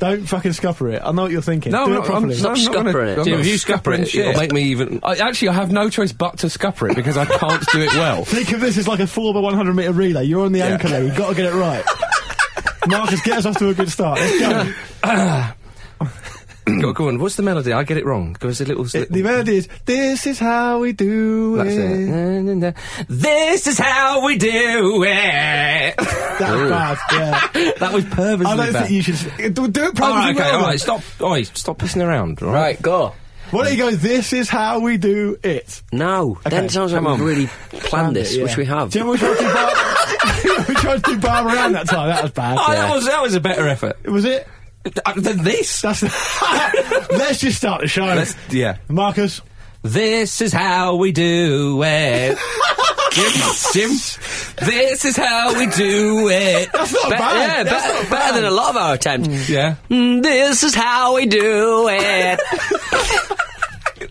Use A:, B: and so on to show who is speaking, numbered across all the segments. A: Don't fucking scupper it. I know what you're thinking.
B: No,
A: Do
B: I'm
A: it
B: not, I'm,
A: properly.
B: no, I'm not gonna-
C: scuppering it.
B: I'm
C: Jim,
B: not
C: if you scupper
B: scuppering
C: it,
B: shit.
C: it'll make me even-
B: I, actually, I have no choice but to scupper it because I can't do it well.
A: Think of this as like a 4 by 100 metre relay. You're on the anchor there. You've got to get it right. Marcus, get us off to a good start. Let's go.
C: go, go on. What's the melody? I get it wrong. Goes a little.
A: It- the melody is, this is how we do
C: That's
A: it.
C: it. This is how we do it.
A: That's bad, yeah.
C: that was purposely
A: I don't
C: bad.
A: think you should... s- Do, do it properly.
C: all right, okay,
A: well,
C: all
A: then.
C: right. Stop, all right, stop pissing around. All right.
D: Right, go.
A: Why don't you go, this is how we do it.
D: No, that sounds like
A: come
D: we've
A: on.
D: really planned this,
A: Yeah.
D: which we have.
A: Do you remember we tried to do bar- we tried to do bar around that time? That was bad.
C: Oh, that was that was a better effort
A: was it?
C: Uh, than this.
A: That's Let's just start the show.
C: Let's- yeah.
A: Marcus,
C: This is how we do it. Jim, Jim, this is how we do it. That's
A: not bad.
C: Yeah,
A: That's
C: be-
D: Better than a lot of our attempts.
C: yeah.
D: Mm, This is how we do it.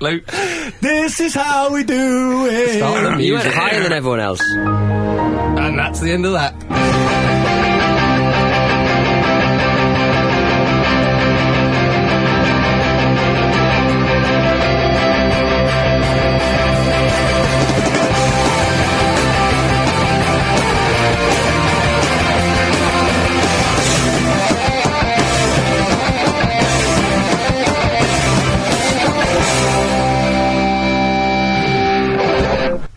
C: Luke,
A: this is how we do it.
C: start the music.
D: you went higher than everyone else.
C: And that's the end of that.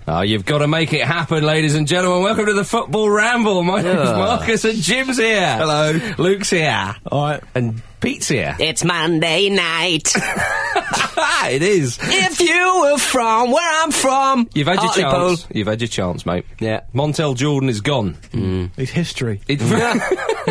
C: Oh, you've got to make it happen, ladies and gentlemen. Welcome to the Football Ramble. My name's
D: Yeah.
C: Marcus and Jim's here. Hello. Luke's here.
A: All right.
C: And Pete's here.
D: It's Monday night.
C: it is.
D: if you were from where I'm from,
C: You've had your
D: Hartlepool.
C: chance. You've had your chance, mate.
D: Yeah.
C: Montel Jordan is gone.
A: It's history.
C: It-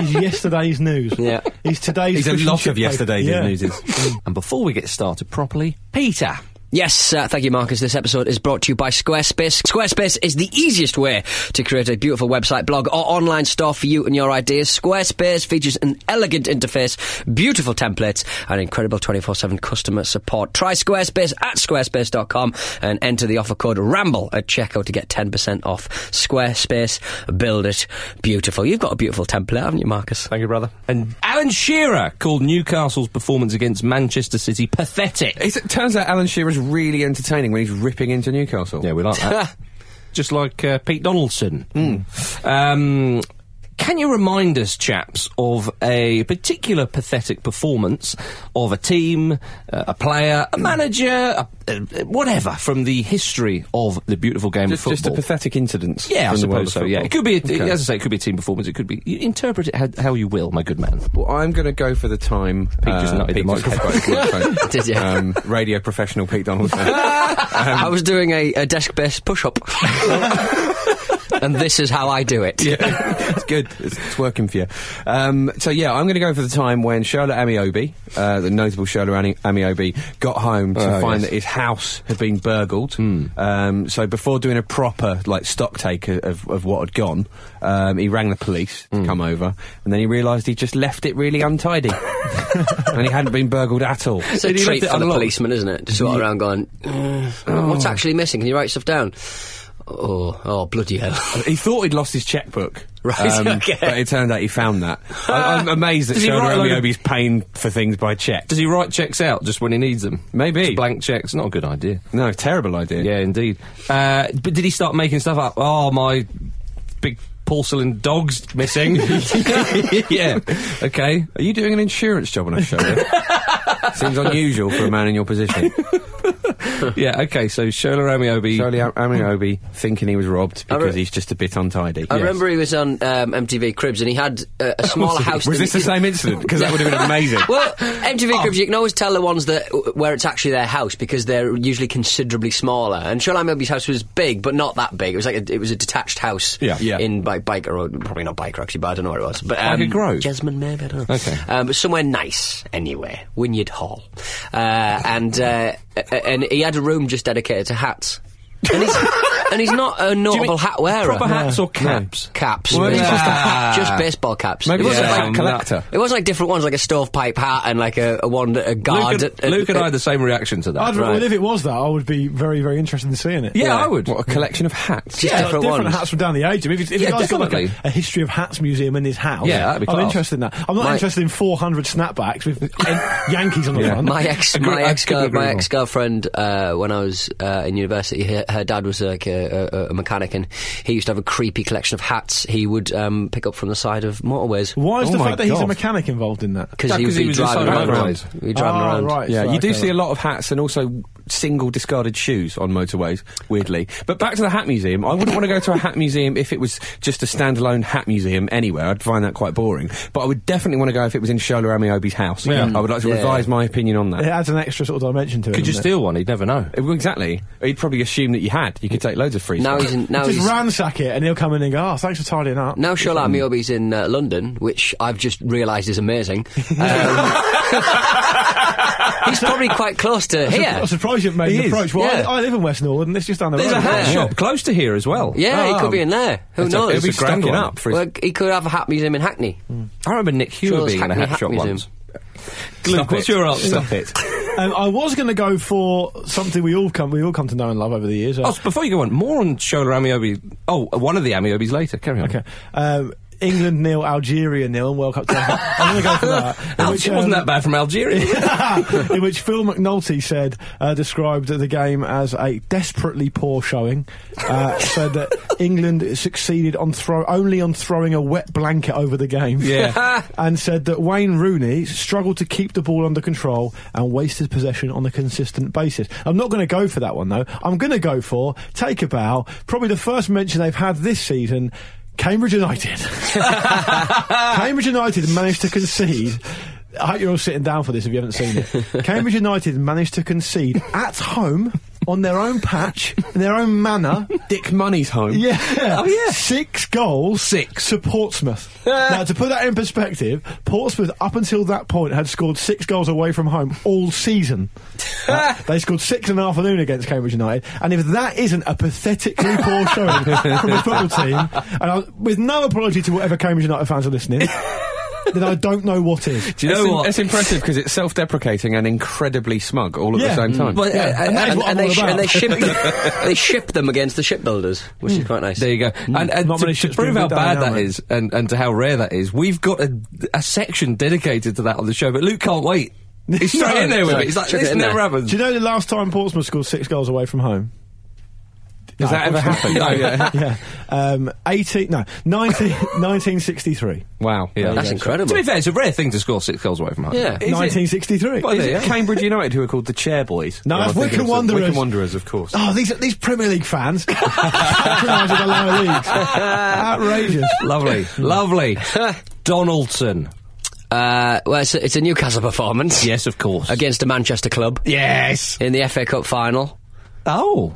A: He's yesterday's news.
D: Yeah.
A: He's today's.
C: He's a
A: fish and
C: lot
A: chip
C: of
A: paper.
C: yesterday's
A: Yeah.
C: news. is. and before we get started properly, Peter.
D: Yes, uh, thank you, Marcus. This episode is brought to you by Squarespace. Squarespace is the easiest way to create a beautiful website, blog, or online store for you and your ideas. Squarespace features an elegant interface, beautiful templates, and incredible 24 7 customer support. Try Squarespace at squarespace.com and enter the offer code RAMBLE at checkout to get 10% off. Squarespace, build it beautiful. You've got a beautiful template, haven't you, Marcus?
C: Thank you, brother. And Alan Shearer called Newcastle's performance against Manchester City pathetic.
B: It's, it turns out Alan Shearer's really entertaining when he's ripping into Newcastle.
C: Yeah, we like that. Just like uh, Pete Donaldson.
B: Hmm.
C: Um, can you remind us, chaps, of a particular pathetic performance of a team, uh, a player,
B: Hmm.
C: a manager, a, uh, whatever, from the history of the beautiful game
B: Just,
C: of
B: just a
C: football?
B: pathetic incident.
C: yeah, I
B: from the world
C: suppose so.
B: of
C: Yeah,
B: football.
C: it could be. A,
B: Okay.
C: As I say, it could be a team performance. It could be. You interpret it how, how you will, my good man.
B: Well, I'm going to go for the time. uh, Pete
C: just nutted the
B: microphone.
D: Did you?
B: um, radio professional Pete Donaldson.
D: I was doing a, a desk based push up. and this is how I do it.
B: yeah, it's good. It's, it's working for you. Um, so yeah, I'm going to go for the time when Shola Amiobi, uh, the notable Shola Ami- Amiobi, got home to
C: Oh, yes. Hmm.
B: find that his house had been burgled. Um, so before doing a proper like stock take o- of, of what had gone, um, he rang the police
C: Hmm.
B: to come over, and then he realised he just left it really untidy, and he hadn't been burgled at all.
D: It's a
C: Did he
D: treat
C: lift it
D: for the
C: unlocked?
D: policeman, isn't it? Just walk around going, "Mm, what's actually missing? Can you write stuff down? Oh, oh, bloody hell.
B: He thought he'd lost his checkbook. Um,
D: Right, okay.
B: But it turned out he found that. I, I'm amazed that
C: Does he
B: Shola
C: write a load of-
B: Amiobi's paying for things by check.
C: Does he write checks out just when he needs them?
B: Maybe.
C: Just blank checks. Not a good idea.
B: No, terrible idea.
C: Yeah, indeed. Uh, but did he start making stuff up? Oh, my big porcelain dog's missing. yeah. Okay.
B: Are you doing an insurance job on a show? Seems unusual for a man in your position.
C: Yeah. Okay. So Shola Amiobi.
B: Charlie Am- Amiobi thinking he was robbed
D: I re-
B: because he's just a bit untidy.
D: I remember he was on um, MTV Cribs and he had uh, a smaller house.
B: Was
D: than
B: this the
D: he-
B: same incident? Because that would have been amazing.
D: Well, MTV Cribs, you can always tell the ones that where it's actually their house because they're usually considerably smaller. And Shola Milby's house was big, but not that big. It was like a, it was a detached house
B: Yeah. Yeah.
D: in by Biker Road, probably not Biker actually, but I don't know where it was. But
B: Biker Grove?
D: Jesmond maybe I don't know. Okay, um, but somewhere nice anyway, Wynyard Hall, uh, and uh, a- a- and he had a room just dedicated to hats. And he's, and he's not a notable hat wearer.
C: Proper hats or caps?
D: Caps,
B: Well,
D: really.
B: maybe
D: just,
B: it's just a
C: hat.
D: baseball caps.
B: Maybe
D: it
B: it's
D: wasn't
B: a
C: Yeah.
D: like
B: hat collector.
D: it wasn't like different ones, like a stovepipe hat and like a, a one that a guard.
C: Luke, and, Luke and I had the same reaction to that.
A: I'd, Well, if it was that, I would be very, very interested in seeing it.
C: yeah, Mm. I would.
B: What a collection of hats.
D: Just
A: Yeah,
D: different
A: different,
D: ones.
A: hats from down the age. I mean, if, if
C: Yeah,
A: you guys got like a,
C: definitely.
A: a history of hats museum in his house,
C: Yeah, that'd be
A: I'm
C: class.
A: interested in that. I'm not
C: My-
A: interested in 400 snapbacks with uh, Yankees on the front.
D: My ex,
C: Agree-
D: my
C: I
D: ex,
C: couldn't agree
D: my
C: more.
D: ex girlfriend. Uh, when I was uh, in university, her, her dad was like a, a, a mechanic, and he used to have a creepy collection of hats he would um, pick up from the side of motorways
A: Why is
B: Oh
A: the
B: my
A: fact that he's a
B: God.
A: mechanic involved in that?
D: because
C: Yeah,
D: he
C: 'cause
D: would
C: he
D: be
C: was inside
D: driving
C: the
D: around.
C: motorways.
D: He'd be driving
A: Ah,
D: around.
A: right.
B: Yeah,
A: so,
B: you do
A: okay,
B: see a
A: right.
B: lot of hats and also single discarded shoes on motorways, weirdly. But back to the hat museum, I wouldn't want to go to a hat museum if it was just a standalone hat museum anywhere. I'd find that quite boring. But I would definitely want to go if it was in Shola Amiobi's house.
A: Yeah.
B: I would like to
D: Yeah.
B: revise my opinion on that.
A: It adds an extra sort of dimension to it.
C: Could you
A: doesn't it?
C: steal one? He'd never know.
B: Uh, well, Exactly. He'd probably assume that you had. You could take loads of free
D: Now
B: stuff.
D: he's in, now
A: Just
D: he's
A: ransack it, and he'll come in and go, "Oh, thanks for tidying up."
D: Now Shola Amiobi's in uh, London, which I've just realised is amazing. Um, he's probably quite close to here.
A: I'm surprised you've made
B: He
A: an
B: is,
A: approach. Well,
D: yeah.
A: I, I live in West Norwood, and it's just down the
C: There's
A: road.
C: a hat
D: Yeah.
C: shop close to here as well.
D: Yeah, he
B: Oh.
D: could be in there. Who
B: It's a-
D: knows?
B: it'd be
D: It's a grand
B: stacking
D: one.
B: up Hmm. for his-
D: well, he could have a hat museum in Hackney.
C: I remember Nick Hewer
D: Shaw's
C: being in a
D: Hackney
C: hat,
D: Hat
C: shop
D: Museum.
C: once.
B: Stop
C: what's
B: it.
C: your answer?
B: Stop it.
A: Um, I was going to go for something we all come we all come to know and love over the years.
C: Oh,
A: Uh,
C: so before you go on, more on Shola Amiobi. Oh, uh, one of the Amiobis later. Carry on.
A: okay. Um, England nil, Algeria nil, and World Cup. tie. I'm going to go for that.
C: Al-
A: In
C: it wasn't that
A: um,
C: bad from Algeria.
A: in which Phil McNulty said uh, described the game as a desperately poor showing. Uh, said that England succeeded on throw only on throwing a wet blanket over the game.
C: Yeah.
A: and said that Wayne Rooney struggled to keep the ball under control and wasted possession on a consistent basis. I'm not going to go for that one though. I'm going to go for take a bow. Probably the first mention they've had this season. Cambridge United. Cambridge United managed to concede. I hope you're all sitting down for this if you haven't seen it. Cambridge United managed to concede at home on their own patch, in their own manner.
B: Ah, Dick Money's home.
A: Yeah.
C: Oh, yeah.
A: Six goals.
B: Six.
A: To Portsmouth. now, to put that in perspective, Portsmouth, up until that point, had scored six goals away from home all season. Uh, they scored six in the afternoon against Cambridge United. And if that isn't a pathetically poor showing from a football team, and I, with no apology to whatever Cambridge United fans are listening, then I don't know what is.
B: Do you know
C: It's in-
B: what?
C: it's
B: It's impressive because it's self-deprecating and incredibly smug all at
A: the Yeah.
B: the
A: same
B: same
A: time.
B: time.
D: Well,
A: Yeah,
D: uh,
A: and that is
D: and,
A: what
D: and
A: I'm
D: they,
A: all
D: sh- and they
A: about.
D: ship them, they ship them against the shipbuilders, which
B: Hmm.
D: is quite nice.
C: There you go. And, and
A: Not
C: to,
A: many
C: to
A: ships
C: prove
A: being
C: how
A: built
C: bad
A: down
C: that
A: there.
C: is and, and to how rare that is, we've got a, a section dedicated to that on the show, but Luke can't wait. He's straight
A: No,
C: in there with
A: no,
C: it. He's like,
D: chuck it
C: this
D: in
C: never
D: there."
C: happens.
A: Do you know the last time Portsmouth scored six goals away from home?
B: Does that ever happen? Oh,
C: No, yeah.
A: yeah. Um, 18, no, 19, 1963.
B: Wow.
C: Yeah.
D: That's incredible.
C: To be fair, it's a rare thing to score six goals away from home.
D: Yeah.
B: it-
A: 1963.
B: Well, is
C: there
B: it
C: you go.
B: Cambridge United who are called the Chair Boys?
A: No,
B: Or am
A: it's
B: I thinking
A: Wigan
B: of something?
A: Wanderers.
B: Wigan Wanderers, of course.
A: Oh, these these Premier League fans patronise the lower leagues. Outrageous.
C: Lovely. Lovely. Donaldson.
D: Uh, well, it's a, it's a Newcastle performance
C: Yes, of course.
D: against a Manchester club
C: Yes.
D: in the FA Cup final.
C: Oh.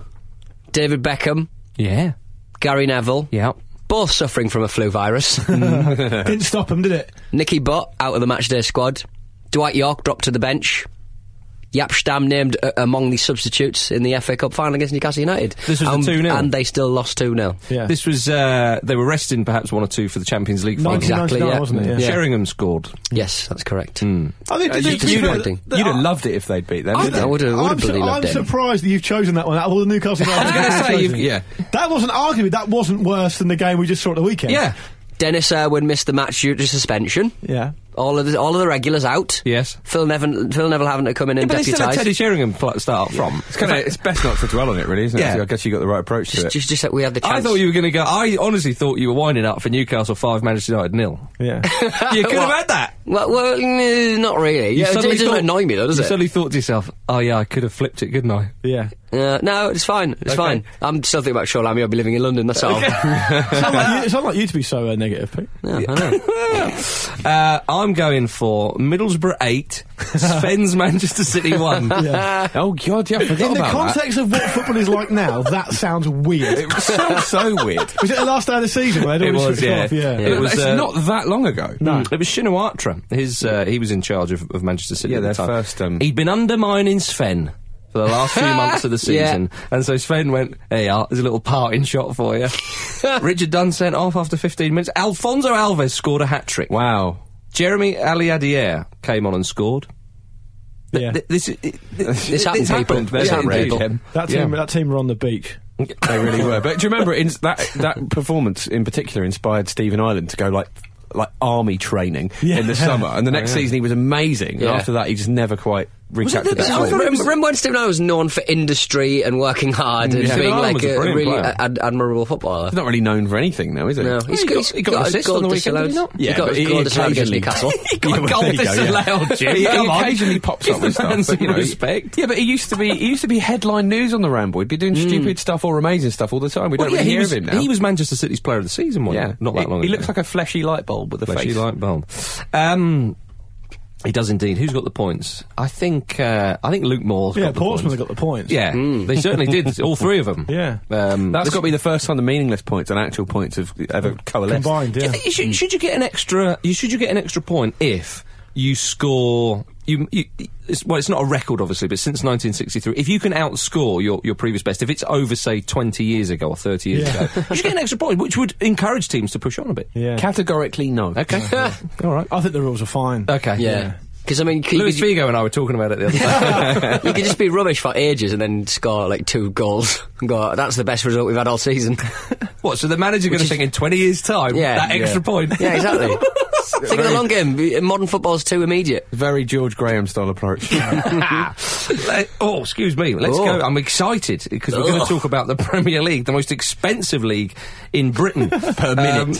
D: David Beckham,
C: Yeah.
D: Gary Neville,
C: Yeah.
D: both suffering from a flu virus.
A: Didn't stop them, did it?
D: Nicky Butt out of the matchday squad. Dwight York dropped to the bench. Yap Stam named uh, among the substitutes in the FA Cup final against Newcastle United.
C: This was the
D: and,
C: 2-0.
D: and they still lost 2 0.
A: Yeah.
C: This was, uh, they were resting perhaps one or two for the Champions League final.
D: Exactly.
A: 1999,
D: yeah.
A: wasn't it? Yeah.
C: Sheringham scored.
D: Yes, that's correct.
A: I think did
D: you-
A: they-
D: you
A: did they-
D: don't think-
A: they-
B: You'd have loved it if they'd beat them.
D: I would have, would
A: I'm,
D: have
A: su-
D: bloody
A: I'm
D: loved it.
A: surprised that you've chosen that one out of all the Newcastle. I
C: was gonna say, you've- yeah.
A: That wasn't arguably. That wasn't worse than the game we just saw at the weekend.
C: Yeah.
D: Dennis Irwin missed the match due to suspension.
A: Yeah.
D: All of the, all of the regulars out.
C: Yes.
D: Phil Neville, Phil Neville having to come in and
C: but they still had
D: deputise.
C: Teddy Sheringham pl- start up from.
B: It's kind of it's best not to dwell on it, really, isn't it?
C: Yeah.
B: I guess you got the right approach to
D: Just,
B: it.
D: just, just that we had the chance.
C: I thought you were going to go. I honestly thought you were winding up for Newcastle five, Manchester United nil.
A: Yeah.
C: you could have
D: What?
C: had that.
D: Well, well mm, not really.
C: You
D: Yeah, it, it
C: suddenly
D: doesn't
C: thought-
D: annoy me though, does
C: you
D: it?
C: suddenly thought to yourself, "Oh yeah, I could have flipped it, couldn't I?"
A: yeah.
D: Uh, no, it's fine. It's
C: Okay.
D: fine. I'm still thinking about Shaw I'll be living in London. That's all.
A: It's not, like you, it's not like you to be so uh, negative, Pete.
D: Yeah, I know.
C: Uh, I'm going for Middlesbrough eight, Sven's Manchester City one. Hmm.
A: Uh,
B: oh God, yeah, I forgot
A: In the
B: about
A: context of what football is like now, that sounds weird.
B: that. It sounds so weird.
A: Was it the last day of the season? Where they'd
C: It
A: already
C: was,
A: switched
C: yeah.
A: off? yeah.
C: It was,
B: it's
C: uh,
B: not that long ago.
C: No. It was Shinawatra. His uh, he was in charge of, of Manchester City.
B: Yeah,
C: at the
B: their
C: time.
B: first, um,
C: He'd been undermining Sven for the last few months of the season. And so Sven went, hey, Al, there's a little parting shot for you. Richard Dunn sent off after 15 minutes. Alfonso Alves scored a hat-trick.
B: Wow.
C: Jeremy Aliadier came on and scored. Th-
A: Yeah.
C: th- this, it- th-
D: This happened, people. This
C: Yeah,
D: happened,
C: indeed.
D: people.
A: That team, that team were on the beach.
B: They really were. But do you remember in, that that performance in particular inspired Stephen Ireland to go like like army training in
A: Yeah.
B: the summer, and the next season he was amazing.
C: Yeah.
B: And after that, he just never quite recaptured
C: the-
B: that.
C: I
B: form.
C: thought it
D: Remember,
C: was-
D: remember when Stephen Ireland was known for industry and working hard and
B: Yeah.
D: being
B: Stephen Ireland
D: like
B: was a
D: a,
B: brilliant
D: really
B: player.
D: ad- admirable footballer?
B: He's not really known for anything, though, is he?
D: No,
B: Well,
D: he's got- he's got a goal disallowed.
B: Yeah,
D: He got
B: but
D: a
B: he
D: goal disallowed against
B: occasionally-
D: Newcastle.
B: He got a
C: well,
B: goal
C: there you go, yeah.
B: disallowed, Jim.
C: He- he
B: Come on.
C: occasionally
B: pops
C: Give
B: up
C: the
B: with stuff.
C: man
B: but, you
C: some
B: know, he-
C: respect.
B: Yeah, but he used to be he used to be headline news on the Ramble. He'd be doing stupid stuff or amazing stuff all the time. We
C: Well,
B: don't
C: yeah,
B: really
C: he,
B: hear
C: was,
B: of him now.
C: he was Manchester City's player of the season, wasn't
B: yeah,
C: he? Not that
B: He-
C: long
B: He
C: ago.
B: looks like a fleshy light bulb with a
C: Fleshy
B: face.
C: light bulb. Um, he does indeed. Who's got the points? I think uh, I think Luke Moore.
A: Yeah,
C: got the points.
A: Portsmouth got the points.
C: Yeah, they certainly did. All three of them.
A: Yeah.
C: um,
B: Hmm. That's
C: this-
B: got to be the first time the meaningless points and actual points have ever coalesced.
A: Combined,
C: Do you
A: yeah. Mm.
C: think you should, should you get an extra? You should you get an extra point if you score. You, you it's, well, it's not a record, obviously, but since 1963, if you can outscore your, your previous best, if it's over, say, 20 years ago or 30 years
A: Yeah.
C: ago, you should get an extra point, which would encourage teams to push on a bit.
A: Yeah.
B: Categorically, no.
C: Okay. All right. Uh,
A: I think the rules are fine.
C: Okay.
D: Yeah. Because, I mean, c-
C: Luis
D: you, could,
C: Figo and I were talking about it the other day.
D: you could just be rubbish for ages and then score like two goals and go, that's the best result we've had all season.
C: what? So the manager going to think in 20 years' time,
D: Yeah.
C: that extra
D: Yeah.
C: point.
D: yeah, exactly. Think of the long game. Modern football's too immediate.
B: Very George Graham style approach.
C: Let- oh, excuse me. Let's
D: Oh.
C: go. I'm excited because we're going to
D: Ugh.
C: talk about the Premier League, the most expensive league in Britain per minute.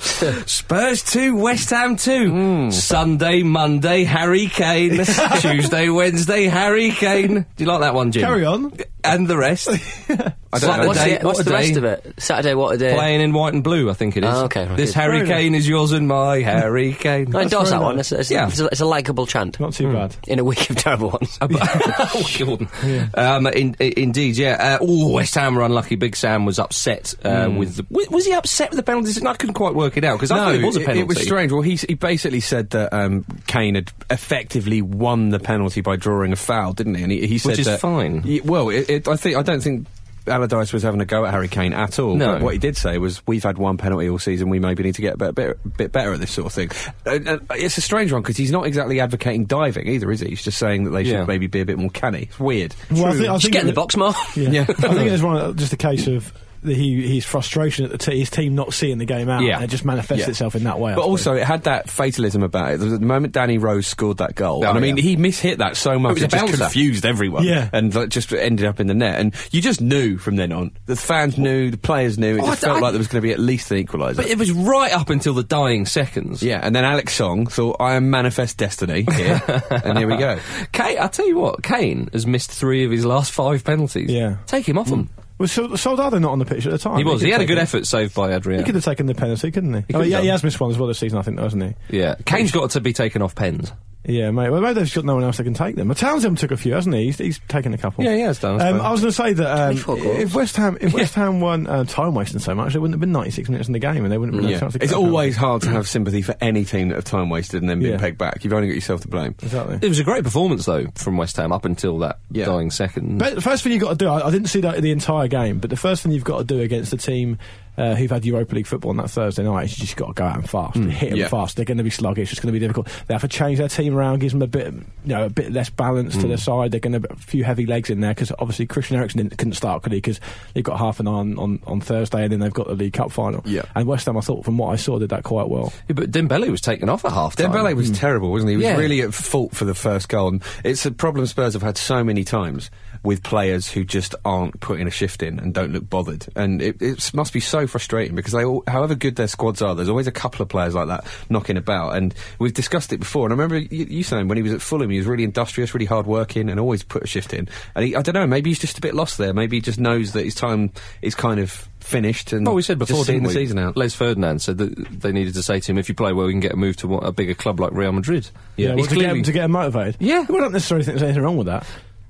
C: Spurs two, West Ham two.
D: Hmm.
C: Sunday, Monday, Harry Kane. Tuesday, Wednesday, Harry Kane. Do you like that one, Jim?
A: Carry on.
C: And the rest. I
B: don't know.
D: what's
B: day-
D: the, what's the rest of it? Saturday, what a day.
C: Playing in white and blue, I think it is.
D: Oh, okay, right.
C: This
D: Good.
C: Harry
A: Very
C: Kane is yours and my Harry Kane.
D: I endorse that
A: very
D: one.
A: nice.
D: It's, it's,
C: Yeah.
D: it's a, it's a likeable chant
A: Not too
C: Hmm.
A: bad.
D: in a week of terrible ones.
C: oh, Jordan. Um, in, i- indeed, yeah. Uh, oh, West Ham were unlucky. Big Sam was upset uh, with. The, w- was he upset with the penalties? I couldn't quite work it out because I thought it was a penalty.
B: was strange. Well, he, he basically said that um, Kane had effectively won the penalty by drawing a foul, didn't he? And he, he said
C: is
B: that-
C: fine.
B: Y- well, it, it, I think I don't think Allardyce was having a go at Harry Kane at all.
C: No.
B: But what he did say was, "We've had one penalty all season. We maybe need to get a bit, bit, bit better at this sort of thing." And, and it's a strange one because he's not exactly advocating diving either, is he? He's just saying that they
C: Yeah.
B: should maybe be a bit more canny. It's weird.
A: Well, I think, I
D: Just
A: think
D: get in the
A: it-
D: box more.
A: Yeah.
B: Yeah.
A: I think it's one of, just a case of the, he, his frustration at the t- his team not seeing the game out.
C: Yeah.
A: And it just manifests
B: Yeah.
A: itself in that way. I
B: But
A: suppose.
B: also, it had that fatalism about it. The moment Danny Rose scored that goal,
C: Oh,
B: and I mean,
C: yeah.
B: he mishit that so much
C: was a
B: it just
C: bouncer.
B: confused everyone,
A: Yeah.
B: and like, just ended up in the net. And you just knew from then on. The fans knew, the players knew. It
C: Oh,
B: just
C: I-
B: felt
C: I-
B: like there was going to be at least an equaliser.
C: But it was right up until the dying seconds.
B: yeah, and then Alex Song thought, "I am manifest destiny here," and here we go.
C: Kane, I tell you what, Kane has missed three of his last five penalties.
A: Yeah.
C: take him off them.
A: Was Sol- Soldado not on the pitch at the time?
C: He was.
A: could
C: He had a
A: take
C: good
A: it.
C: effort saved by
A: He could
C: Adrian.
A: have taken the penalty, couldn't he? oh,
C: have
A: yeah,
C: done.
A: he has missed one as well this season, I think, hasn't he?
C: Yeah, Kane's got to be taken off pens.
A: Yeah, mate. Well, maybe they've just got no one else that can take them. But Townsend took a few, hasn't he? He's, he's taken a couple.
C: Yeah, he has done, I
A: Um,
C: suppose.
A: I was going to say that um,
D: 24 goals.
A: if West Ham if West Ham won uh, time wasting so much, it wouldn't have been 96 minutes in the game, and they wouldn't have been a
B: Yeah.
A: chance to get
B: It's
A: that penalty.
B: always hard to have sympathy for any team that have time wasted and then been
A: Yeah.
B: pegged back. You've only got yourself to blame.
A: exactly.
C: It was a great performance though from West Ham up until that
B: Yeah.
C: dying second.
A: But the first thing you've got to do, I, I didn't see that the entire game, but the first thing you've got to do against a team uh, who've had Europa League football on that Thursday night is you just got to go out and fast, hit them
B: Mm, yeah.
A: fast. They're going to be sluggish. It's going to be difficult. They have to change their team around, gives them a bit, you know, a bit less balance to
B: Mm.
A: their side. They're going to be a few heavy legs in there because obviously Christian Eriksen didn't, couldn't start could he? because they've got half an eye on, on, on Thursday and then they've got the League Cup final.
B: Yeah.
A: And West Ham, I thought, from what I saw, did that quite well.
C: Yeah, but Dembele was taken off at half time.
B: Dembele was terrible, wasn't he? He was
C: Hmm. Yeah.
B: really at fault for the first goal. And it's a problem Spurs have had so many times with players who just aren't putting a shift in and don't look bothered. And it, it must be so frustrating because they all, however good their squads are, there's always a couple of players like that knocking about. And we've discussed it before. And I remember you, you saying when he was at Fulham, he was really industrious, really hard working, and always put a shift in. And he, I don't know, maybe he's just a bit lost there. Maybe he just knows that his time is kind of finished. And
C: Well, we said before
B: just seeing
C: didn't
B: the
C: we?
B: season out.
C: Les Ferdinand said that they needed to say to him, "If you play well, we can get a move to what, a bigger club like Real Madrid."
A: Yeah, well,
C: he's
A: to, get
C: clearly.
A: them, to get them motivated.
C: Yeah.
A: Well, I don't necessarily think there's anything wrong with that.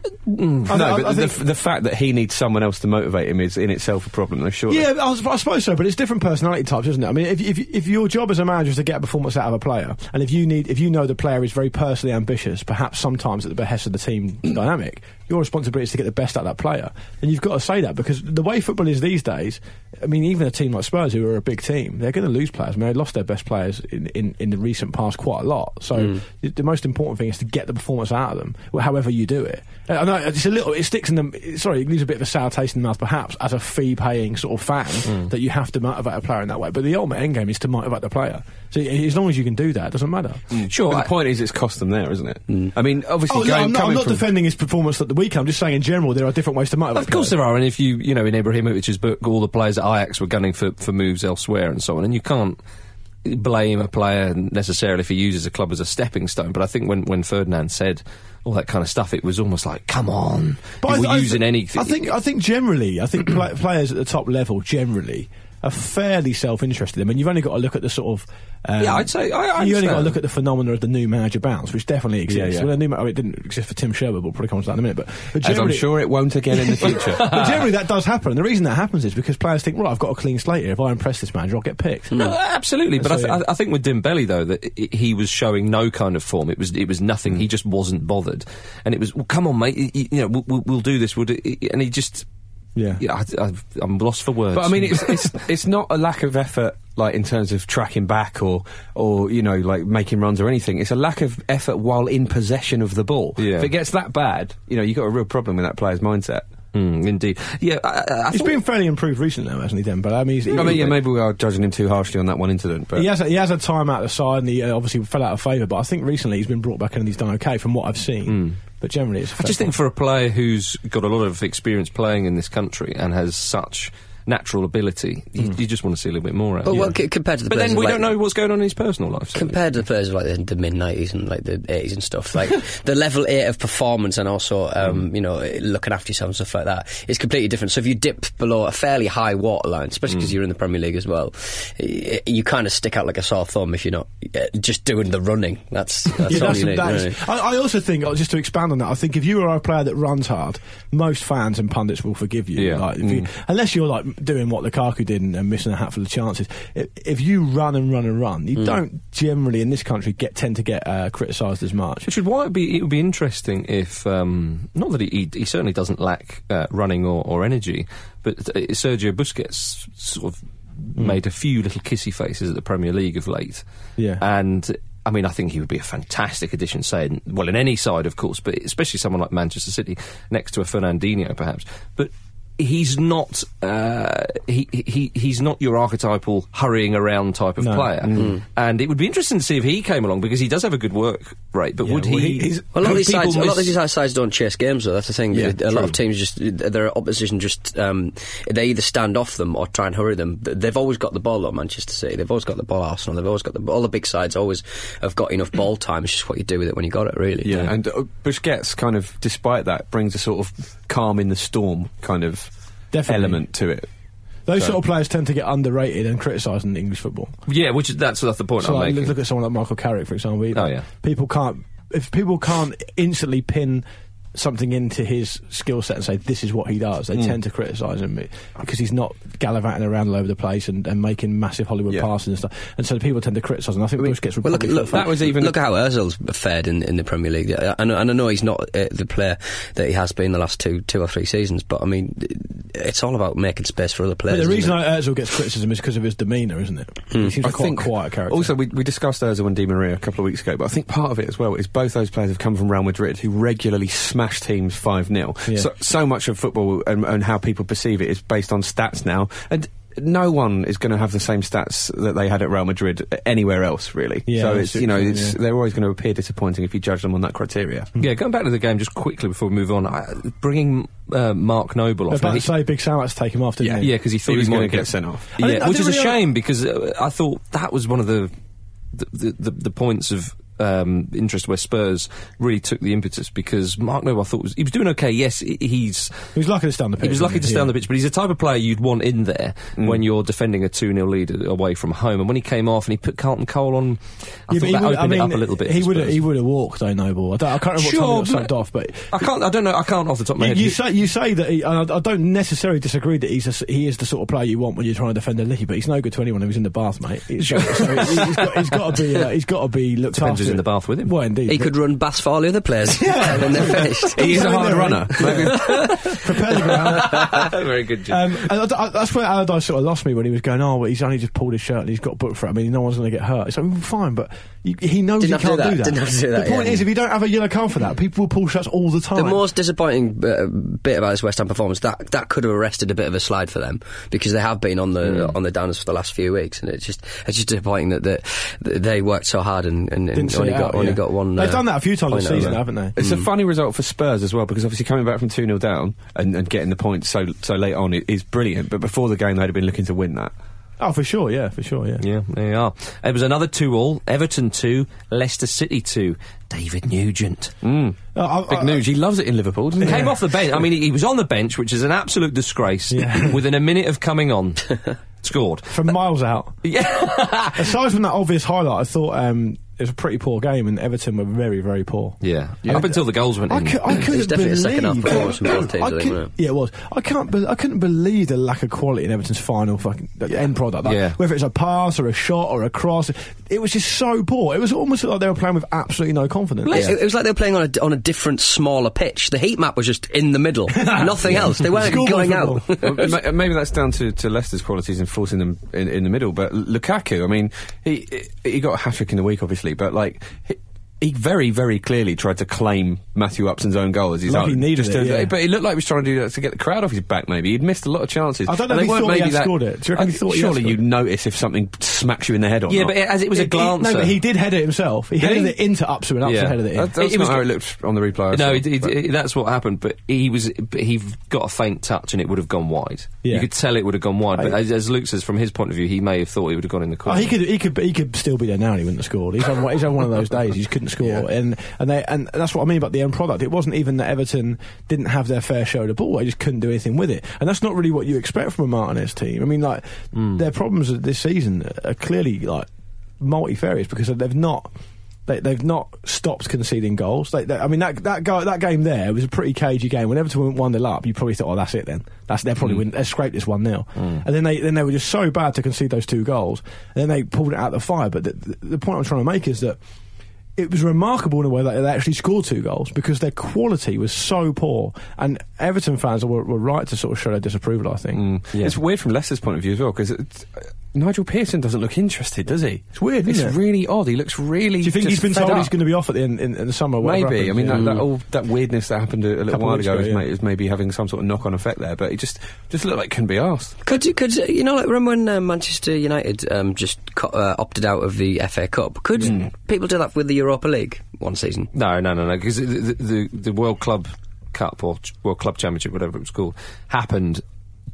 A: I-
B: Mm. no,
A: I-
B: but
A: I
B: the,
A: think-
B: the fact that he needs someone else to motivate him is in itself a problem, though, surely.
A: Yeah, I, was- I suppose so, but it's different personality types, isn't it? I mean, if, if, if your job as a manager is to get a performance out of a player, and if you need, if you know the player is very personally ambitious, perhaps sometimes at the behest of the team dynamic, your responsibility is to get the best out of that player, and you've got to say that because the way football is these days, I mean, even a team like Spurs, who are a big team, they're going to lose players. I mean, they lost their best players in, in, in the recent past quite a lot. So
B: Mm.
A: the, the most important thing is to get the performance out of them, wh- however you do it. Uh, I know it's a little, it sticks in the, sorry, it leaves a bit of a sour taste in the mouth, perhaps, as a fee paying sort of fan,
B: Mm.
A: that you have to motivate a player in that way. But the ultimate end game is to motivate the player. So y- as long as you can do that, it doesn't matter.
C: Sure.
B: But
C: I-
B: the point is, it's cost them there, isn't it? I mean, obviously,
A: Oh, no, I'm
B: Mm. going,
A: not, I'm
B: coming
A: not
B: from-
A: defending his performance at the weekend. I'm just saying in general there are different ways to motivate.
C: Of course
A: players.
C: there are, and if you you know in Ibrahimovic's book, all the players at Ajax were gunning for for moves elsewhere and so on, and you can't blame a player necessarily if he uses a club as a stepping stone. But I think when when Ferdinand said all that kind of stuff, it was almost like, come on,
A: But
C: you
A: I-
C: were
A: I-
C: using anything.
A: I think. I think generally, I think pla players at the top level generally are fairly self-interested. I mean, you've only got to look at the sort of. Um,
C: Yeah, I'd say- I-
A: you
C: I
A: only got to
C: understand.
A: look at the phenomena of the new manager bounce, which definitely exists.
B: yeah.
A: Well, the new ma- oh, it didn't exist for Tim Sherwood, but we'll probably come to that in a minute. But, but
B: as I'm
A: generally-
B: sure it won't again in the future.
A: but generally, that does happen. And the reason that happens is because players think, right, I've got a clean slate here. If I impress this manager, I'll get picked.
B: Hmm.
C: No, absolutely. But I,
A: Hmm. So,
C: th-
A: yeah.
C: I I think with Dembele though that i- he was showing no kind of form. It was it was nothing. He just wasn't bothered, and it was well, come on, mate. y- y- You know, we'll- we'll, we'll do this. We'll do, and he just
A: Yeah.
C: yeah. I, I've, I'm lost for words.
B: But I mean, it's, it's it's not a lack of effort, like in terms of tracking back or or you know like making runs or anything. It's a lack of effort while in possession of the ball.
C: Yeah.
B: If it gets that bad, you know you have got a real problem with that player's mindset.
A: Hmm.
C: Mm, indeed. Yeah, I, I- I
A: He's
C: thought-
A: been fairly improved recently, though, hasn't he, Dembele? I mean, he's,
B: I mean, yeah, maybe we are judging him too harshly on that one incident, but
A: He has, a, he has a time out of the side and he uh, obviously fell out of favour, but I think recently he's been brought back in and he's done okay from what I've seen. But generally, it's. a
C: I
A: fair
C: just think for a player who's got a lot of experience playing in this country and has such natural ability, you, you just want to see a little bit more out.
D: But
C: of
D: well,
C: him.
D: c- compared to the
C: But
D: players
C: then
D: of,
C: we
D: like,
C: don't know what's going on in his personal life. so-
D: Compared to the players of like the, the mid nineties and like the eighties and stuff, like the level eight of performance and also
A: Mm.
D: um, you know looking after yourself and stuff like that is completely different. So if you dip below a fairly high water line, especially
A: Mm.
D: because you're in the Premier League as well, y- you kind of stick out like a sore thumb if you're not uh, just doing the running. That's that's
A: Yeah,
D: all
A: that's,
D: you need.
A: that
D: really.
A: is, I, I also think, uh, just to expand on that, I think if you are a player that runs hard, most fans and pundits will forgive you.
C: Yeah.
A: Like, if you unless you're like doing what Lukaku did and, and missing a hatful of chances. If, if you run and run and run, you don't generally in this country get tend to get uh, criticised as much.
C: Which would why it'd be, it would be interesting if um, not that he, he, he certainly doesn't lack uh, running or, or energy, but uh, Sergio Busquets sort of
A: Hmm.
C: made a few little kissy faces at the Premier League of late.
A: Yeah.
C: and I mean I think he would be a fantastic addition, saying well in any side of course, but especially someone like Manchester City next to a Fernandinho perhaps, but. He's not. Uh, he, he he's not your archetypal hurrying around type of
A: No. Mm.
C: player, and it would be interesting to see if he came along because he does have a good work rate. But
A: Yeah,
C: would
A: well,
C: he?
A: he- he's-
D: A lot of these
C: people
D: sides, a lot of
C: miss-
D: these sides don't chase games though. That's the thing.
A: Yeah,
D: a lot
A: true.
D: of teams just their opposition just um, they either stand off them or try and hurry them. Th- They've always got the ball at Manchester City. They've always got the ball at Arsenal. They've always got the all the big sides always have got enough ball time. It's just what you do with it when you got it, really.
B: yeah. And uh, Busquets kind of, despite that, brings a sort of calm in the storm kind of
A: Definitely.
B: element to it.
A: Those
B: So-
A: sort of players tend to get underrated and criticised in English football.
C: Yeah, which is, that's that's the point
A: So
C: I'm
A: like,
C: making.
A: look at someone like Michael Carrick, for example. either.
C: Oh, yeah.
A: People can't if people can't instantly pin something into his skill set and say this is what he does.
C: Hmm.
A: They tend to criticise him because he's not gallivanting around all over the place and, and making massive Hollywood
B: Yeah.
A: passes and stuff. And so people tend to criticise him. I think Bush gets
D: Well, look, look,
B: That was even-
D: look how Özil's fared in, in the Premier League. I, I know, and I know he's not uh, the player that he has been the last two two or three seasons, but I mean, it's all about making space for other
A: But
D: players.
A: the
D: isn't
A: reason
D: it?
A: Özil gets criticism is because of his demeanour, isn't it?
C: Hmm.
A: He seems like quite a quiet character.
B: Also, we, we discussed Ozil and Di Maria a couple of weeks ago, but I think part of it as well is both those players have come from Real Madrid, who regularly smash teams 5 0.
A: Yeah.
B: So, so much of football and, and how people perceive it is based on stats now. And no one is going to have the same stats that they had at Real Madrid anywhere else, really.
A: Yeah,
B: so,
A: that's
B: it's, you know,
A: true,
B: it's,
A: yeah.
B: they're always going to appear disappointing if you judge them on that criteria.
C: yeah, going back to the game just quickly before we move on, I, bringing uh, Mark Noble
A: I was
C: off. now,
A: about to
C: he-
A: say Big Sam had to take him off, didn't he?
C: yeah, because he thought
B: He was
C: might
B: going to get sent off.
A: I didn't-
C: Yeah,
A: I
C: which is
A: didn't
C: a
A: really-
C: shame because uh, I thought that was one of the the, the, the, the points of um, interest where Spurs really took the impetus because Mark Noble, I thought, was, he was doing okay. Yes, he- he's
A: He was lucky to stand the pitch.
C: he was lucky
A: wasn't
C: to stay on the pitch, but he's the type of player you'd want in there
A: Mm.
C: when you're defending a 2 0 lead away from home. And when he came off and he put Carlton Cole on, I
A: Yeah, but
C: thought
A: he
C: that
A: would-
C: opened
A: I mean,
C: it up a little bit.
A: He
C: for
A: would have
C: Spurs.
A: he would have walked though, Noble. I, don't, I can't remember what time
C: Sure,
A: he got
C: but-
A: subbed off, but
C: I can't. I don't know. I can't off the top of my
A: You,
C: head.
A: you
C: He-
A: say you say that he, and I, I don't necessarily disagree that he's a s he is the sort of player you want when you're trying to defend a league, but he's no good to anyone who's in the bath, mate. It's- so he- he's got, he's got to be uh, he's got to be looked
C: Depends
A: after.
C: who's in the bath with him.
A: Well, indeed,
D: He
A: but
D: could run past for all the other players.
A: Yeah.
D: and they're finished.
B: He is
A: He's
B: a hard
A: in
B: runner. Maybe-
A: prepare the ground.
C: Very good. Jim.
A: Um, and I- I- that's where Allardyce sort of lost me when he was going, oh, well, he's only just pulled his shirt and he's got booked for it. I mean, no one's going to get hurt. It's like, well, fine, but you, he knows
D: Didn't
A: he
D: have
A: can't
D: to do that.
A: do that.
D: Didn't have to do that,
A: The point
D: yeah.
A: is, if you don't have a yellow card for that, people will pull shirts all the time.
D: The most disappointing uh, bit about this West Ham performance that that could have arrested a bit of a slide for them because they have been on the
A: Hmm.
D: on the downers for the last few weeks, and it's just it's just disappointing that, that that they worked so hard and, and, and
A: Didn't see
D: only
A: it
D: got
A: out,
D: only
A: yeah.
D: got one.
A: They've
D: uh,
A: done that a few times
D: point
A: this
D: out of
A: season,
D: it.
A: haven't they?
B: It's
C: Mm.
B: a funny result for Spurs as well because obviously coming back from 2 0 down and, and getting the points so so late on i- is brilliant. But before the game, they'd have been looking to win that.
A: Oh, for sure, yeah, for sure, yeah.
C: Yeah, there you are. It was another two all. Everton two, Leicester City two. David Nugent
A: Uh, I-
B: Big
A: I-
B: news. He loves it in Liverpool, doesn't
C: came
B: he?
C: off the bench. I mean, he, he was on the bench, which is an absolute disgrace. Within a minute of coming on, scored.
A: From miles out.
C: Yeah.
A: Aside from that obvious highlight, I thought um, it was a pretty poor game, and Everton were very, very poor.
C: Yeah. Up until the goals went
A: I,
C: in.
A: cou- I couldn't
D: was definitely a
A: believe.
D: second half performance from both teams,
A: I
D: I think,
A: cou-
D: wasn't
A: yeah, it was. I can't. Be- I couldn't believe the lack of quality in Everton's final fucking the end product. Like,
C: Yeah.
A: Whether it's a pass or a shot or a cross, it was just so poor. It was almost like they were playing with absolutely no confidence.
D: It- It was like they were playing on a, on a different, smaller pitch. The heat map was just in the middle, nothing else. They weren't
A: Schoolboy
D: going out.
A: football.
B: Well, ma- Maybe that's down to, to Leicester's qualities and forcing them in, in the middle. But L- Lukaku, I mean, he he he got a hat trick in the week, obviously, but like. He, he very, very clearly tried to claim Matthew Upson's own goal as his
A: Like
B: own.
A: he needed
B: just
A: it,
B: to-
A: yeah.
B: But he looked like he was trying to do that to get the crowd off his back. Maybe he'd missed a lot of chances.
A: I don't know
B: And
A: if
B: they
A: he
B: weren't
A: thought he
B: maybe
A: had scored it. Do you reckon he
B: I-
A: thought he had
B: surely
A: scored
B: you
A: it?
B: notice if something smacks you in the head or
C: yeah,
B: not.
C: but it- as it was a
A: He-
C: glance.
A: No, but he did head it himself. He
B: Did
A: headed
B: he?
A: it into Upson, and Upson
B: yeah.
A: headed it in.
B: That- that's
C: It was
B: not how
C: go-
B: it looked on the replay. I
C: No,
B: saw,
C: it, it,
B: but-
C: it- that's what happened. But he was but he got a faint touch, and it would have gone wide.
A: Yeah.
C: You could tell it would have gone wide. But
A: I-
C: as, as Luke says, from his point of view, he may have thought he would have gone in the
A: Oh,
C: corner.
A: he could, he could, he could still be there now, and he wouldn't have scored. He's had, one- he's had one of those days. He just couldn't score, and and they, and that's what I mean about the end product. It wasn't even that Everton didn't have their fair share of the ball; they just couldn't do anything with it. And that's not really what you expect from a Martinez team. I mean, like their problems this season are clearly like multifarious because they've not. They, they've not stopped conceding goals. They, they, I mean, that that, go, that game there was a pretty cagey game. When Everton went one 0 up, you probably thought, "Oh, that's it then. That's they
B: Mm.
A: probably win. They scraped this one 0 And then they then they were just so bad to concede those two goals. And then they pulled it out of the fire. But the, the, the point I'm trying to make is that it was remarkable in a way that they actually scored two goals because their quality was so poor. And Everton fans were, were right to sort of show their disapproval. I think
B: It's weird from Leicester's point of view as well because uh, Nigel Pearson doesn't look interested, does he?
A: it's weird.
B: It's
A: Isn't it?
B: really odd. He looks really.
A: Do you think
B: just
A: he's been
B: fed
A: told
B: up.
A: he's going to be off at the end in, in the summer? whatever
B: Maybe. I
A: happens?
B: mean,
A: Yeah.
B: that, that, all, that weirdness that happened a, a little
A: Couple
B: while
A: weeks
B: ago,
A: ago,
B: is,
A: yeah.
B: ma- is maybe having some sort of knock-on effect there, but it just just looked like it couldn't be asked.
D: Could you, could you know, like remember when uh, Manchester United um, just co- uh, opted out of the FA Cup? Could
A: Hmm.
D: people do that with the Europa League one season?
C: No, no, no, no. Because the, the, the, the World Club Cup or Ch- World Club Championship, whatever it was called, happened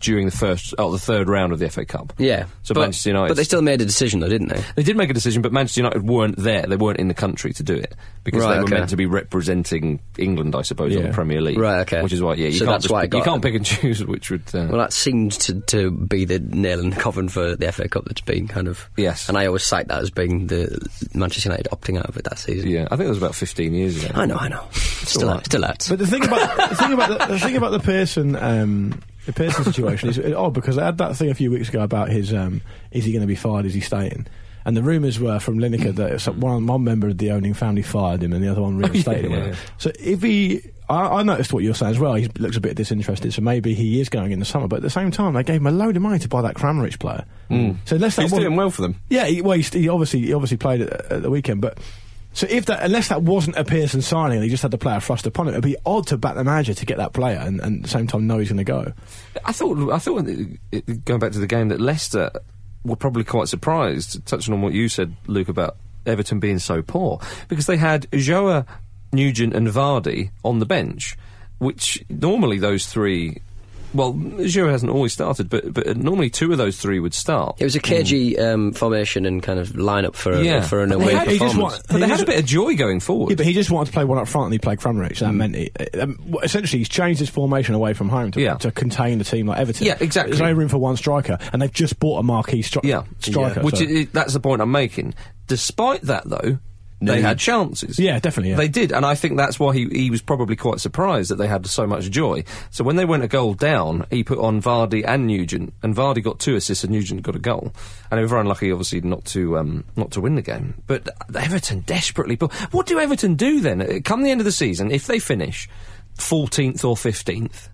C: during the first, oh, the third round of the FA Cup.
D: Yeah,
C: So
D: but,
C: Manchester United.
D: But they still made a decision, though, didn't they?
C: They did make a decision, but Manchester United weren't there. They weren't in the country to do it because
D: Right,
C: they were
D: okay.
C: meant to be representing England, I suppose, on
A: Yeah.
C: the Premier League.
D: Right, okay.
C: Which is why, yeah, you
D: So
C: can't
D: that's
C: just
D: why it
C: pick, you
D: got
C: can't
D: them.
C: pick and choose which would. Uh,
D: Well, that seems to, to be the nail in the coffin for the FA Cup that's been kind of.
C: Yes.
D: And I always cite that as being the Manchester United opting out of it that season.
C: yeah, I think it was about 15 years ago.
D: I know, I know. Still,
C: all
D: out, still out.
A: But the thing about the thing about the, the thing about the Pearson um, the Pearson situation is odd because I had that thing a few weeks ago about his um, is he going to be fired? Is he staying? And the rumours were from Lineker that some- one one member of the owning family fired him and the other one reinstated
C: Yeah,
A: him.
C: yeah.
A: So if he, I, I noticed what you're saying as well. He looks a bit disinterested, so maybe he is going in the summer. But at the same time, they gave him a load of money to buy that Kramaric player.
C: Mm.
A: So unless that
B: He's
A: one-
B: doing well for them.
A: yeah, he, well, he, he obviously he obviously played at, at the weekend, but so if that unless that wasn't a Pearson signing, and he just had the player thrust upon it. It'd be odd to back the manager to get that player and, and at the same time know he's going to go.
C: I thought, I thought, uh, going back to the game, that Leicester were probably quite surprised, touching on what you said, Luke, about Everton being so poor, because they had Joa, Nugent, and Vardy on the bench, which normally those three well, Giroud hasn't always started, but but uh, normally two of those three would start.
D: It was a cagey um, formation and kind of lineup for a, for an away
C: they had,
A: he just
D: performance.
A: want-
C: but they
A: he
C: had a
A: just-
C: bit of joy going
A: Yeah,
C: forward.
A: but he just wanted to play one up front, and he played Kramaric.
C: Mm.
A: That meant he, um, w- essentially he's changed his formation away from home to,
C: Yeah.
A: to contain a team like Everton.
C: Yeah, exactly.
A: There's only room for one striker, and they've just bought a marquee stri-
C: yeah,
A: striker.
C: Which
A: so-
C: i i- that's the point I'm making. Despite that, though, they had chances.
A: Yeah, definitely, yeah.
C: They did, and I think that's why he, he was probably quite surprised that they had so much joy. So when they went a goal down, he put on Vardy and Nugent, and Vardy got two assists and Nugent got a goal. And they were very unlucky, obviously, not to um, not to win the game. But Everton desperately. But what do Everton do then? Uh, Come the end of the season, if they finish 14th or 15th,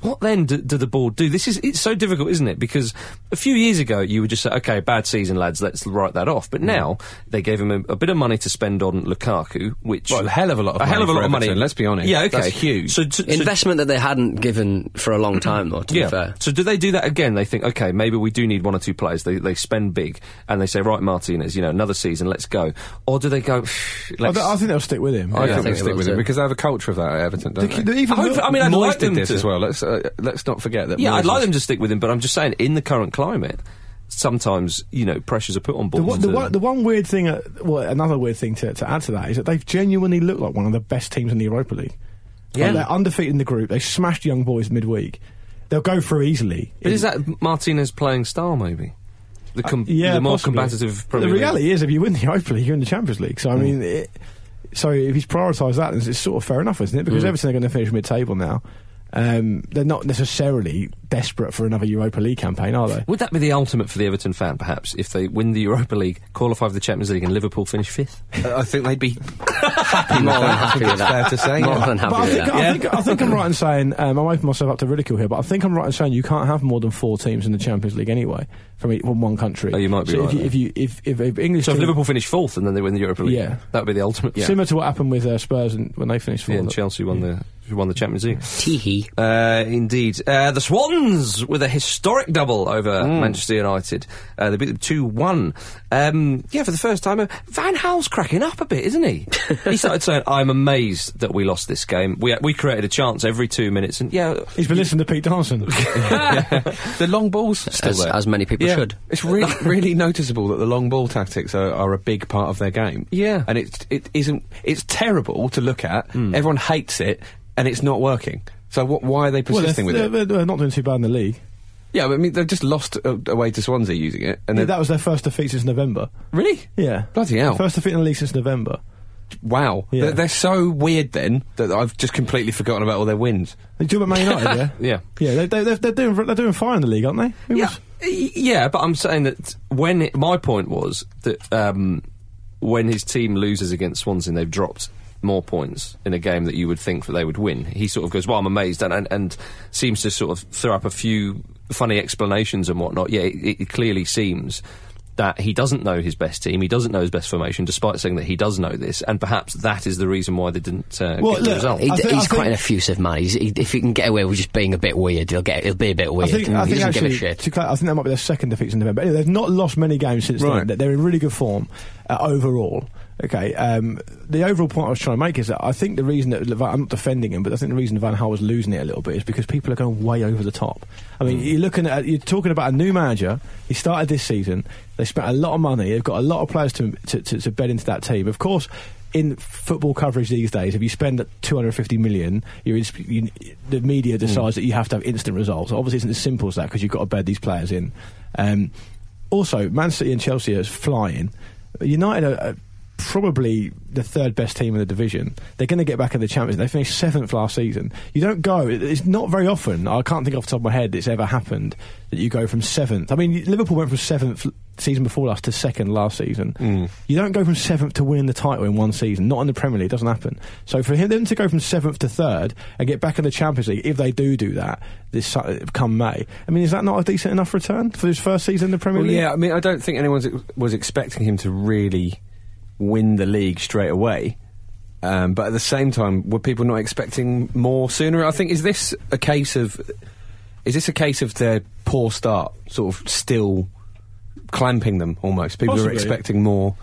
C: what then do, do the board do? This is it's so difficult, isn't it? Because a few years ago you would just say, okay, bad season, lads, let's write that off. But now they gave him a, a bit of money to spend on Lukaku, which
B: Well, a hell of a lot of
C: a hell
B: money
C: of a
B: for
C: lot of money.
B: Everton, let's be honest.
C: Yeah, okay,
B: That's huge.
C: So, so, so-
D: Investment that they hadn't given for a long time, though, to
C: yeah.
D: be fair.
C: So do they do that again? They think, okay, maybe we do need one or two players. They they spend big and they say, right, Martinez, you know, another season, let's go. Or do they go?
A: I,
C: Let's,
A: th- I think they'll stick with him.
B: I
D: Yeah,
B: think
D: I
B: we
D: think
B: stick
D: it
B: with
D: will
B: him
D: do.
B: because they have a culture of that at Everton, don't
A: The-
B: they?
A: the- even
C: I hope-
A: the-
C: I mean, I'd
B: Moyes
C: like
B: did
C: them
B: this
C: to.
B: as well. Let's uh, let's not forget that.
C: yeah, I'd
B: Moyes
C: like
B: was-
C: them to stick with him, but I'm just saying, in the current climate, sometimes you know pressures are put on
A: The,
C: boards.
A: one, the,
C: to-
A: one, the one weird thing, uh, well, another weird thing to, to add to that is that they've genuinely looked like one of the best teams in the Europa League. Like,
C: Yeah.
A: they're undefeated in the group. They smashed Young Boys midweek. They'll go through easily.
C: But is that Martinez playing style, maybe? The, com-
A: yeah,
C: the more
A: possibly.
C: combative
A: But
C: Premier
A: the
C: League. Hmm.
A: reality is, if you win the Europa League, you're in the Champions League. So I mean, it, so if he's prioritised that, then it's sort of fair enough, isn't it?
C: Hmm.
A: Because Everton are going to finish mid-table now. Um, they're not necessarily desperate for another Europa League campaign, are they?
C: Would that be the ultimate for the Everton fan, perhaps, if they win the Europa League, qualify for the Champions League, and Liverpool finish fifth?
B: Uh, I think they'd be
D: More than
B: I
D: happy
B: think
D: with
B: it's
D: that.
B: fair to say.
D: More
B: yeah.
D: than
A: But
D: happy
A: I
D: with
A: think,
D: that.
A: I, think, I think I'm right in saying um, I'm opening myself up to ridicule here, but I think I'm right in saying you can't have more than four teams in the Champions League anyway from, e- from one country.
C: Oh, you might be
A: so If
C: right
A: you, if you if, if, if English
C: So if
A: team-
C: Liverpool finish fourth and then they win the Europa League,
A: Yeah.
C: that would be the ultimate. Yeah,
A: similar to what happened with uh, Spurs and, when they finished
C: Yeah,
A: fourth.
C: and Chelsea won the won the Champions League.
D: Teehee.
C: Uh, indeed. Uh, the Swans with a historic double over Manchester United. Uh, they beat them 2 1. Um, yeah, for the first time. uh, Van Hal's cracking up a bit, isn't he? he started saying, I'm amazed that we lost this game. We, we created a chance every two minutes, and yeah.
A: He's been listening to Pete Darson.
B: The long balls still
D: As,
B: there.
D: as many people
B: yeah.
D: should.
B: It's really, really noticeable that the long ball tactics are, are a big part of their game.
C: Yeah.
B: and it's it isn't. It's terrible to look at. Everyone hates it, and it's not working. So what, why are they
A: well, they're,
B: persisting with it?
A: they're- they're not doing too bad in the league.
B: yeah, I mean they've just lost uh, away to Swansea using it, and
A: Yeah,
B: they're-
A: that was their first defeat since November.
B: really,
A: Yeah.
B: bloody hell,
A: First defeat in the league since November.
B: wow.
A: Yeah.
B: They're, they're so weird then that I've just completely forgotten about all their wins.
A: They do about Man United, yeah?
C: Yeah.
A: Yeah, they, they, they're, they're, doing, they're doing fine in the league, aren't they? Who
C: Yeah,
A: was-
C: y- yeah, but I'm saying that when it, my point was that um, when his team loses against Swansea, they've dropped more points in a game that you would think that they would win. He sort of goes, "Well, I'm amazed," and and, and seems to sort of throw up a few funny explanations and whatnot. Yeah, it, it clearly seems. That he doesn't know his best team, he doesn't know his best formation, despite saying that he does know this, and perhaps that is the reason why they didn't uh,
A: Well,
C: get the
A: look,
C: result.
D: He,
A: I think-
D: he's
A: I
D: quite
A: think-
D: an effusive man. He's, he, if he can get away with just being a bit weird, he'll get. He'll be a bit
A: I
D: weird.
A: think, I think
D: he doesn't
A: actually,
D: give a shit.
A: to clar- I think that might be their second defeat in November. Anyway, they've not lost many games since
B: Right.
A: then. They- They're in really good form uh, overall. Okay, um, the overall point I was trying to make is that I think the reason that Van- I'm not defending him, but I think the reason Van Hal was losing it a little bit is because people are going way over the top. I mean, you're looking at you're talking about a new manager. He started this season. They spent a lot of money. They've got a lot of players to to, to, to bed into that team. Of course, in football coverage these days, if you spend 250 million, you're ins- you, the media decides that you have to have instant results. Obviously, it isn't as simple as that because you've got to bed these players in. Um, also, Man City and Chelsea are flying. United are, are probably the third best team in the division. They're going to get back in the Champions. They finished seventh last season. You don't go. it- It's not very often. I can't think off the top of my head it's ever happened that you go from seventh. I mean, Liverpool went from seventh l- season before last to second last season. You don't go from seventh to winning the title in one season. Not in the Premier League. It doesn't happen. So for him, them to go from seventh to third and get back in the Champions League, if they do do that this su- come May, I mean, is that not a decent enough return for his first season in the Premier
B: Well,
A: League?
B: Oh, yeah, I mean, I don't think anyone was expecting him to really win the league straight away. Um, but at the same time, were people not expecting more sooner? I think is this a case of is this a case of their poor start sort of still clamping them almost? People are
A: Possibly.
B: expecting more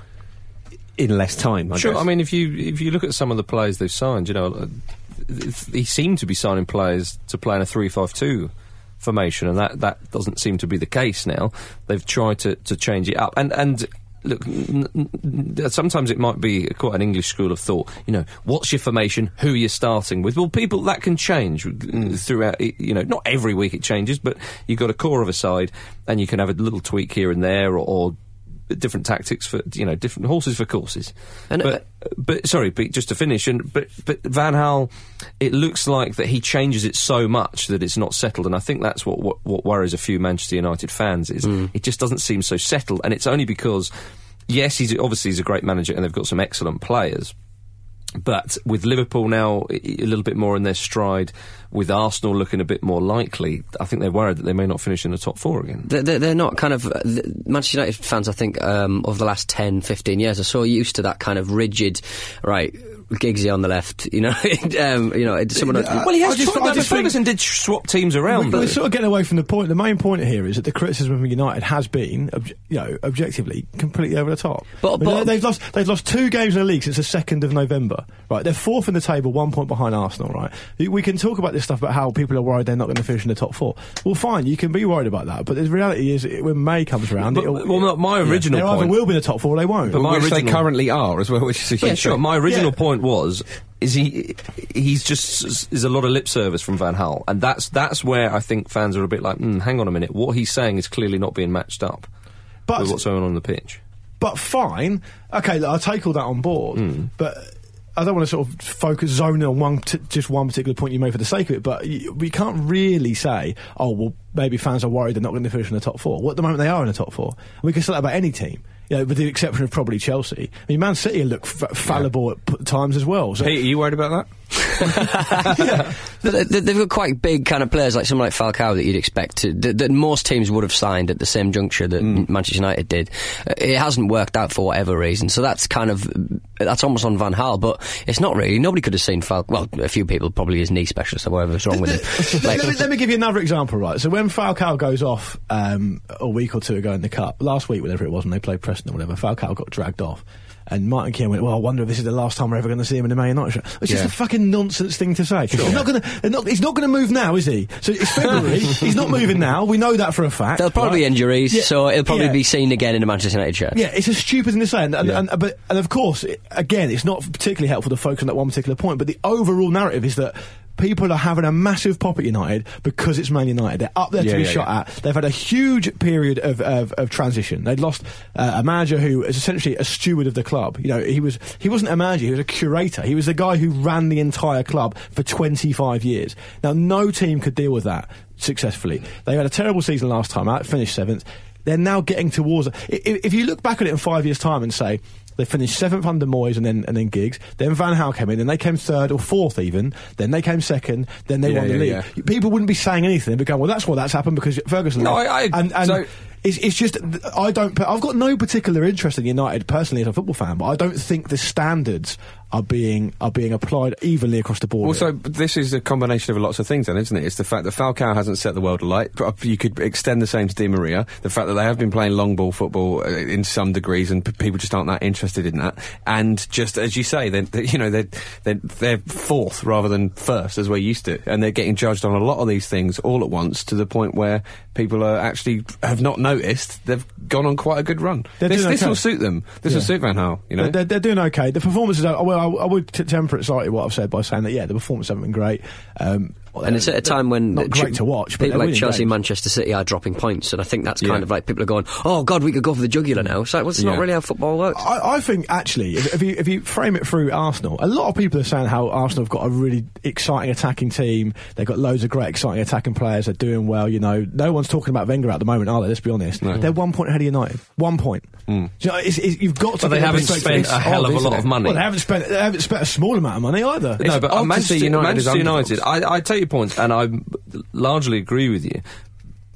B: in less time. I
C: sure.
B: guess.
C: I mean, if you if you look at some of the players they've signed, you know, uh, th- th- he seemed to be signing players to play in a three-five-two formation, and that, that doesn't seem to be the case now. They've tried to, to change it up, and and look, n- n- n- uh, sometimes it might be quite an English school of thought. You know, what's your formation? Who you're starting with? Well, people that can change
B: Mm.
C: uh, throughout. i- You know, not every week it changes, but you've got a core of a side, and you can have a little tweak here and there, or. or Different tactics for you know different horses for courses,
D: And,
C: but
D: uh,
C: but sorry, Pete, just to finish, and but but Van Hal, it looks like that he changes it so much that it's not settled, and I think that's what what, what worries a few Manchester United fans is it just doesn't seem so settled, and it's only because yes, he's obviously he's a great manager, and they've got some excellent players. But with Liverpool now i- a little bit more in their stride, with Arsenal looking a bit more likely, I think they're worried that they may not finish in the top four again.
D: They're, they're, they're not kind of th- Manchester United fans. I think um, over the last 10, 15 years, are so used to that kind of rigid, right? Giggsy on the left, you know, um, you know, it's someone.
A: Uh,
C: Well, he
A: I
C: has.
A: just-
C: tried
A: I
C: that.
A: just think-
C: Ferguson did swap teams around.
A: But
C: though.
A: we're sort of getting away from the point. The main point here is that the criticism of United has been, obj- you know, objectively completely over the top.
D: But-
A: I mean,
D: but-
A: they- they've lost they've lost two games in the league since the second of November. Right, they're fourth in the table, one point behind Arsenal. Right, We- we can talk about this stuff about how people are worried they're not going to finish in the top four. Well, fine, you can be worried about that, but the reality is it- when May comes around,
C: But-
A: it'll,
C: well, no, my original
A: they either
C: point-
A: will be in the top four or they won't.
C: But my
B: which they
C: original-
B: currently are as well, which is a huge
C: Yeah, sure.
B: thing.
C: My
A: Yeah.
C: original point was is he he's just is a lot of lip service from Van Hal, and that's that's where I think fans are a bit like, mm, hang on a minute, what he's saying is clearly not being matched up
A: But-
C: with what's going on on the pitch.
A: but fine. Okay, look, I'll take all that on board. But I don't want to sort of focus zone in on one t- just one particular point you made for the sake of it. But y- we can't really say, oh well, maybe fans are worried they're not going to finish in the top four. Well, at the moment they are in the top four. We can say that about any team. You know, with the exception of probably Chelsea. I mean, Man City look f- fallible at p- times as well. So
B: Pete, are you worried about that?
D: But they- they- they've got quite big kind of players, like someone like Falcao, that you'd expect to, that, that most teams would have signed at the same juncture that
A: Mm.
D: Manchester United did. Uh, It hasn't worked out for whatever reason, so that's kind of that's almost on Van Hal, but it's not really. Nobody could have seen Falcao. Well, a few people, probably his knee specialist or whatever's wrong with him.
A: let,
D: Like,
A: let me, let me give you another example, right? So when Falcao goes off um, a week or two ago in the cup, last week, whatever it was, when they played Preston or whatever, Falcao got dragged off. And Martin Keane went, well, I wonder if this is the last time we're ever going to see him in a Man United shirt. It's just
B: Yeah.
A: a fucking nonsense thing to say. He's not going to, not, he's not going to move now, is he? So it's February. he's not moving now. We know that for a fact.
D: there'll probably
A: right?
D: be injuries,
A: Yeah,
D: so it'll probably
A: yeah.
D: be seen again in a Manchester United shirt.
A: Yeah, it's a stupid thing to say, and, and,
B: Yeah.
A: and, but, and of course, it, again, it's not particularly helpful to focus on that one particular point. But the overall narrative is that people are having a massive pop at United because it's Man United. They're up there
B: Yeah,
A: to be
B: yeah,
A: shot
B: yeah.
A: at. They've had a huge period of, of, of transition. They'd lost uh, a manager who is essentially a steward of the club. You know, he was he wasn't a manager; he was a curator. He was the guy who ran the entire club for 25 years. Now, no team could deal with that successfully. They had a terrible season last time out, finished seventh they're now getting towards. i- i- If you look back at it in five years' time and say they finished seventh under Moyes and then and then Giggs, then Van Hal came in, then they came third or fourth even, then they came second, then they
B: Yeah,
A: won the
B: yeah,
A: league. People wouldn't be saying anything. They'd be going, "Well, that's why that's happened because Ferguson."
C: No,
A: left."
C: I- I-
A: and, and
C: so-
A: it's, it's just th- I don't. I've got no particular interest in United personally as a football fan, but I don't think the standards are being are being applied evenly across the board.
B: Also, this is a combination of lots of things, then, isn't it? It's the fact that Falcao hasn't set the world alight. Pro- You could extend the same to Di Maria. The fact that they have been playing long ball football uh, in some degrees, and p- people just aren't that interested in that. And just as you say, then they- you know they're, they're they're fourth rather than first as we're used to, and they're getting judged on a lot of these things all at once to the point where people are actually have not noticed they've gone on quite a good run.
A: They're
B: This,
A: doing
B: this
A: okay.
B: will suit them. This will
A: Yeah.
B: suit Van Gaal. You know.
A: They're, they're doing okay. The performances, are, well, I, I would t- temper it slightly what I've said by saying that, yeah, the performances haven't been great. Um,
D: And it's at a time when
A: not
D: ch-
A: great to watch, but
D: people
A: they're
D: like
A: winning
D: Chelsea,
A: games.
D: Manchester City are dropping points, and I think that's kind
B: Yeah.
D: of like people are going, "Oh God, we could go for the jugular now." It's like, well, it's not
B: Yeah.
D: really how football works.
A: I, I think actually, if, if you if you frame it through Arsenal, a lot of people are saying how Arsenal have got a really exciting attacking team. They've got loads of great exciting attacking players. They're doing well. You know, no one's talking about Wenger at the moment, are they? Let's be honest. They're one point ahead of United. One point. Do you know, it's, it's, you've got to.
C: Hmm. But they
A: get the
C: haven't
A: perspective.
C: spent a
A: It's
C: hell
A: odd,
C: of a
A: isn't
C: lot of
A: it?
C: money.
A: Well, they haven't spent they haven't spent a small amount of money either.
B: No, but, uh,
C: odd to
B: Manchester
C: see-
B: United is
C: Manchester
B: underdogs.
C: United. I, I take your point, and I largely agree with you.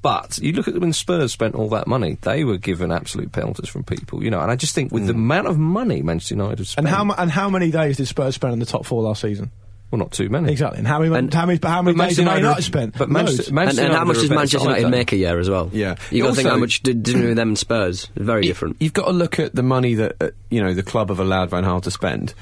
C: But you look at when Spurs spent all that money; they were given absolute penalties from people, you know. And I just think with the amount of money Manchester United have spent,
A: and how mu- and how many days did Spurs spend in the top four last season?
C: well, not too many.
A: Exactly. And how many?
D: And-
A: how many? How many
C: But
A: days did Man United
C: are-
A: spend?
C: But
A: Loads.
C: Manchester,
D: and,
C: Manchester
D: and how much
C: United are a
D: does
C: better
D: Manchester
C: side,
D: United
C: though.
D: make a year as well?
B: Yeah.
D: you got to think how
B: Also-
D: much did do them and Spurs. Very
B: You-
D: different.
B: You've got to look at the money that uh, you know the club have allowed Van Gaal to spend.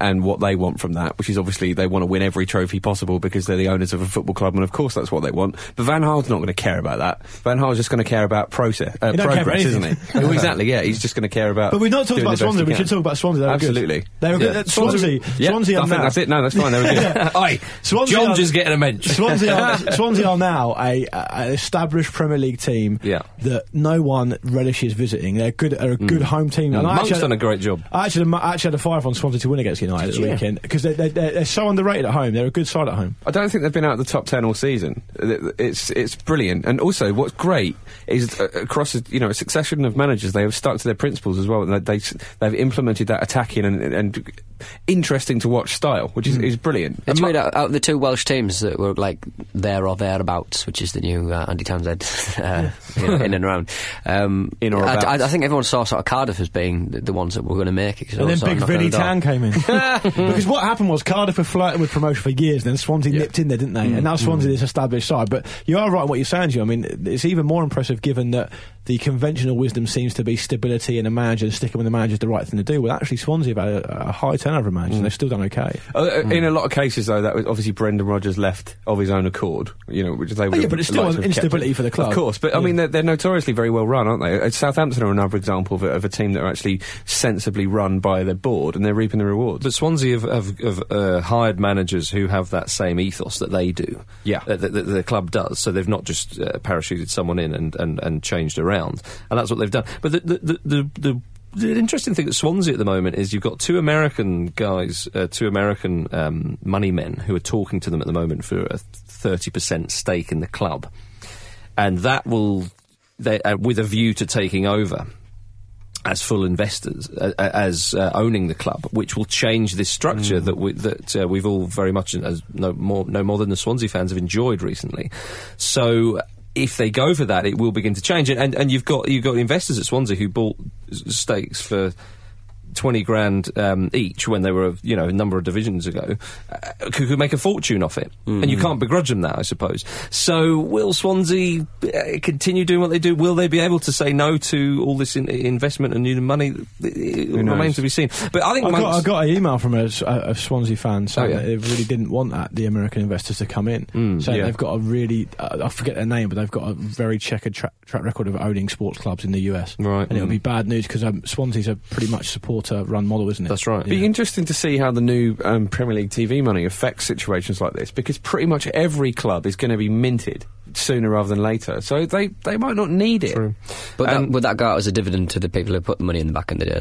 B: and what they want from that, which is obviously they want to win every trophy possible because they're the owners of a football club, and of course that's what they want. But Van Gaal's not going to care about that. Van Gaal's just going to care about process, uh,
A: He don't care about
B: progress, isn't
A: anything.
B: he? Well, exactly. Yeah, he's just going to care about.
A: But we've not talked
B: doing
A: about
B: the best
A: Swansea.
B: he
A: We
B: can.
A: should talk about Swansea. They were
B: Absolutely.
A: Good. They were good.
B: Yeah.
A: Swansea.
B: Yeah,
A: Swansea
B: I
A: are
B: think
A: now.
B: that's it. No, that's fine. They were good.
C: Aye,
A: Swansea
C: John
A: are-
C: just getting a mention.
A: Swansea are, Swansea are now a, a an established Premier League team
B: Yeah. Mm.
A: that no one relishes visiting. They're good, are a good home team. And I
C: Monk's
A: actually-
C: done a great job.
A: I actually, I actually had a five on Swansea to win against United at the weekend because they, they, they're, they're so underrated at home. They're a good side at home.
B: I don't think they've been out of the top ten all season. It- It's it's brilliant, and also what's great is uh, across you know a succession of managers they have stuck to their principles as well, and they they- they've implemented that attacking and, and interesting to watch style, which is, is brilliant.
D: It's
B: And
D: weird out, out of the two Welsh teams that were like there or thereabouts, which is the new uh, Andy Townsend uh, you know, in and around. Um,
B: In or
D: I-
B: about.
D: I, I think everyone saw sort of Cardiff as being the, the ones that were going to make it. 'cause
A: And
D: they
A: then
D: all sort of
A: Big
D: knocked on
A: Vinny
D: the door.
A: Tan came in because what happened was Cardiff were flirting with promotion for years, then Swansea nipped in there, didn't they? And now Swansea is an established side. But you are right in what you're saying, Joe. I mean, it's even more impressive given that the conventional wisdom seems to be stability and a manager and sticking with the manager is the right thing to do. Well, actually, Swansea have had a, a high turnover of managers, and they've still done okay.
B: Uh, In a lot of cases, though, that was obviously Brendan Rodgers left of his own accord. You know, which they
A: Oh,
B: would
A: yeah,
B: have
A: but it's still
B: liked
A: an
B: to have kept
A: instability
B: him.
A: for the club.
B: of course. But I
A: Yeah.
B: mean, they're, they're notoriously very well run, aren't they? Uh, Southampton are another example of a, of a team that are actually sensibly run by their board, and they're reaping the rewards.
C: But Swansea have, have, have uh, hired managers who have that same ethos that they do. Uh,
B: Yeah.
C: That, that- that the club does. So they've not just uh, parachuted someone in and, and, and changed around. And that's what they've done. But the, the, the, the, the the interesting thing at Swansea at the moment is you've got two American guys, uh, two American um, money men who are talking to them at the moment for a 30% stake in the club. And that will, they, uh, with a view to taking over as full investors, uh, uh, as uh, owning the club, which will change this structure that we, that uh, we've all very much, as no more, no more than the Swansea fans have enjoyed recently. So. If they go for that, it will begin to change, and, and, and you've got you've got investors at Swansea who bought s- stakes for twenty grand um, each when they were you know a number of divisions ago, uh, who could make a fortune off it, and you can't begrudge them that, I suppose. So will Swansea uh, continue doing what they do? Will they be able to say no to all this in- investment and new money? It- It remains to be seen. But I think
A: I got,
C: Monk's-
A: I got an email from a, a, a Swansea fan saying
C: Oh, yeah.
A: that they really didn't want that the American investors to come in.
C: Hmm.
A: so
B: yeah.
A: they've got a really uh, I forget their name, but they've got a very checkered tra- track record of owning sports clubs in the US.
C: Right,
A: and it'll
C: mm.
A: be bad news because um, Swansea's a pretty much supporter-run model, isn't it?
C: Hmm. That's right.
B: Be
A: Yeah.
B: interesting to see how the new um, Premier League TV money affects situations like this, because pretty much every club is going to be minted sooner rather than later, so they they might not need it.
D: But
C: And-
D: that, would that go out as a dividend to the people who put the money in the back in the day,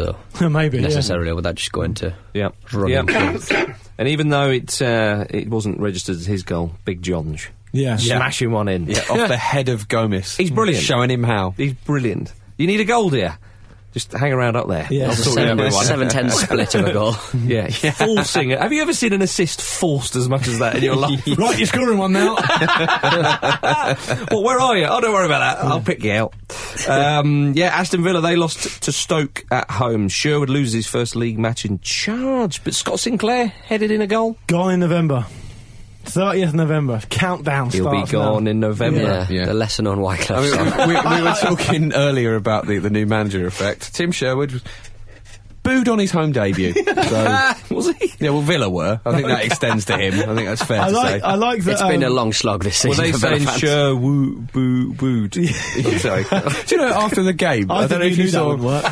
D: though?
A: Maybe yeah.
D: Necessarily, or would that just go into
C: yeah,
D: running?
C: yeah. and even though it uh, it wasn't registered as his goal, Big John,
A: Yeah.
C: smashing one in.
B: Yeah, off the head of Gomez,
C: He's brilliant.
B: showing him how.
C: He's brilliant. You need a goal, dear. Just hang around up there.
A: Yeah.
C: I'll
A: It's
C: sort you out with one.
D: 7 10 split of a goal.
C: Yeah, forcing it. Have you ever seen an assist forced as much as that in your life?
A: Right, you're scoring one now.
C: well, where are you? Oh, don't worry about that. I'll pick you out. Um, yeah, Aston Villa, they lost to Stoke at home. Sherwood loses his first league match in charge, but Scott Sinclair headed in a goal.
A: gone in November. 30th November. Countdown
C: He'll be
A: starts now.
C: gone in November.
D: Yeah,
B: Yeah.
D: the lesson on Wycliffe.
B: I mean, we, we were talking earlier about the, the new manager effect. Tim Sherwood booed on his home debut. So,
C: Ah, Was he?
B: yeah, well, Villa were. I think that extends to him. I think that's fair
A: I
B: to
A: like.
B: say.
A: I like that.
D: it's been a
A: um,
D: long slog this
C: Were
D: season.
C: they
D: for Villa
C: saying
D: fans.
C: Sherwood boo, booed?
B: I'm sorry. Do you know after the game?
A: I,
B: I, don't know if
A: knew that
B: you saw.
A: would work.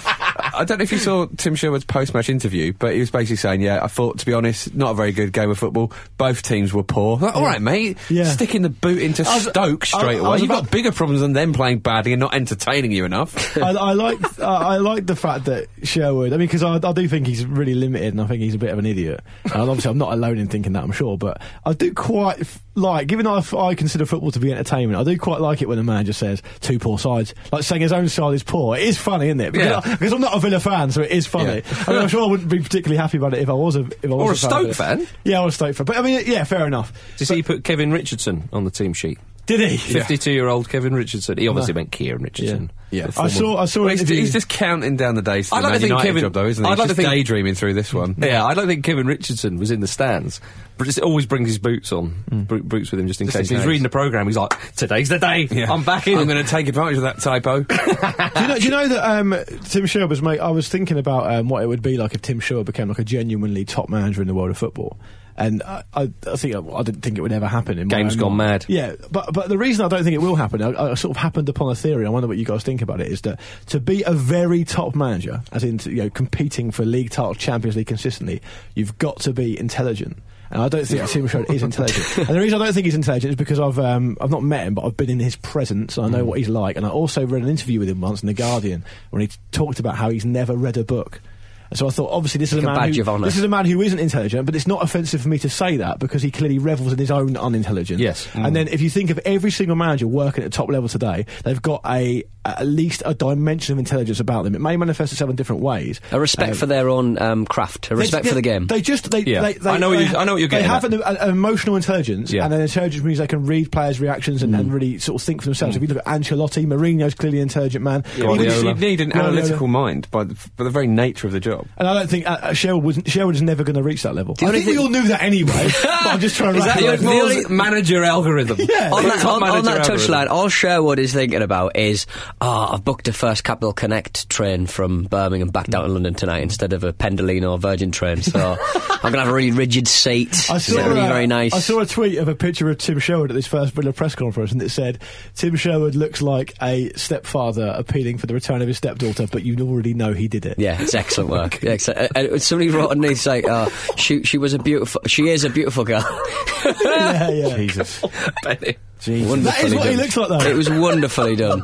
B: I don't know if you saw Tim Sherwood's post-match interview, but he was basically saying, "Yeah, I thought to be honest, not a very good game of football. Both teams were poor. Like, All right, mate,
A: Yeah.
B: sticking the boot into
A: I was-
B: Stoke
A: I-
B: straight
A: I
B: away.
A: was
B: You've
A: about-
B: got bigger problems than them playing badly and not entertaining you enough."
A: I, I like I I like the fact that Sherwood. I mean, because I, I do think he's really limited, and I think he's a bit of an idiot. And obviously, I'm not alone in thinking that. I'm sure, but I do quite f- like, even though I, f- I consider football to be entertainment, I do quite like it when a manager says two poor sides, like saying his own side is poor. It is funny, isn't it? Because,
B: Yeah.
A: I, am not a Villa fan, so it is funny. I mean, I'm sure I wouldn't be particularly happy about it if I was a if I was
C: Or
A: fan
C: a
A: of
C: Stoke
A: it.
C: fan.
A: Yeah, or a Stoke fan. But I mean, yeah, fair enough.
C: Did you see he put Kevin Richardson on the team sheet?
A: Did he?
C: 52 year old Kevin Richardson. He obviously meant Kieran Richardson.
B: Yeah.
C: The
A: I
C: former-
A: saw. I saw.
B: Well,
A: an
B: he's,
A: interview-
B: he's just counting down the days to the
C: I'd like
B: Man
C: to think
B: United
C: Kevin-
B: job, though, isn't he?
C: I'd
B: He's
C: like to
B: just
C: think-
B: daydreaming through this one.
C: Yeah, I don't think Kevin Richardson was in the stands. But he always brings his boots on, bro- boots with him just in
B: Hmm. Just
C: case.
B: in
C: He's
B: case.
C: reading the program. He's like, "Today's the day.
B: Yeah.
C: I'm back in."
B: I'm going to take advantage of that typo.
A: do, you know, do you know that um, Tim Sherwood's mate? I was thinking about um, what it would be like if Tim Sherwood became like a genuinely top manager in the world of football. And I, I, I think I didn't think it would ever happen. In my
C: Game's
A: own
C: gone
A: mind.
C: mad.
A: Yeah, but but the reason I don't think it will happen, I, I sort of happened upon a theory. I wonder what you guys think about it. Is that to be a very top manager, as in to, you know competing for league title, Champions League consistently, you've got to be intelligent. And I don't think Tim Sherwood is intelligent. And the reason I don't think he's intelligent is because I've um, I've not met him, but I've been in his presence. And I
D: Hmm.
A: know what he's like. And I also read an interview with him once in the Guardian when he talked about how he's never read a book. And so I thought, obviously, this is a
D: Like a
A: man.
D: badge of
A: Who,
D: honour.
A: this is a man who isn't intelligent, but it's not offensive for me to say that because he clearly revels in his own unintelligence.
C: Yes.
B: Mm.
A: And then if you think of every single manager working at top level today, they've got a at least a dimension of intelligence about them. It may manifest itself in different ways.
D: A respect
A: Um,
D: for their own um, craft, a
A: they-
D: respect for the game.
A: They just they,
B: Yeah.
A: they, they
B: I know what
A: they-
B: you- I know what you're
A: They
B: getting
A: have
B: at.
A: an, an emotional intelligence,
B: Yeah. Mm.
A: and an intelligence means they can read players' reactions and, and really sort of think for themselves. If you look at Ancelotti, Mourinho's clearly an intelligent man.
B: You
A: Even-
B: need- you need an
A: Guardiola.
B: analytical mind by the, by the very nature of the job.
A: And I don't think uh, uh, Sherwood, was, Sherwood is never going to reach that level. I
D: only
A: think we
D: thing-
A: all knew that anyway. but I'm just trying to. wrap it
D: your
A: up.
D: the only-
C: manager algorithm.
A: Yeah.
D: on that,
C: Top
D: on, on
C: manager
D: that
C: algorithm.
D: touchline, all Sherwood is thinking about is, oh, I've booked a First Capital Connect train from Birmingham back down to London tonight instead of a Pendolino or Virgin train. So I'm going to have a really rigid seat.
A: I
D: It's
A: saw,
D: going to be
A: uh,
D: very nice.
A: I saw a tweet of a picture of Tim Sherwood at this first Villa press conference, and it said, "Tim Sherwood looks like a stepfather appealing for the return of his stepdaughter, but you already know he did it."
D: yeah, it's excellent work. Yeah, exa- uh, uh, somebody wrote on these like, uh, she she was a beautiful, she is a beautiful girl.
A: yeah, yeah.
B: Jesus.
C: Benny.
D: Wonderfully
A: That is what he
D: done.
A: looks like, though.
D: It was wonderfully done.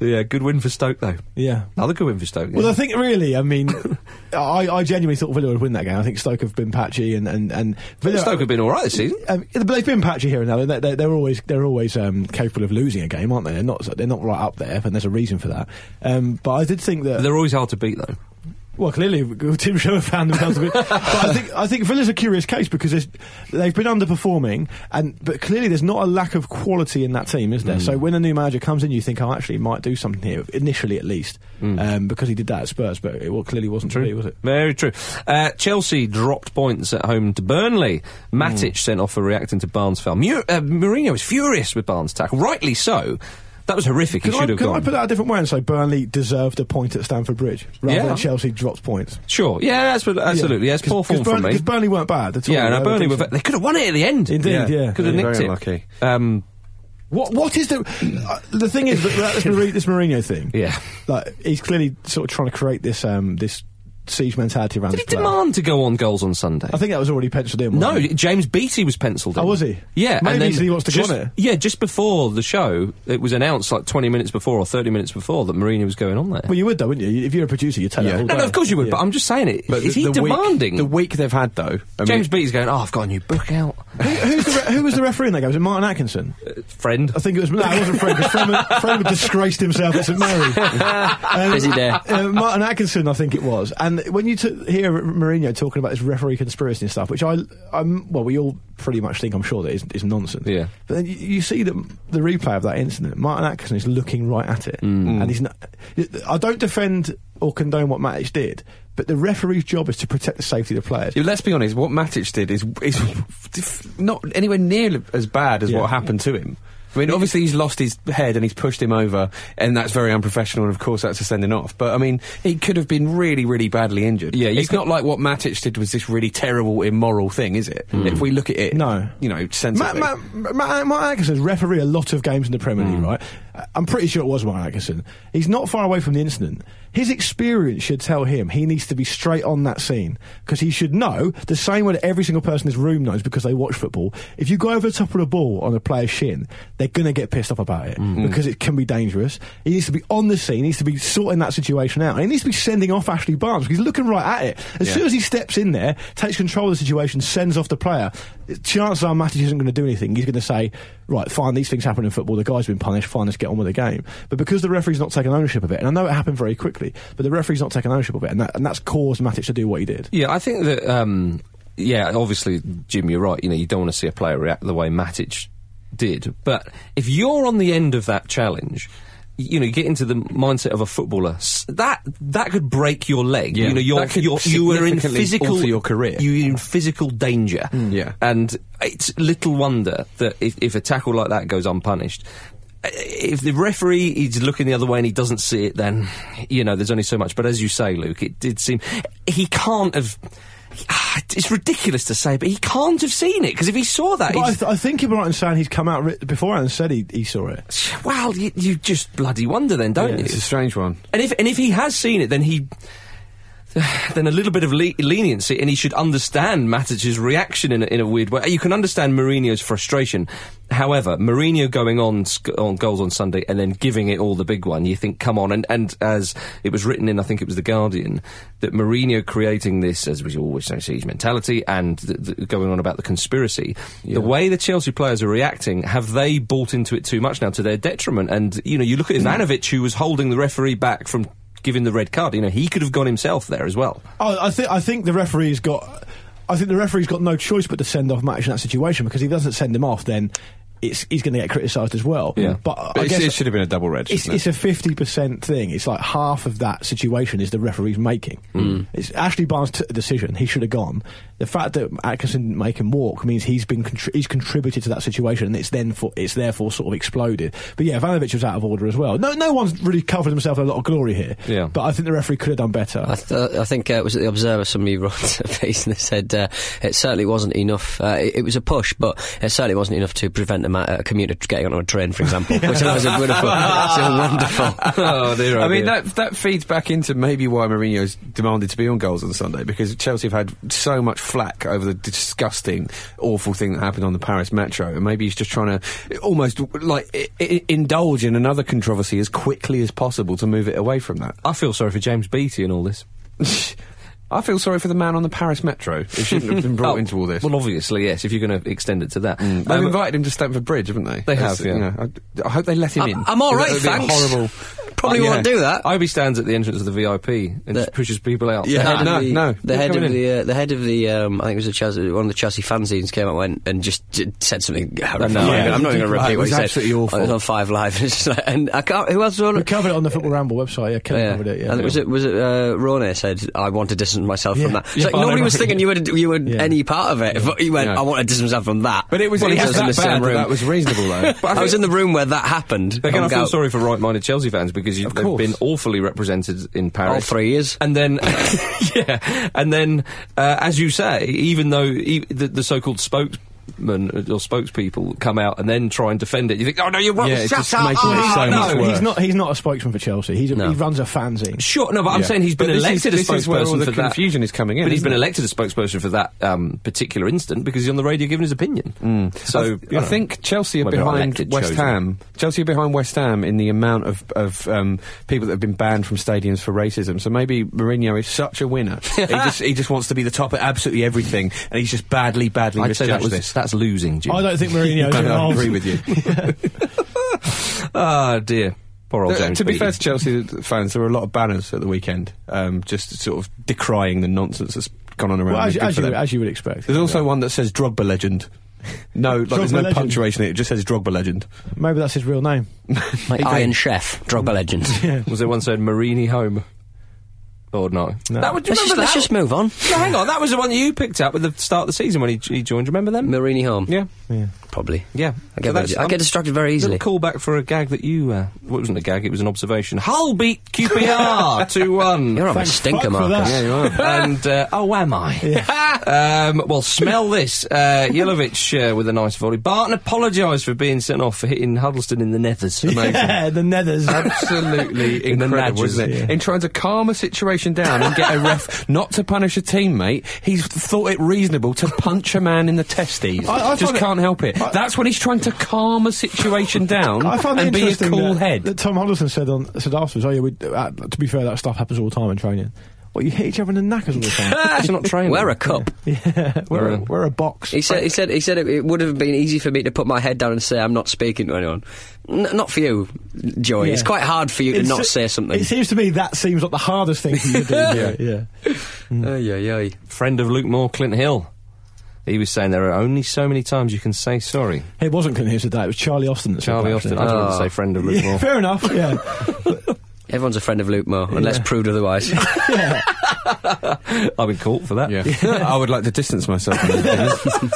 B: yeah, good win for Stoke, though.
A: yeah.
B: Another good win for Stoke.
A: Well, I think really, I mean, I, I genuinely thought Villa would win that game. I think Stoke have been patchy, and and and Villa.
B: Stoke have been all right this season.
A: Um, yeah, but they've been patchy here and there. They're, they're, they're always they're always um, capable of losing a game, aren't they? They're not they're not right up there, and there's a reason for that. Um, but I did think that
C: They're always hard to beat, though.
A: Well, clearly, Tim Sherwood found themselves a bit. but I think I think Villa's a curious case because there's- they've been underperforming, and but clearly there's not a lack of quality in that team, is
C: Mm.
A: there? So when a new manager comes in, you think, "Oh, actually, he might do something here initially, at least," um, because he did that at Spurs, but it well, clearly wasn't true, was it?
C: Very Mm. true. Uh, Chelsea dropped points at home to Burnley. Matic
A: Hmm.
C: sent off for reacting to Barnes' foul. Mu- uh, Mourinho was furious with Barnes' tackle, rightly so. That was horrific.
A: Can,
C: he
A: I,
C: should have
A: can
C: gone.
A: I put that a different way and say Burnley deserved a point at Stamford Bridge rather
C: Yeah.
A: than Chelsea dropped points?
C: Sure. Yeah, that's what, absolutely. That's poor form
A: Because
C: from
A: Burnley,
C: me.
A: 'cause Burnley weren't bad at all.
C: Yeah,
A: They
C: no,
A: were
C: Burnley were,
A: decent.
C: they could have won it at the end.
A: Indeed, yeah.
C: Could have
B: Yeah,
C: nicked
B: very
C: it.
B: unlucky.
C: Um,
A: What what is the uh, the thing is that, that this, Mourinho, this Mourinho thing?
C: Yeah.
A: like he's clearly sort of trying to create this um this siege mentality around.
C: did he
A: his player.
C: demand to go on goals on Sunday?
A: I think that was already penciled in.
C: No,
A: wasn't it?
C: James Beattie was penciled in.
A: Oh, was he?
C: Yeah.
A: Maybe
C: and then
A: so he wants to go
C: just,
A: on it.
C: Yeah, just before the show, it was announced like 20 minutes before or 30 minutes before that Mourinho was going on there.
A: well, you would though, wouldn't you? If you're a producer, you tell
B: Yeah.
A: it. All
C: no,
A: day.
C: no, of course you would, but I'm just saying it. Is
B: the,
C: he
B: the
C: demanding?
B: Week, the week they've had, though. I mean-
C: James Beattie's going, oh, I've got a new book out.
A: Who, who's the re- who was the referee in that game? Was it Martin Atkinson?
C: Friend.
A: I think it was. No, it wasn't Fred. 'cause Fred, would- Fred would disgraced himself at St Mary. Um,
D: Busy day.
A: uh, Martin Atkinson, I think it was. And when you t- hear Mourinho talking about this referee conspiracy and stuff, which I, I'm, well, we all pretty much think, I'm sure, that is, is nonsense.
C: Yeah.
A: But then you, you see the, the replay of that incident. Martin Atkinson is looking right at it, and he's. Not, I don't defend or condone what Matic did, but the referee's job is to protect the safety of the players.
B: Yeah, Let's be honest. What Matic did is is dif- not anywhere near as bad as
A: Yeah.
B: what happened to him. I mean, obviously he's lost his head and he's pushed him over, and that's very unprofessional. And of course, that's a sending off. But I mean, he could have been really, really badly injured.
C: Yeah, you
B: it's
C: could-
B: not like what Matic did was this really terrible, immoral thing, is it?
C: Hmm.
B: If we look at it,
A: No.
B: you know, sensibly.
A: Matt, Matt, Matt, Matt Atkinson's referee a lot of games in the Premier League, right? I'm pretty sure it was Mark Atkinson. He's not far away from the incident. His experience should tell him he needs to be straight on that scene because he should know the same way that every single person in this room knows because they watch football. If you go over the top of the ball on a player's shin, they're going to get pissed off about it because it can be dangerous. He needs to be on the scene. He needs to be sorting that situation out. And he needs to be sending off Ashley Barnes because he's looking right at it. As soon as he steps in there, takes control of the situation, sends off the player, chances are Matic isn't going to do anything. He's going to say, right, fine, these things happen in football. The guy's been punished. Fine, let's get on with the game. But because the referee's not taking ownership of it, and I know it happened very quickly, but the referee's not taking ownership of it, and, that, and that's caused Matic to do what he did.
C: Yeah, I think that. Um, yeah, obviously, Jim, you're right. You know, you don't want to see a player react the way Matic did, but if you're on the end of that challenge. You know, you get into the mindset of a footballer. s- That that could break your leg.
B: Yeah.
C: You know, you're,
B: That could
C: you're you are in
B: significantly
C: physical
B: alter your career. Mm.
C: You're in physical danger.
B: Yeah.
C: and it's little wonder that if, if a tackle like that goes unpunished, i- if the referee is looking the other way and he doesn't see it, then you know there's only so much. But as you say, Luke, it did seem he can't have. It's ridiculous to say, but he can't have seen it because if he saw that,
A: But I,
C: he's,
A: th- I think you're right in saying he's come out ri- beforehand and said he, he saw it.
C: well, you, you just bloody wonder then, don't you?
B: It's a strange one.
C: And if and if he has seen it, then he. Then a little bit of le- leniency, and he should understand Matic's reaction in a, in a weird way. You can understand Mourinho's frustration. However, Mourinho going on sc- on goals on Sunday and then giving it all the big one. You think, come on, and and as it was written in, I think it was the Guardian, that Mourinho creating this as we always say, siege mentality, and th- th- going on about the conspiracy. The way the Chelsea players are reacting, have they bought into it too much now to their detriment? And you know, you look at Ivanovic, who was holding the referee back from giving the red card. You know, he could have gone himself there as well.
A: Oh, I think I think the referee's got. I think the referee's got no choice but to send off Matic in that situation because if he doesn't send him off, then it's, he's going to get criticised as well. but,
B: But
A: I
B: it's-
A: guess
B: it should have been a double red.
A: It's,
B: shouldn't
A: it's
B: it?
A: a fifty percent thing. It's like half of that situation is the referee's making. It's Ashley Barnes' took the decision. He should have gone. The fact that Atkinson didn't make him walk means he's been contri- he's contributed to that situation, and it's then for, it's therefore sort of exploded. But yeah, Ivanovic was out of order as well. No, no one's really covered himself in a lot of glory here.
C: Yeah.
A: but I think the referee could have done better.
D: I, th- I think uh, it was at the Observer somebody wrote a piece and they said uh, it certainly wasn't enough. Uh, it, it was a push, but it certainly wasn't enough to prevent a, ma- a commuter getting onto a train, for example, which was a wonderful. it's a wonderful.
C: oh dear!
B: I mean, that that feeds back into maybe why Mourinho's demanded to be on goals on Sunday because Chelsea have had so much flack over the disgusting, awful thing that happened on the Paris Metro, and maybe he's just trying to almost like I- I- indulge in another controversy as quickly as possible to move it away from that.
C: I feel sorry for James Beattie and all this.
B: I feel sorry for the man on the Paris Metro who shouldn't have been brought
C: Oh,
B: into all this. Mm.
C: Well, obviously, yes. If you're going to extend it to that,
B: They've
C: Um,
B: invited him to Stamford Bridge, haven't they?
C: They
B: That's-
C: have, yeah.
B: you know, I, I hope they let him in.
D: I'm, I'm all
B: That
D: right,
B: would be a
D: thanks.
B: Horrible. Oh,
D: Probably
B: Yeah.
D: won't do that.
C: I hope he stands at the entrance of the VIP and just pushes people out.
B: Yeah.
D: The head of
B: no,
D: the-
B: no,
D: The
B: you're
D: head of
B: coming in.
D: the uh, the head of the um, I think it was a Chelsea, one of the Chelsea fanzines came out and, and just d- said something. horrific.
C: no,
D: I'm
C: yeah.
D: not even going to
B: It
D: repeat what
B: was
D: he said.
B: absolutely awful.
D: It was on Five Live, It's just like- and I can't. Who else was on
A: we
D: it?
A: covered it on the Football Ramble website. Yeah, Kelly
D: Yeah.
A: covered it. Yeah,
D: and it was it was it uh, Rone said I want to distance myself from
A: Yeah.
D: that. It's
A: Yeah,
D: like
A: but I
D: nobody
A: don't
D: was
A: like
D: thinking
A: it.
D: you were you were
A: Yeah.
D: any part of it. But he went,
B: Yeah.
D: I want to distance myself from that.
B: But it was,
D: Well,
B: it
D: he
B: was
D: was in the
B: that bad
D: same
B: that,
D: room.
B: that was reasonable, though.
D: I was in the room where that happened.
C: They're going
D: on
C: to feel
D: Gal-
C: sorry for right-minded Chelsea fans because you,
B: Of
C: they've
B: course.
C: been awfully represented in Paris.
D: all three years.
C: And then, yeah, and then, uh, as you say, even though e- the, the so-called spokesman or spokespeople come out and then try and defend it, you think, oh no, you're wrong.
B: Yeah, it
C: shut
B: just
C: up.
B: makes it
C: ah,
B: so
C: no.
B: much
A: no,
B: worse.
A: he's not. He's not a spokesman for Chelsea. He's a,
D: No.
A: he runs a fanzine.
C: Sure, no, but I'm
B: Yeah.
C: saying he's been
B: But this
C: elected
B: is-
C: a
B: this is where all
C: spokesperson
B: the
C: for that.
B: confusion is coming in,
C: But he's
B: isn't
C: been
B: it?
C: elected a spokesperson for that um, particular incident because he's on the radio giving his opinion. Hmm. So
B: I,
C: you
B: I
C: know.
B: think Chelsea are
C: Well, they're
B: behind
C: elected,
B: West
C: chosen.
B: Ham. Chelsea are behind West Ham in the amount of, of um, people that have been banned from stadiums for racism. So maybe Mourinho is such a winner. he just he just wants to be the top at absolutely everything, and he's just badly, badly
C: I'd say
B: misjudged
C: that was
B: this.
C: that's losing, Jim.
A: I don't think Mourinho's
B: I don't
A: involved.
B: agree with you.
C: Ah, dear. Poor old
B: Uh,
C: James
B: to be
C: Beattie.
B: fair to Chelsea fans, there were a lot of banners at the weekend, um, just sort of decrying the nonsense that's gone on around.
A: Well, as,
B: Good
A: as
B: for
A: you,
B: them.
A: as you would expect.
B: There's also one that says Drogba legend. No, like, there's no
A: Drogba legend.
B: punctuation. in It It just says Drogba legend.
A: Maybe that's his real name.
D: Like Iron Chef, Drogba legend.
C: Was there one said Marini home? Or no?
A: No.
C: That would, do you
D: Let's just,
C: remember
D: let's
C: that?
D: just move on.
C: No, hang on, that was the one you picked up at the start of the season when he, he joined. Remember them?
D: Marini home.
C: yeah.
A: Yeah.
D: probably.
C: Yeah.
D: I
C: So
D: get,
C: that's-
D: very- I
C: um,
D: get distracted very easily.
C: Little callback for a gag that you. Uh, well, it wasn't a gag, it was an observation. Hull beat QPR 2 1.
D: You're on a
A: Thank
D: stinker,
A: fuck for
D: Marcus.
A: that.
C: Yeah, you are. and uh, oh, am I? um, well, smell this. Uh, Jelovic uh, with a nice volley. Barton apologised for being sent off for hitting Huddleston in the nethers.
A: Yeah, the nethers.
B: Absolutely
C: In the
B: incredible,
C: nudges,
B: isn't it?
A: yeah.
B: In trying to calm a situation down and get a ref not to punish a teammate, he's thought it reasonable to punch a man in the testes.
A: I- I
B: Just
A: find it-
B: can't help it.
A: I-
B: That's when he's trying to calm a situation down
A: I found it
B: and be a
A: interesting
B: cool
A: that,
B: head.
A: that Tom Huddleston said on said afterwards. Oh yeah, we, uh, to be fair, that stuff happens all the time in training. Well, you hit each other in the knackers all the time.
C: That's not training.
D: Wear a cup.
A: yeah, we're, a, we're a box.
D: He said, he said, he said it, it would have been easy for me to put my head down and say I'm not speaking to anyone. N- not for you, Joey.
A: Yeah.
D: It's quite hard for you to
A: It's-
D: not say something.
A: It seems to me that seems like the hardest thing for you to do. yeah, yeah.
D: Ay, ay, ay.
C: Friend of Luke Moore, Clint Hill. He was saying there are only so many times you can say sorry.
A: It wasn't Clint Hughes today. It was Charlie Austin. That said
C: Charlie
A: that,
C: Austin. I
A: actually.
C: just wanted to
D: Ah.
C: say friend of Luke
A: Yeah,
C: Moore.
A: fair enough. Yeah,
D: Everyone's a friend of Luke Moore, unless proved otherwise.
C: I've been caught for that.
B: Yeah. I would like to distance myself. From those things.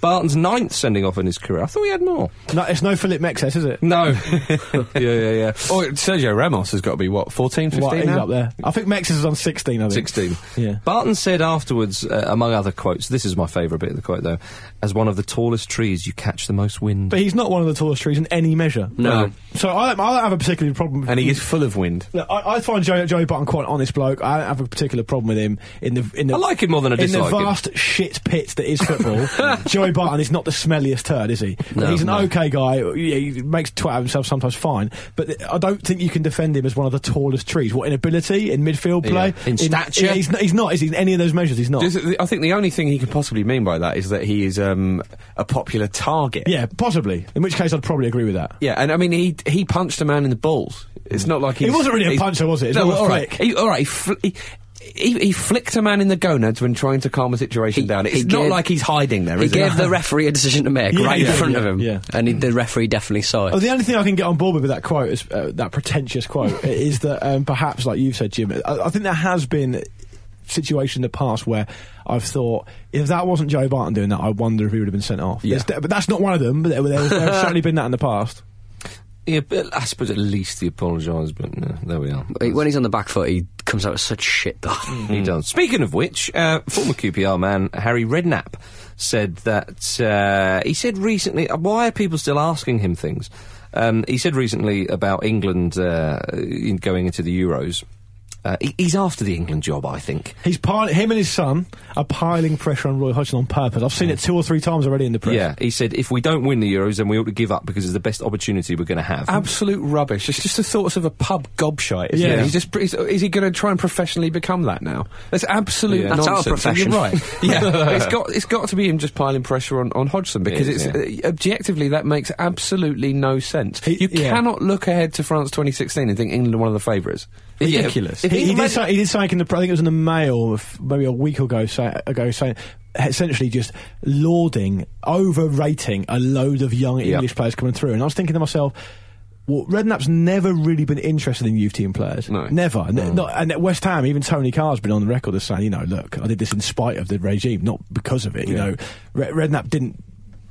C: Barton's ninth sending off in his career. I thought he had more.
A: no, it's no Philip Mexes, is it?
C: No. yeah, yeah, yeah.
B: or Oh, Sergio Ramos has got to be what 14, 15
A: What, he's
B: now.
A: up there. I think Mexes is on sixteen. I think
C: 16.
A: Yeah.
C: Barton said afterwards, uh, among other quotes, this is my favourite bit of the quote though, as one of the tallest trees, you catch the most wind. Um,
A: But he's not one of the tallest trees in any measure.
D: No.
A: So I, I don't have a particular problem. with-
B: And he is full of wind.
A: Look, I, I find Joey, Joey Button quite an honest bloke. I don't have a particular problem with him in the in the.
C: I like him more than I
A: in the
C: dislike him.
A: vast shit pit that is football. Joey Barton is not the smelliest turd, is he?
D: No,
A: he's an
D: no.
A: okay guy. Yeah, he makes twat out of himself sometimes fine, but th- I don't think you can defend him as one of the tallest trees. What in ability, in midfield play,
C: In stature?
A: he's, not- he's not. Is he in any of those measures? He's not.
B: Does it- I think the only thing he could possibly mean by that is that he is um, a popular target.
A: yeah, possibly. In which case, I'd probably agree with that.
B: Yeah, and I mean, he he punched a man in the balls. It's not like he.
A: wasn't really a puncher, was it? It's
B: no,
A: more of a
B: all right.
A: flick.
B: He, all right. He, fl- he, he, he flicked a man in the gonads when trying to calm a situation
D: He-
B: down.
D: he
B: It's not
D: gave-
B: like he's hiding there,
D: He
B: is it?
D: gave the referee a decision to make
A: Yeah,
D: right
A: yeah,
D: in front
A: yeah,
D: of him,
A: yeah.
D: and he, the referee definitely saw it.
A: Oh, the only thing I can get on board with with that quote is uh, that pretentious quote is that um, perhaps, like you've said, Jim, I, I think there has been situation in the past where I've thought if that wasn't Joe Barton doing that, I wonder if he would have been sent off.
B: Yeah.
A: There's- But that's not one of them. But there, there's, there's certainly been that in the past.
C: yeah, but I suppose at least he apologised, but no, there we
A: Oh,
C: are.
D: He- When he's on the back foot, he comes out with such shit, though.
A: Mm.
C: He does. Speaking of which, uh, former QPR man Harry Redknapp said that uh, he said recently, uh, why are people still asking him things? Um, he said recently about England uh, in going into the Euros. Uh, he- he's after the England job, I think.
A: He's pil- him and his son are piling pressure on Roy Hodgson on purpose. I've seen it two or three times already in the press.
C: Yeah, he said if we don't win the Euros, then we ought to give up because it's the best opportunity we're going to have.
B: Absolute rubbish. It's just the thoughts of a pub gobshite. Isn't
A: Yeah.
B: it? He's just, is, is he going to try and professionally become that now? That's absolute
C: Yeah.
D: That's our
B: nonsense.
D: profession.
B: And You're right. yeah. it's got it's got to be him just piling pressure on, on Hodgson because
C: is,
B: it's uh, objectively that makes absolutely no sense.
A: He-
B: you
A: yeah.
B: cannot look ahead to France 2016 and think England are one of the favourites.
C: Yeah.
B: Ridiculous.
C: If
A: He, he,
C: England-
A: did say, he did something in the. I think it was in the Mail f- maybe a week ago say, ago saying essentially just lauding, overrating a load of young
C: Yeah.
A: English players coming through, and I was thinking to myself. Well, Redknapp's never really been interested in youth team players.
B: No.
A: Never. N- not- and at West Ham, even Tony Carr's been on the record as saying, you know, look, I did this in spite of the regime, not because of it. You know, Re- Redknapp didn't.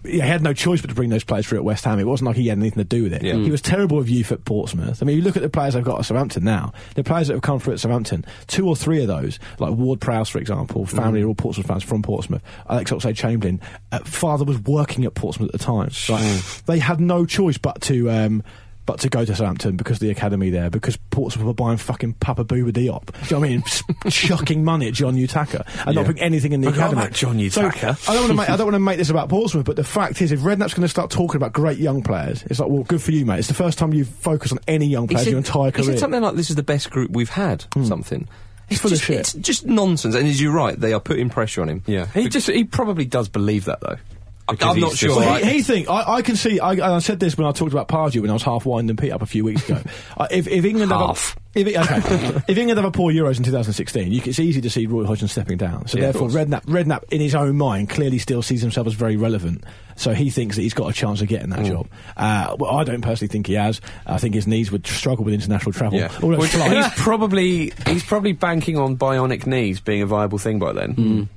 A: He had no choice but to bring those players through at West Ham. It wasn't like he had anything to do with it.
C: Yeah.
A: He was terrible with youth at Portsmouth. I mean, you look at the players they've got at Southampton now. The players that have come through at Southampton, two or three of those, like Ward Prowse, for example, family are all Portsmouth fans from Portsmouth. Alex Oxlade Chamberlain, uh, father was working at Portsmouth at the time. Like, they had no choice but to. Um, but to go to Southampton because of the academy there, because Portsmouth were buying fucking Papa Booba Diop. Do you know what I mean? S- chucking money at John Utaka and not putting anything in the
B: Forgot
A: academy.
B: about John
A: So,
B: Utaka.
A: I don't want to make I don't want to make this about Portsmouth, but the fact is, if Redknapp's going to start talking about great young players, it's like, well, good for you, mate. It's the first time you've focused on any young
C: He
A: players your entire
C: he
A: career.
C: said something like, "This is the best group we've had." Something. It's
A: full of
C: just,
A: shit.
C: It's just nonsense. And as you're right, they are putting pressure on him.
B: Yeah, he just he probably does believe that though. Because
C: I'm not
B: he's
C: sure.
B: just-
A: Well, he, he think I, I can see. I, and I said this when I talked about Pardew when I was half winding Pete up a few weeks ago. uh, if, if England
D: Half.
A: have a, if, okay, if England have a poor Euros in 2016, you, c- it's easy to see Roy Hodgson stepping down. So
C: Yeah, of
A: therefore,
C: course.
A: Redknapp, Redknapp in his own mind clearly still sees himself as very relevant. So he thinks that he's got a chance of getting that
C: Mm.
A: job. Uh, well, I don't personally think he has. I think his knees would struggle with international travel.
B: Yeah.
A: Although
B: Which-
A: flights-
B: he's probably he's probably banking on bionic knees being a viable thing by then.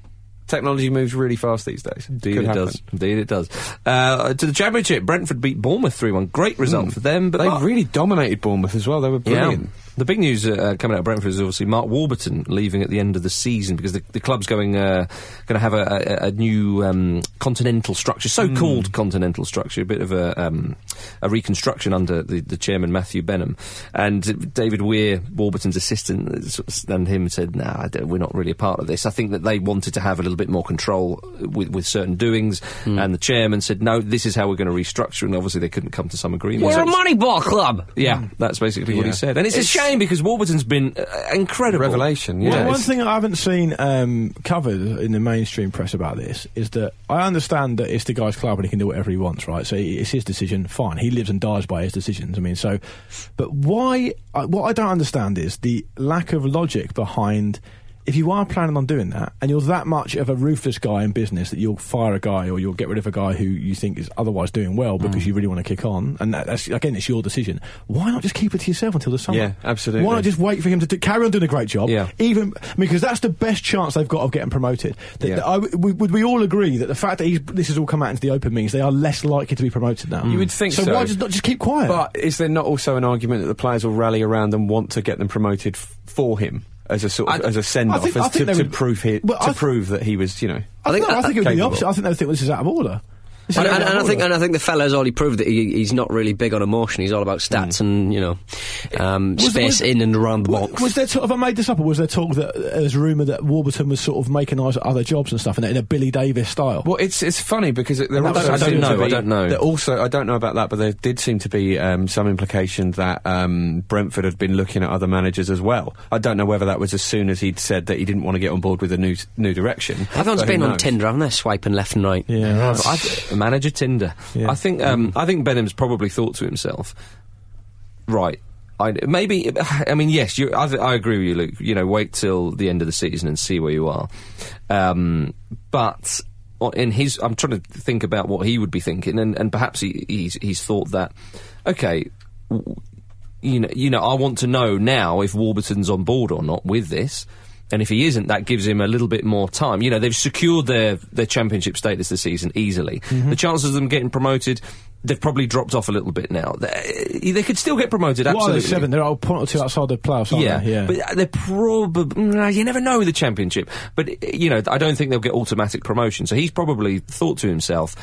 B: Technology moves really fast these days.
C: Indeed
B: Could
C: it
B: happen.
C: does. Indeed it does. Uh, to the championship, Brentford beat Bournemouth three one. Great result for them, but
B: They
C: Mark-
B: really dominated Bournemouth as well. They were brilliant.
C: The big news uh, coming out of Brentford is obviously Mark Warburton leaving at the end of the season because the, the club's going uh, going to have a, a, a new um, continental structure,
B: Hmm.
C: so-called continental structure, a bit of a, um, a reconstruction under the, the chairman Matthew Benham and David Weir, Warburton's assistant, uh, sort of- and him said, "No, we're not really a part of this." I think that they wanted to have a little bit more control with, with certain doings,
B: Hmm.
C: and the chairman said, "No, this is how we're going to restructure." And obviously, they couldn't come to some agreement.
D: We're
C: So
D: a
C: it's-
D: Moneyball club.
C: yeah, that's basically what he
B: Mm. Yeah.
C: said. And it's, a shame because Warburton's been uh, incredible.
B: Revelation, yeah.
A: Well,
B: Yes.
A: one thing I haven't seen um, covered in the mainstream press about this is that I understand that it's the guy's club and he can do whatever he wants, right? So it's his decision. Fine, he lives and dies by his decisions. I mean, so, but why? I, what I don't understand is the lack of logic behind. If you are planning on doing that, and you're that much of a ruthless guy in business that you'll fire a guy or you'll get rid of a guy who you think is otherwise doing well because
B: Mm.
A: you really want to kick on, and that, that's again, it's your decision. Why not just keep it to yourself until the summer?
B: Yeah, absolutely.
A: Why not just wait for him to do, carry on doing a great job?
C: Yeah.
A: even because that's the best chance they've got of getting promoted. That-
B: Yeah.
A: that I- we- would we all agree that the fact that he's, this has all come out into the open means they are less likely to be promoted now?
B: You would think
A: so.
B: so.
A: why just not just keep quiet?
B: But is there not also an argument that the players will rally around and want to get them promoted f- for him as a sort of
A: I-
B: as a send
A: I
B: off,
A: think- I
B: as
A: think
B: to,
A: they
B: to
A: would-
B: prove he,
A: Well,
B: to
A: I th-
B: prove that he was, you know.
A: I, think,
D: think
A: no, I think it would be the
B: capable.
A: opposite. I think they would think this is out of order. This is
D: And,
A: out
D: and,
A: of
D: and I
A: order.
D: think, and I think the fella's already proved that he, he's not really big on emotion. He's all about stats and you know um,
A: Mm. Was-
D: space
A: was-
D: in and around the
A: W-
D: box.
A: Was there talk, have I made this up, or was there talk that there's rumour that Warburton was sort of making eyes at other jobs and stuff in a, in a Billy Davis style?
B: Well, it's it's funny because it- there
A: I
B: also
A: don't- I don't
B: seem to
C: know, I
B: be-
C: don't know.
B: there Also, I don't know about that, but there did seem to be um, some implication that um, Brentford had been looking at other managers as well. I don't know whether that was as soon as he'd said that he didn't want to get on board with a new new direction.
D: Everyone's
B: but who
D: been on
B: knows?
D: Tinder, haven't they? Swiping left and right.
A: yeah, right.
C: I th- manager Tinder.
A: Yeah.
C: I think um, I think Benham's probably thought to himself, right. I, maybe I mean yes, you, I, I agree with you, Luke. You know, wait till the end of the season and see where you are. Um, but o- in his, I'm trying to think about what he would be thinking, and, and perhaps he, he's he's thought that okay, w- you know, you know, I want to know now if Warburton's on board or not with this. And if he isn't, that gives him a little bit more time. You know, they've secured their, their championship status this season easily. The chances of them getting promoted, they've probably dropped off a little bit now. They, they could still get promoted,
A: Well,
C: absolutely.
A: they're seven. They're a point or two outside the playoffs, aren't
C: Yeah,
A: they? Yeah.
C: but uh, they're probably. You never know with the championship, but uh, you know I don't think they'll get automatic promotion. So he's probably thought to himself,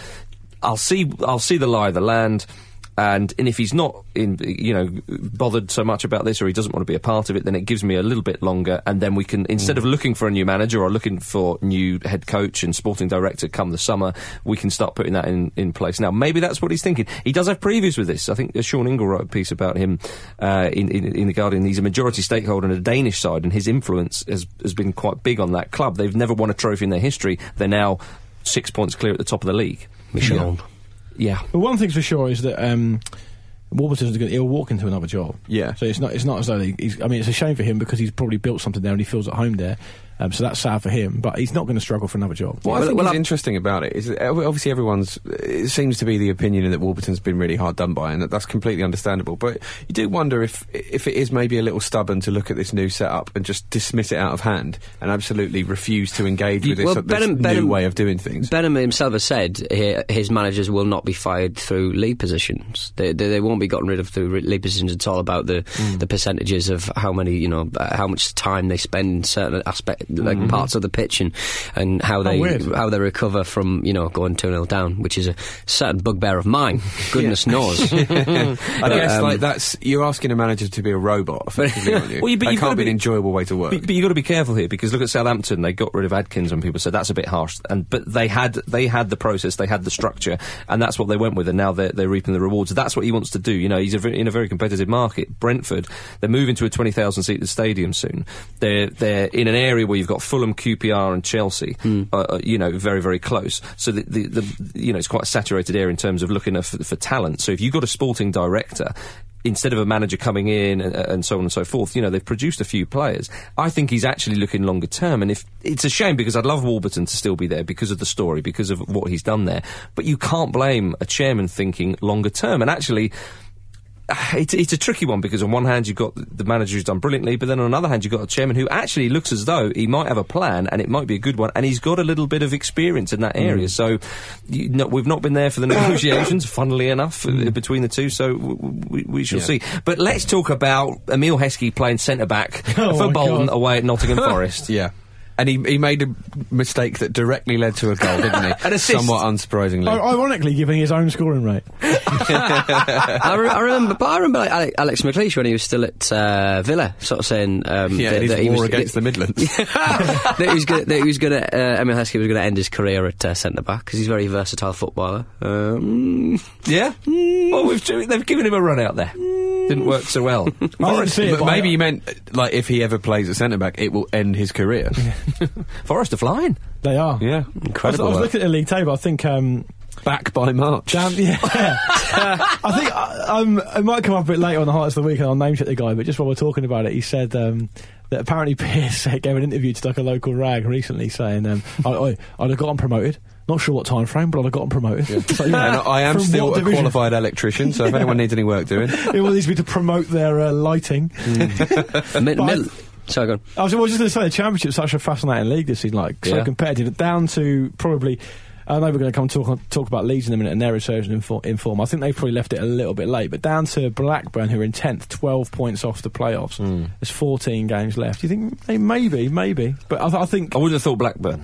C: "I'll see, I'll see the lie of the land." And, and if he's not in, you know, bothered so much about this, or he doesn't want to be a part of it, then it gives me a little bit longer, and then we can,
A: Mm.
C: instead of looking for a new manager or looking for new head coach and sporting director come the summer, we can start putting that in, in place now. Maybe that's what he's thinking. He does have previews with this. I think uh, Sean Ingle wrote a piece about him uh, in, in, in The Guardian. He's a majority stakeholder in a Danish side, and his influence has, has been quite big on that club. They've never won a trophy in their history. They're now six points clear at the top of the league.
D: Michel.
C: Yeah.
A: But one thing's for sure is that um, Warburton's going to he'll walk into another job.
B: Yeah.
A: So it's not it's not as though he- he's. I mean, it's a shame for him because he's probably built something there and he feels at home there. Um, so that's sad for him, but he's not going to struggle for another job.
B: What I
D: Well,
B: think
D: well,
B: is
D: I-
B: interesting about it is that ob- obviously everyone's. It seems to be the opinion that Warburton's been really hard done by, and that that's completely understandable. But you do wonder if if it is maybe a little stubborn to look at this new setup and just dismiss it out of hand and absolutely refuse to engage with this,
D: Well,
B: this
D: Benham-
B: new
D: Benham-
B: way of doing things.
D: Benham himself has said he, his managers will not be fired through league positions. They, they, they won't be gotten rid of through re- league positions. It's all about the, the percentages of how many, you know, uh, how much time they spend in certain aspect, like parts of the pitch, and, and how they
A: weird.
D: how they recover from you know going two 0 down, which is a certain bugbear of mine. Goodness knows.
B: I guess like um, that's you're asking a manager to be a robot, effectively, aren't you?
C: Well, you- but
B: that
C: you've
B: can't
C: gotta
B: be an
C: be-
B: enjoyable way to work.
C: But, but you've got to be careful here because look at Southampton. They got rid of Adkins when people said that's a bit harsh, and but they had they had the process, they had the structure, and that's what they went with. And now they're, they're reaping the rewards. That's what he wants to do. You know, he's a, ve- in a very competitive market. Brentford, they're moving to a twenty thousand seat stadium soon. They're they're in an area where you've got Fulham, QPR, and Chelsea.
B: Hmm.
C: Uh, uh, you know, very very close. So the, the, the you know it's quite a saturated area in terms of looking for, for talent. So if you've got a sporting director instead of a manager coming in and, and so on and so forth, you know, they've produced a few players. I think he's actually looking longer term. And if it's a shame because I'd love Warburton to still be there because of the story, because of what he's done there. But you can't blame a chairman thinking longer term. And actually, it's, it's a tricky one because on one hand you've got the manager who's done brilliantly, but then on another hand you've got a chairman who actually looks as though he might have a plan and it might be a good one, and he's got a little bit of experience in that
A: Hmm.
C: area. So you, no, we've not been there for the negotiations, funnily enough,
A: Hmm.
C: uh, between the two. So w- w- we, we shall see. But let's talk about Emil Heskey playing centre back
A: Oh
C: for
A: my
C: Bolton
A: God.
C: away at Nottingham Forest.
B: Yeah. And he, he made a mistake that directly led to a goal, didn't he?
C: An assist.
B: Somewhat unsurprisingly.
A: I- Ironically, giving his own scoring rate.
D: I, re- I remember, but I remember like, Ale- Alex McLeish when he was still at uh, Villa, sort of saying um,
B: yeah,
D: that,
B: and his
D: that he
B: war
D: was
B: against
D: that,
B: the Midlands.
D: that he was gonna, that he was gonna uh, Emil Heskey was gonna end his career at uh, centre back because he's a very versatile footballer. Um,
C: Yeah.
A: Hmm.
C: Well, we've they've given him a run out there. Didn't work so well.
A: Oh, I don't see it.
B: but
A: but I-
B: maybe you meant, like, if he ever plays at centre back, it will end his career.
C: Forest are flying.
A: they are.
B: yeah.
A: I was, I
B: Incredible.
A: was looking at the league table. I think um,
B: Back by March.
A: Damn, yeah. I think uh, um, it might come up a bit later on the Hearts of the Week, and I'll name check the guy, but just while we're talking about it, he said um, that apparently Pierce gave an interview to like a local rag recently saying, um, I, I, I'd have gotten promoted. Not sure what time frame, but I'd have gotten promoted. So, you know,
B: And I am
A: from
B: still
A: what
B: a
A: division?
B: qualified electrician, so if anyone needs any work doing,
A: It will need to be to promote their uh, lighting.
D: mid,
A: But I-
D: mid, sorry, go on.
A: I was, I was just going to say the championship's such a fascinating league this season, like so
B: Yeah.
A: competitive. Down to probably, I know we're going to come talk talk about Leeds in a minute and their resurgence in, for, in form. I think they've probably left it a little bit late, but down to Blackburn who are in tenth, twelve points off the playoffs.
C: Hmm.
A: There's fourteen games left. Do you think they maybe, maybe? But I, th- I think
C: I would have thought Blackburn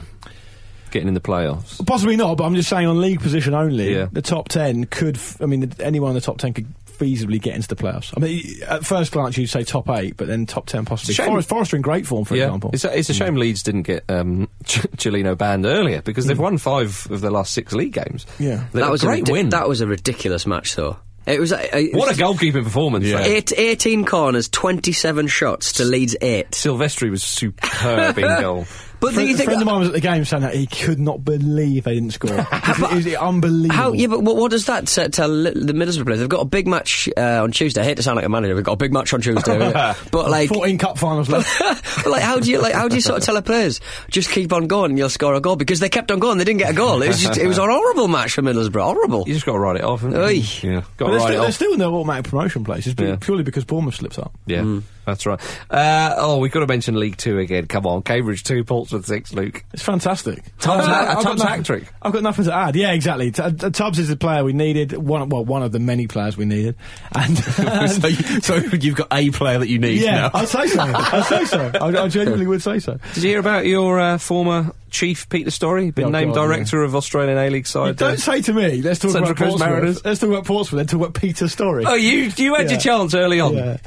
C: getting in the playoffs.
A: possibly not. But I'm just saying on league position only,
C: Yeah.
A: the top ten could. F- I mean, the, anyone in the top ten could. Feasibly get into the playoffs. I mean, at first glance, you'd say top eight, but then top ten possibly.
C: Shame.
A: Forest, Forest are in great form, for example.
C: it's a, it's a shame Leeds didn't get um, Ch- Chilino banned earlier because they've won five of their last six league games.
A: Yeah.
C: They got
D: was
C: a great
D: ridi-
C: win.
D: That was a ridiculous match, though. It was uh, it
C: what
D: was-
C: a goalkeeping performance!
B: Yeah.
C: though.
D: Eight, 18 corners, 27 shots to Leeds 8.
C: Silvestri was superb in goal.
D: But do
A: Friend-
D: you
A: a
D: think. uh,
A: friend of mine was at the game saying that he could not believe they didn't score. it was unbelievable.
D: How, yeah, but what, what does that t- tell li- the Middlesbrough players? They've got a big match uh, on Tuesday. I hate to sound like a manager. We've got a big match on Tuesday, haven't we? but like,
A: fourteen cup finals left.
D: but, like, how do you like? How do you sort of tell the players just keep on going? and You'll score a goal because they kept on going. They didn't get a goal. It was just, it was a horrible match for Middlesbrough. Horrible.
C: You just got to write it off. haven't
D: Oi.
C: you?
B: Yeah.
C: got
A: but
C: to
A: they're,
C: write it
A: still, they're
C: off.
A: still in their automatic promotion places pu-
C: Yeah.
A: purely because Bournemouth slips up.
C: Yeah,
D: Mm.
C: that's right. Uh, oh, we've got to mention League Two again. Come on, Cambridge two, Portsmouth six. Luke,
A: It's fantastic.
C: Tubbs
A: I've-
C: had-
A: I've got
C: Tubbs
A: nothing-
C: hat-trick.
A: I've got nothing to add. Yeah, exactly. T- uh, Tubbs is the player we needed. One, well, one of the many players we needed. And
B: so, you, so you've got a player that you need
A: yeah,
B: now.
A: I'd say so. I'd say so. I, I genuinely would say so.
C: did you hear about your uh, former chief Peter Story? Been
A: Oh,
C: named
A: God,
C: director of Australian A League side.
A: You
C: uh,
A: don't say to me. Let's talk
C: Central
A: about
C: Coast
A: Portsmouth.
C: Mariners.
A: Let's talk about Portsmouth. Then talk about Peter's story.
C: Oh, you you had
A: Yeah.
C: your chance early on.
A: yeah.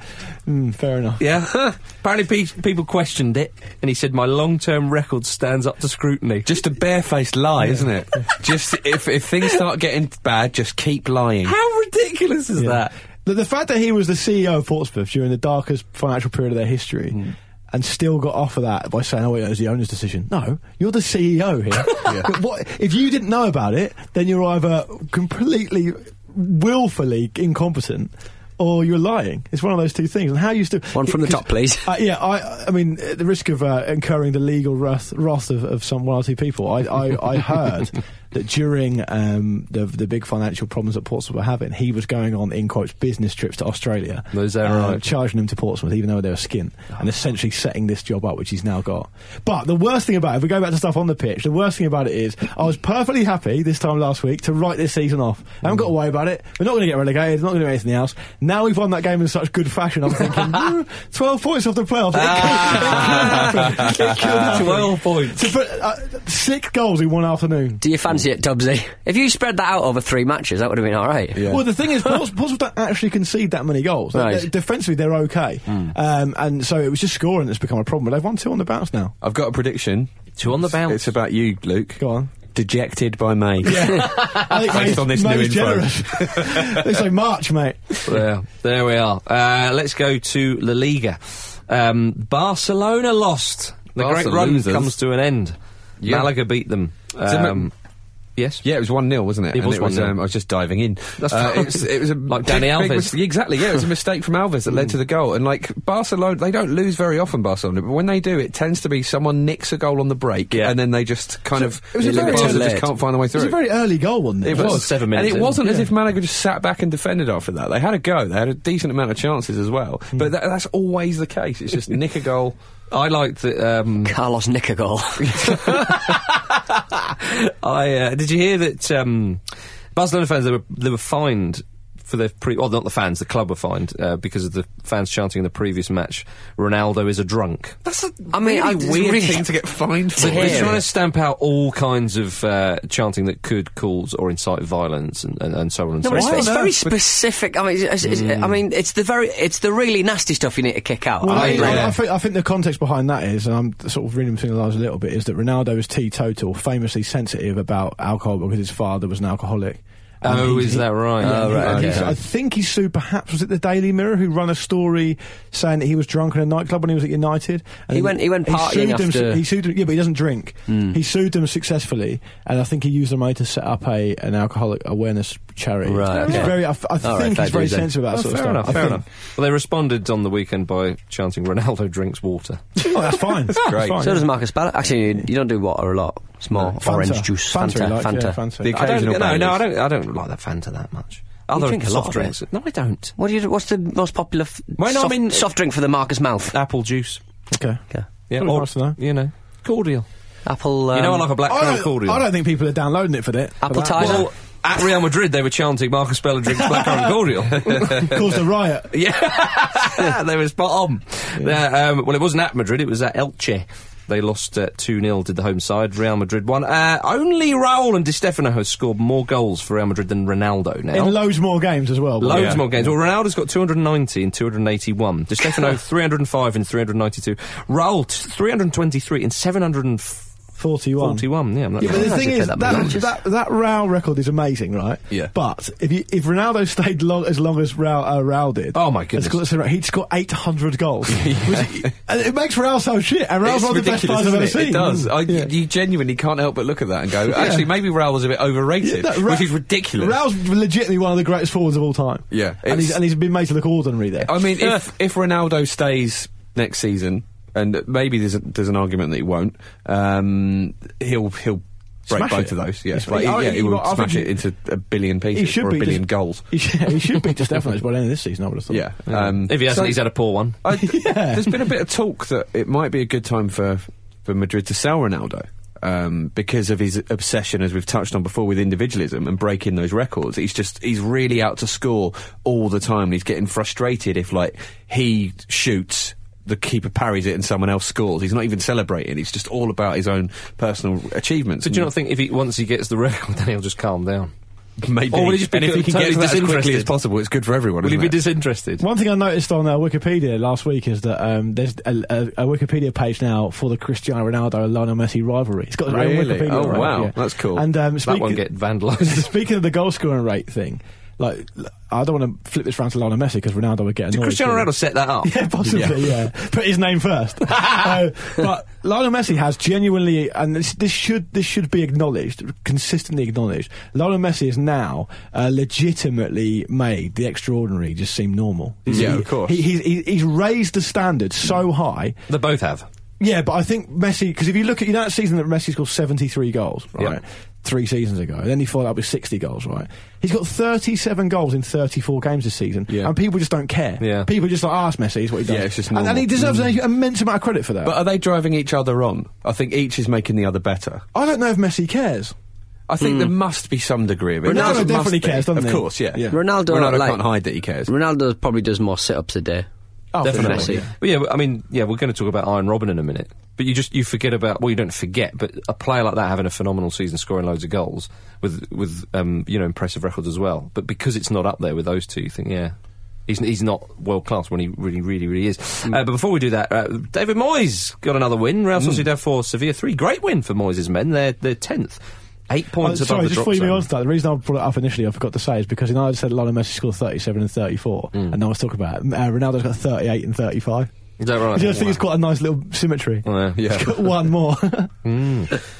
A: Mm, fair enough.
C: Yeah. Apparently, pe- people questioned it, and he said, "My long-term record stands up to scrutiny."
B: Just a barefaced lie, isn't it? just if, if things start getting bad, just keep lying.
C: How ridiculous is
A: Yeah.
C: that?
A: The, the fact that he was the CEO of Portsmouth during the darkest financial period of their history.
D: Hmm.
A: And still got off of that by saying, "Oh, it was the owner's decision." No, you're the CEO here. what, if you didn't know about it, then you're either completely, willfully incompetent, or you're lying. It's one of those two things. And how you still
D: One from the
A: 'cause-
D: top, please.
A: uh, yeah, I, I mean, at the risk of uh, incurring the legal wrath, wrath of, of some one or two people, I, I, I heard that during um, the, the big financial problems that Portsmouth were having, he was going on, in quotes, business trips to Australia. Uh,
C: Is that right?
A: Charging them to Portsmouth, even though they were skin,
C: Ah.
A: and essentially setting this job up, which he's now got. But the worst thing about it, if we go back to stuff on the pitch, the worst thing about it is I was perfectly happy this time last week to write this season off. I haven't got to worry about it. We're not going to get relegated. We're not going to do anything else. Now we've won that game in such good fashion. I'm thinking, "Hmm, 12 points off the playoffs. It could- It could happen. It could happen.
C: Ah. Twelve points.
A: To put uh, six goals in one afternoon.
D: Do you fancy it, Dubsy? If you spread that out over three matches, that would have been all right.
B: Yeah.
A: Well, the thing is, Ports- Portsmouth don't actually concede that many goals. They-
D: Right.
A: they- defensively, they're okay,
B: Hmm.
A: um, and so it was just scoring that's become a problem. But they've won two on the bounce now.
B: I've got a prediction.
C: Two on the bounce.
B: It's about you, Luke.
A: Go on.
B: Dejected by May.
A: I think
B: Based
A: May's-
B: on this new
A: May's
B: info.
A: generous. they say March, mate.
C: there, there we are. Uh, let's go to La Liga. Um, Barcelona lost. The great
B: Barca
C: run
B: losers.
C: comes to an end.
B: Yeah.
C: Malaga beat them.
B: So Ma-
C: Um, Yes.
B: Yeah, it was one 0 wasn't it?
C: It
B: And
C: was 1-0.
B: Um, I was just diving in.
C: That's
B: Uh,
C: fine.
B: it, was, it was a
C: Like Danny
B: big- big
C: Alves.
B: mis- exactly. Yeah, it was a mistake from Alves that led to the goal. And like Barcelona, they don't lose very often. Barcelona, but when they do, it tends to be someone nicks a goal on the break,
C: Yeah.
B: and then they just kind of
A: it was a
B: Barca
A: very-
B: just can't find their way
A: It
B: through.
A: was a very early goal, wasn't it?
B: It
C: That
B: was
C: was seven minutes
B: and it
C: in.
B: wasn't as
A: Yeah.
B: if Malaga just sat back and defended after that. They had a go. They had a decent amount of chances as well.
A: Hmm.
B: But that, that's always the case. It's just nick a goal.
C: I liked that. Um,
D: Carlos Nicagol.
C: I uh, did you hear that um, Barcelona fans they were they were fined for their pre well not the fans the club were fined uh, because of the fans chanting in the previous match Ronaldo is a drunk.
B: That's a
D: I mean, I
B: really weird
D: really-
B: thing to get fined for.
D: To hear.
C: They're trying to stamp out all kinds of uh, chanting that could cause or incite violence and, and, and so on and so
D: No, but it's,
C: forth.
D: it's very specific. I mean, it's, it's, I mean, it's the very, it's the really nasty stuff you need to kick out.
A: Well,
D: I
A: I,
D: mean,
A: I,
D: like-
A: I think, I think the context behind that is, and I'm sort of reading between the lines a little bit, is that Ronaldo is teetotal, famously sensitive about alcohol because his father was an alcoholic. And
C: Oh,
A: he-
C: is that right?
A: Yeah,
C: Oh,
A: he-
C: right,
A: and
C: okay.
A: he's- I think he sued. Perhaps was it the Daily Mirror who run a story saying that he was drunk in a nightclub when he was at United. And
D: He went- he went partying
A: sued them-
D: after-
A: he sued them. Yeah, but he doesn't drink. He sued them successfully, and I think he used the money to set up a an alcoholic awareness charity.
D: Right,
A: He's
D: okay.
A: very. I, f- I
D: All right,
A: think
D: fair
A: he's very
D: dues then.
A: sensitive about that sort
C: Oh, fair
A: of stuff.
C: enough,
A: I
C: fair
A: think-
C: enough. Well, they responded on the weekend by chanting Ronaldo drinks water.
A: Oh, that's fine. That's
B: Great.
A: fine,
D: so
A: yeah.
D: does Marcus Ballot. Actually, you, you don't do water a lot. It's more
A: Fanta.
D: orange juice,
A: Fanta,
D: Fanta, Fanta.
A: he likes, yeah, Fanta.
B: The
C: I don't,
B: occasional
C: no, no, I
B: Baileys.
C: don't. I don't like that Fanta that much. Other
D: drink a lot
C: soft
D: of
C: drinks? No, I don't.
D: What do you? What's the most popular f-
C: Why not?
D: soft,
C: I mean-
D: soft drink for the Marcus Mouth?
C: Apple juice.
A: Okay.
D: Okay.
C: Yeah,
A: Probably nice to know.
C: you know, cordial.
D: Apple. Um,
C: you know, I like a black
A: I
C: crown
A: don't,
C: cordial.
A: I don't think people are downloading it for that. for that.
D: Appetizer.
C: Well, at Real Madrid, they were chanting Marcus Bella drinks black currant cordial.
A: caused a riot.
C: yeah, they were spot on. Uh, um, well, it wasn't at Madrid; it was at Elche. They lost uh, two 0 Did the home side? Real Madrid won. Uh, only Raúl and Di Stefano have scored more goals for Real Madrid than Ronaldo now.
A: In loads more games as well.
C: Loads
B: Yeah.
C: more games. Well, Ronaldo's got 290 and 281. Di Stefano 305 and 392. Raul 323 and 741.
A: 41.
C: Yeah, I'm not
A: Yeah, but the
D: I
A: thing
D: should
A: is,
D: play
A: that,
D: that
A: that,
D: myself.
A: that, Rao record is amazing, right?
B: Yeah.
A: But if you, if Ronaldo stayed long, as long as Rao, uh, Rao did.
C: Oh, my
A: and
C: goodness.
A: scored- so he'd score 800 goals. Which- and it makes Rao so shit. And Rao's
B: It's
A: one of the best
B: ridiculous,
A: players I've
B: isn't
A: ever
B: it?
A: seen.
B: It does. I,
A: Yeah.
B: You genuinely can't help but look at that and go, actually, maybe Raul was a bit overrated,
A: No, Ra-
B: which is ridiculous.
A: Rao's legitimately one of the greatest forwards of all time.
B: Yeah,
A: And
B: it's-
A: he's, and he's been made to look ordinary there.
B: I mean, if, if Ronaldo stays next season, and maybe there's, a, there's an argument that he won't, um, he'll he'll break
A: Smash
B: both
A: it.
B: of those.
A: He'll
B: Yes,
A: smash-
B: he,
A: I-
B: yeah, he
A: you
B: will
A: know, I
B: smash
A: think
B: it
A: he-
B: into a billion
A: he
B: pieces
A: should
B: or a
A: be
B: billion
A: just-
B: goals.
A: He should, he should beat Di Stefano's by the end of this season, I would have thought.
B: Yeah.
A: Um,
B: Um,
C: If he hasn't,
B: so-
C: he's had a poor one.
B: I, There's been a bit of talk that it might be a good time for, for Madrid to sell Ronaldo. Um, because of his obsession, as we've touched on before, with individualism and breaking those records, he's just—he's really out to score all the time. He's getting frustrated if, like, he shoots, the keeper parries it, and someone else scores. He's not even celebrating. He's just all about his own personal achievements.
C: So do you not think if he once he gets the record, then he'll just calm down?
B: Maybe.
C: Or will he just be
B: and if he can
C: totally
B: get to that as quickly as
C: disinterested?
B: possible, it's good for everyone.
C: Will he
B: isn't
C: be
B: it?
C: disinterested?
A: One thing I noticed on uh, Wikipedia last week is that um, there's a, a, a Wikipedia page now for the Cristiano Ronaldo and Lionel Messi rivalry. It's got its own
B: Really?
A: Wikipedia.
B: Oh,
A: right,
B: wow.
A: yeah.
B: That's cool.
A: And um,
C: That
A: speaking,
C: won't get vandalised.
A: speaking of the goal scoring rate thing, like l- I don't want to flip this round to Lionel Messi because Ronaldo would get annoyed.
C: Did Cristiano
A: too.
C: Ronaldo set that up?
A: Yeah, possibly. Yeah. put his name first. Uh, but Lionel Messi has genuinely, and this, this should this should be acknowledged, consistently acknowledged. Lionel Messi is now uh, legitimately made the extraordinary just seem normal.
B: Yeah, of course.
A: He, he's, he's he's raised the standard so high.
C: They both have.
A: Yeah, but I think Messi because if you look at you know that season that Messi scored seventy three goals, right?
C: Yeah.
A: Three seasons ago, then he followed up with sixty goals, right? He's got thirty seven goals in thirty four games this season,
B: Yeah.
A: and people just don't care.
C: Yeah.
A: people are just like, "Ah, it's Messi is what he does."
B: Yeah, it's just
A: and, and
B: normal.
A: he deserves an immense amount of credit for that.
B: But uh, are they driving each other on? I think each is making the other better.
A: I don't know if Messi cares.
B: I think
D: Hmm.
B: there must be some degree of it.
A: Ronaldo
B: There must
A: definitely
B: be.
A: cares, doesn't he?
B: Of course, yeah.
A: Yeah.
D: Ronaldo,
B: Ronaldo
D: like-
B: can't hide that he cares.
D: Ronaldo probably does more sit-ups a day.
A: Oh,
D: Definitely.
A: for sure,
D: Messi.
C: Well, yeah, well, I mean, yeah, we're going to talk about Iron Robin in a minute, but you just you forget about well, you don't forget, but a player like that having a phenomenal season, scoring loads of goals with with um, you know impressive records as well, but because it's not up there with those two, you think yeah. He's, he's not world class when he really, really, really is.
A: Mm.
C: Uh, but before we do that, uh, David Moyes got another win. Real Sociedad for Sevilla 3. Great win for Moyes' men. They're 10th. Eight
A: Oh,
C: points above
A: sorry,
C: the
A: just
C: drop
A: before you move
C: zone.
A: on to that, the reason I brought it up initially, I forgot to say, is because you know I said Lionel Messi scored 37 and 34, and no one's talking about it. Uh, Ronaldo's got 38 and 35.
C: Is that right?
A: I just think it's quite a nice little symmetry.
C: Oh,
B: Yeah, yeah.
A: Got One more.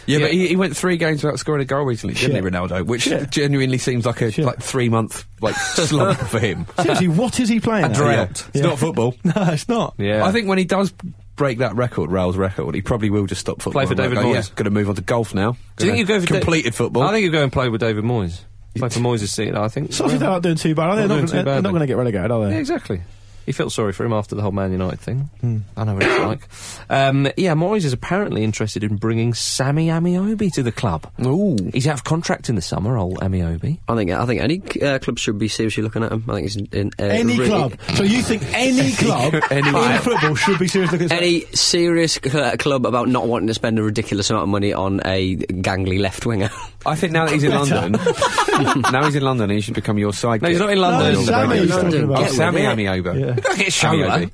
B: Yeah, but he, he went three games without scoring a goal recently, didn't
A: Shit.
B: he, Ronaldo? Which
A: Shit.
B: genuinely seems like a
A: Shit.
B: like three month like slump for him.
A: Seriously, what is he playing? at?
B: Yeah. It's
A: Yeah.
B: not football.
A: No, it's not.
C: Yeah.
B: I think when he does break that record, Raul's record, he probably will just stop football.
C: Play for
B: and
C: David
B: go,
C: Moyes.
B: Yeah, going to move on to golf now.
C: Do you think you go for Da-
B: completed football?
C: I think you go and play with David Moyes. Play for Moyes' seat. I think.
A: Sausage they're not doing too bad. Are they? They're
C: Not doing
A: not,
C: too
A: they're
C: badly.
A: not going to get relegated, are
C: Yeah,
A: they?
C: exactly. He felt sorry for him after the whole Man United thing. I know what it's like. Um, yeah, Moyes is apparently interested in bringing Sammy Amiobi to the club.
B: Ooh.
C: He's out of contract in the summer, old Amiobi.
D: I think I think any uh, club should be seriously looking at him. I think he's in uh,
A: Any
D: really-
A: club. So you think any club in football should be serious looking at
D: Any serious cl- club about not wanting to spend a ridiculous amount of money on a gangly left winger?
B: I think now that he's in London, now he's in London, he should become your sidekick.
C: No, he's not in
A: No,
C: London.
A: it's Sammy he's
D: London.
A: talking
B: Oh,
A: about.
D: Get
B: Sammy
D: with it.
B: Amioba.
A: Yeah.
B: Look at his shoulder.
C: Amiobi.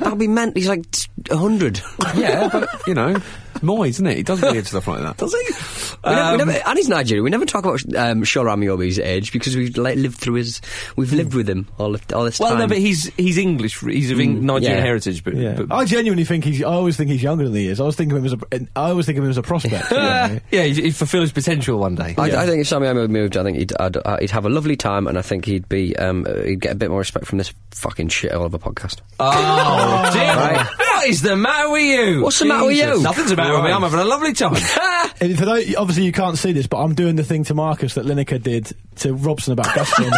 D: That'll be meant. He's like hundred.
B: Yeah, but you know, it's Moyes, isn't it? He does weird stuff like that.
D: Does he? we
C: Um,
D: never, and he's Nigerian. We never talk about um, Shola Amiobi's age because we've like, lived through his. We've lived with him all, the- all this
C: Well,
D: time.
C: no, but he's he's English. He's of Eng- Nigerian
D: yeah.
C: heritage, but,
A: Yeah.
C: but
A: I genuinely think he's. I always think he's younger than he is. I always think of him as a. and I always think of him as a prospect. you know.
C: yeah, he, he fulfills his potential one day.
D: I,
C: Yeah.
D: I think if Sammy Amiobi moved, I think he'd, I'd, uh, he'd have a lovely time, and I think he'd be um, uh, he'd get a bit more respect from this fucking shithole of a podcast.
C: Oh, dear. What is the matter with you?
D: What's the matter with
C: Jesus.
D: you?
C: Nothing's the matter with me. I'm having a lovely time.
A: And for those, obviously you can't see this, but I'm doing the thing to Marcus that Lineker did to Robson about Gaston.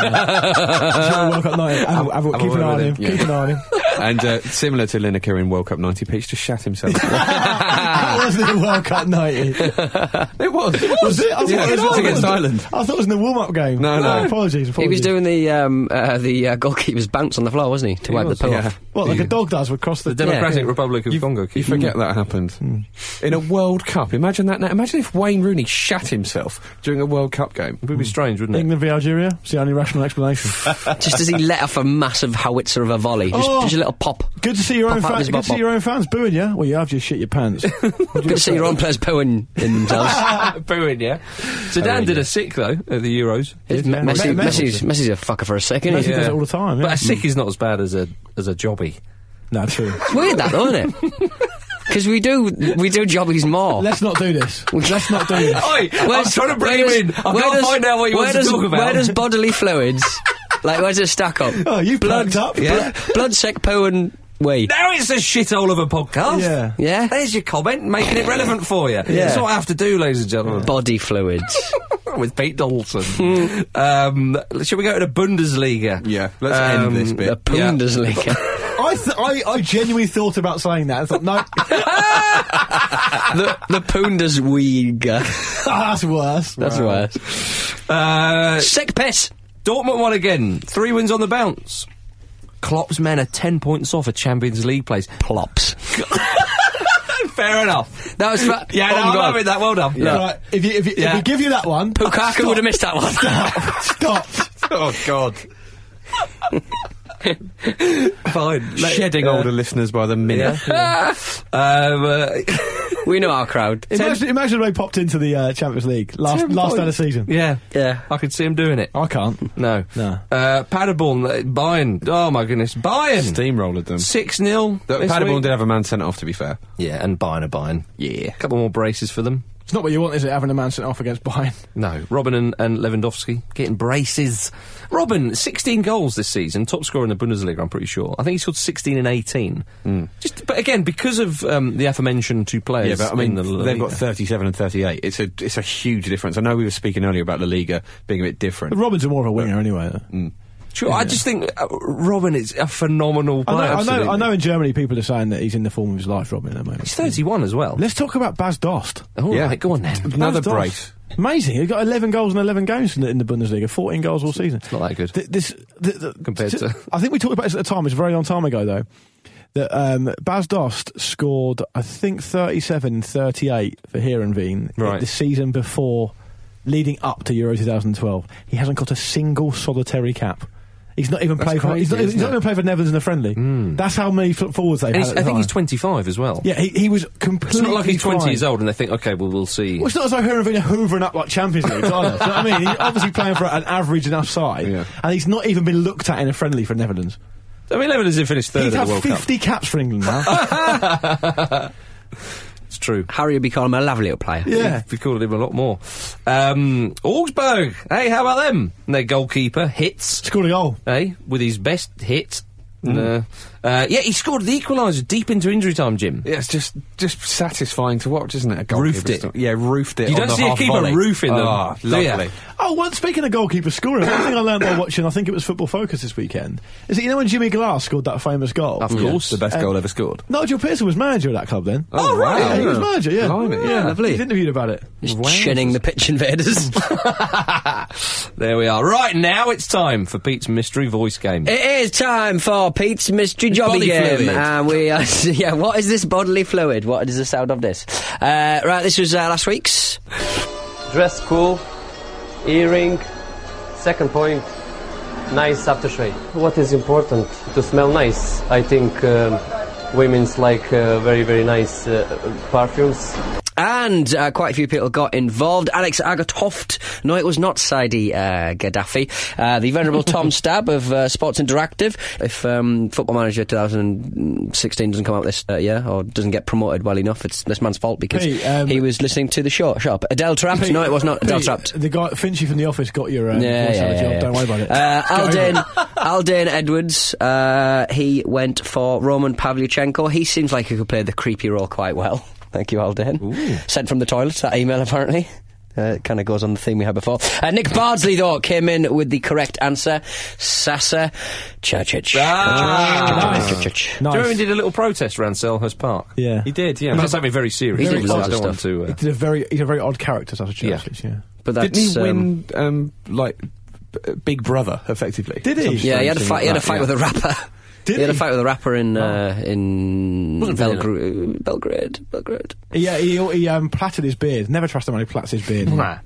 A: work at night. Have a- have a-
B: Have a
A: Keep an
B: word
A: eye on him.
B: with him,
A: Keep an eye on him.
B: and uh, similar to Lineker in World Cup 90, Peach just shat himself.
A: That wasn't in World Cup 90.
B: it was. It
A: Was it? I thought
B: Yeah,
A: it was-
B: it was against Ireland.
A: I thought it was in the warm-up game.
B: No, no.
A: Apologies, apologies.
D: He was doing the um, uh, the uh, goalkeeper's bounce on the floor, wasn't he, to wipe
C: was,
D: the poo
B: Yeah.
D: off?
A: What, like a dog does across the...
C: The Democratic Republic of
B: You-
C: Congo.
B: You forget that happened in a World Cup. Imagine that. Now. Imagine if Wayne Rooney shat himself during a World Cup game.
C: It would be strange, wouldn't it?
A: England v Algeria? It's the only rational explanation.
D: Just as he let off a massive howitzer of a volley, just,
A: Oh.
D: just a little pop.
A: Good to see your
D: Pop
A: own
D: up
A: fans.
D: his
A: Good
D: bop
A: to see
D: bop.
A: your own fans booing you. Well, you have just shit your pants.
D: Good to see your own players pooing in themselves.
C: Booing, yeah. Zidane did a sick though at the Euros,
D: It's
A: Yeah.
D: Me- Messi,
A: Me-
D: Messi's, Messi's a fucker for a second.
A: Messi
D: Isn't
A: does
C: Yeah.
A: it all the time.
C: but
A: Yeah.
C: a sick is not as bad as a as a jobby.
A: No, true.
D: It's weird that, though, isn't it? Because we do we do jobbies more.
A: Let's not do this. Let's not do this.
C: Oi,
D: Where's- where does- where does- where does, Where does bodily fluids, like where's it stack up?
A: Oh, you've plugged up.
D: Blood, blood sick, poo, and wee.
C: now it's a shithole of a podcast.
A: Yeah.
D: Yeah.
C: There's your comment, making it relevant for you.
A: Yeah.
C: That's what I have to do, ladies and gentlemen.
D: Body fluids.
C: With Pete Donaldson. um, should we go to the Bundesliga? Um,
B: Yeah, let's end this bit.
D: Um, the Bundesliga.
A: I, th- I, I genuinely thought about saying that. I thought, no,
D: the the Bundesliga.
A: that's worse.
D: That's worse.
C: Uh,
D: Sick piss.
C: Dortmund won again. Three wins on the bounce. Klopp's men are ten points off a Champions League place.
D: Plops.
C: Fair enough.
D: That was fa-
C: Yeah, no,
D: Oh my
C: I'm
D: God.
C: loving that. Well done.
A: Right, if, you, if, you,
C: Yeah.
A: if we give you that one,
D: Bukaka would have missed that one.
A: stop.
B: oh God!
C: Fine. Let- uh,
B: Shedding older listeners by the minute.
C: Um, uh,
D: we know our crowd.
A: Imagine, imagine they popped into the uh, Champions League last last out of season.
C: yeah,
D: Yeah.
C: I could see him doing it.
A: I can't.
C: No.
A: No.
C: Uh, Paderborn, uh, Bayern. Oh, my goodness. Bayern.
B: Steamrolled them.
C: 6 0.
B: Look, Paderborn did have a man sent off. To be fair,
C: Yeah, and Bayern are Bayern. Yeah. A couple more braces for them.
A: It's not what you want, is it? Having a man sent off against Bayern.
C: No. Robin and, and Lewandowski getting braces. Robin, 16 goals this season. Top scorer in the Bundesliga, I'm pretty sure. I think he scored 16 and 18. Just, But again, because of um, the aforementioned two
B: yeah,
C: players.
B: but I mean
C: in the La
B: they've got
C: Liga.
B: 37 and 38. It's a it's a huge difference. I know we were speaking earlier about La Liga being a bit different.
A: Robin's more of a winger anyway. though.
C: Sure, I just think uh, Robin is a phenomenal
A: I, know, I,
C: player.
A: know, I
C: Oh, absolutely.
A: know in Germany people are saying that he's in the form of his life, Robin, at the moment.
C: He's 31 as well.
A: Let's talk about Baz Dost.
C: All
B: Yeah.
C: right, go on then.
B: Another
A: Baz Dost.
B: brace.
A: Amazing. He got 11 goals in 11 games in the, in the Bundesliga, 14 goals all season. It's
C: not that good.
A: this, th- th-
C: Compared
A: t-
C: to-
A: I think we talked about this at the time, it's a very long time ago though, that um, Baz Dost scored, I think, 37 and 38 for Heerenveen
C: Right.
A: the season before, leading up to Euro 2012. He hasn't got a single solitary cap. He's not even
B: That's
A: played for. He's
B: crazy,
A: not, he's
B: isn't
A: not
B: it?
A: even played for Netherlands in a friendly. That's how many f- forwards they've
C: Hmm. And
A: had.
C: he's,
A: at the
C: I think he's
A: time.
C: 25 as well.
A: uh, Yeah, he, he was
C: It's
A: completely.
C: not like he's 20
A: fine.
C: years old and they think, okay, well, we'll see.
A: Well, it's not as though Heerenveen are hoovering up like Champions League, either. Do you know what I mean? He's obviously playing for an average enough side,
B: Yeah.
A: and he's not even been looked at in a friendly for Netherlands.
C: I mean, Lebanon did finish third
A: He'd
C: in the
A: have
C: World Cup.
A: 50 caps for England now.
C: It's true.
D: Harry would be calling him a lovely little player.
A: yeah.
C: We called him a lot more. Um, Augsburg. Hey, how about them? And their goalkeeper hits,
A: Scored a goal.
C: eh, with his best hit. Uh, uh, yeah, he scored the equaliser deep into injury time, Jim.
B: Yeah, it's just just satisfying to watch, isn't it? A goalkeeper
C: Roofed it.
B: st- Yeah, roofed it.
C: You
B: on
C: don't
B: the
C: see a
B: half
C: keeper
B: volley.
C: roofing them,
B: Ah,
C: do ya?
B: lovely.
A: Oh, well, speaking of goalkeeper scoring, one thing I learned by watching, I think it was Football Focus this weekend, is that you know when Jimmy Glass scored that famous goal?
B: Of course, the best
A: Um,
B: goal ever scored.
A: Nigel Pearson was manager of that club then.
B: Oh, Oh, right.
A: Yeah, he was
B: wow.
A: manager, yeah.
B: Blimey. Yeah,
D: lovely.
A: He's interviewed about it.
D: Just chinning the pitch invaders.
C: There we are. Right now, it's time for Pete's mystery voice game.
D: it is time for Pete's mystery jobby
C: Bodily
D: game,
C: fluid.
D: and we are yeah. What is this bodily fluid? What is the sound of this? Uh, right, this was uh, last week's.
E: dress cool, earring. Second point, nice aftershave. What is important to smell nice? I think um, women's like uh, very very nice uh, perfumes.
D: And uh, quite a few people got involved. Alex Agathoft. No, it was not Saidi uh, Gaddafi. Uh, the venerable Tom Stab of uh, Sports Interactive. If um, Football Manager 2016 doesn't come out this uh, year or doesn't get promoted well enough, it's this man's fault because
A: Pete, um,
D: he was listening to the short shop. Adele Trapped. no, it was not Adele
A: Pete,
D: Trapped.
A: The guy, Finchy from The Office got your um,
D: Yeah,
A: voice
D: yeah,
A: out of
D: yeah,
A: job.
D: yeah.
A: Don't worry about it.
D: Uh,
A: Go
D: Aldane,
A: over it.
D: Aldane Edwards, uh, he went for Roman Pavlyuchenko. He seems like he could play the creepy role quite well. Thank you, Aldane. Sent from the toilet, that email apparently. Uh, kind of goes on the theme we had before. Uh, Nick Bardsley, though, came in with the correct answer. Sasa Churchich.
C: Ah.
D: Churchich.
C: Do you remember
A: Nice.
C: he did a little protest around Selhurst Park?
A: Yeah.
C: He did, yeah. That's something very serious.
D: He did
C: so I
D: loads
C: don't
D: of
C: want
D: stuff.
C: to. Uh,
A: He did a very, he's a very odd character, Sasha Churchlich, yeah.
D: But
B: Didn't he
D: um,
B: win, um, like, b- uh, Big Brother, effectively?
A: Did he?
B: Some
D: Yeah, he had a
B: strange
D: fight. He had a
B: thing
D: fight
B: like
D: with
B: that,
D: a rapper.
A: Did
D: he had a
A: he?
D: fight with a rapper in uh, in
B: Wasn't Villa.
D: Belgrade, Belgrade, Belgrade.
A: Yeah, he, he um, plaited his beard. Never trust a man who plaits his beard.
C: nah.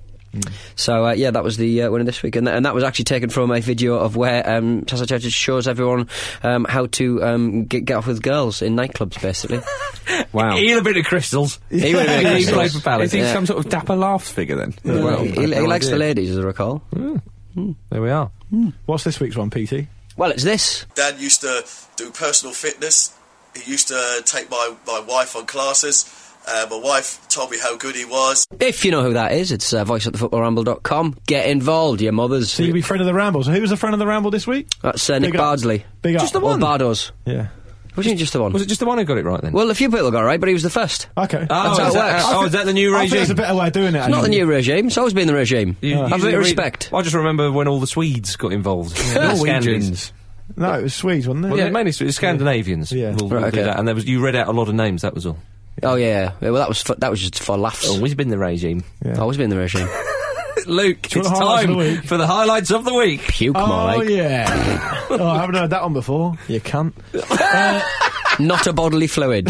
D: So uh, yeah, that was the uh, winner this week, and, th- and that was actually taken from a video of where um, Tessa Church shows everyone um, how to um, get, get off with girls in nightclubs, basically.
B: Wow.
C: He'll have been at Crystals.
D: He would've been at
C: He played
D: Crystals.
C: for Palace.
B: Is he
D: Yeah.
B: some sort of dapper laughs figure then? as
D: Uh,
B: well?
D: he
B: I
D: he
B: had no
D: likes the
B: idea.
D: ladies, as I recall.
C: There we are.
A: What's this week's one, PT?
D: Well, it's this.
F: Dad used to do personal fitness. He used to take my, my wife on classes. Uh, my wife told me how good he was.
D: If you know who that is, it's uh, voiceatthefootballramble.com. Get involved, your mothers.
A: So you'll be friend of the Ramble. So who was the friend of the Ramble this week?
D: That's uh, Nick
A: Big up.
D: Bardsley.
A: Big up.
C: Just the
D: Or
C: one.
D: Bardos.
A: Yeah.
D: What do you mean just the one?
C: Was it just the one who got it right then?
D: Well, a few people got it right, but he was the first.
A: Okay.
C: Oh,
D: that's how
C: is
D: it
C: that-
D: works.
C: oh, is that the new
A: I think
C: regime?
A: that's a better way of doing it.
D: It's not the
A: actually.
D: new regime. It's always been the regime.
C: You-
D: Have a
C: usually
D: bit of
C: read-
D: respect.
C: I just remember when all the Swedes got involved. The Scandinavians.
B: Norwegians.
A: No, it was Swedes, wasn't it?
C: Well, yeah, mainly Swedes. Scandinavians.
A: Yeah.
C: Will, will
D: Right,
C: do
D: okay.
C: that. And there was, you read out a lot of names, that was all.
D: Oh yeah. yeah. Well, that was for, that was just for laughs.
C: Always Oh, been the regime.
A: Yeah.
D: Always been the regime.
C: Luke,
A: you
C: it's
A: want the highlights
C: time
A: of the week?
C: for the highlights of the week.
D: Puke,
A: Oh,
D: my like.
A: yeah. oh, I haven't heard that one before. You cunt.
D: Not a bodily fluid.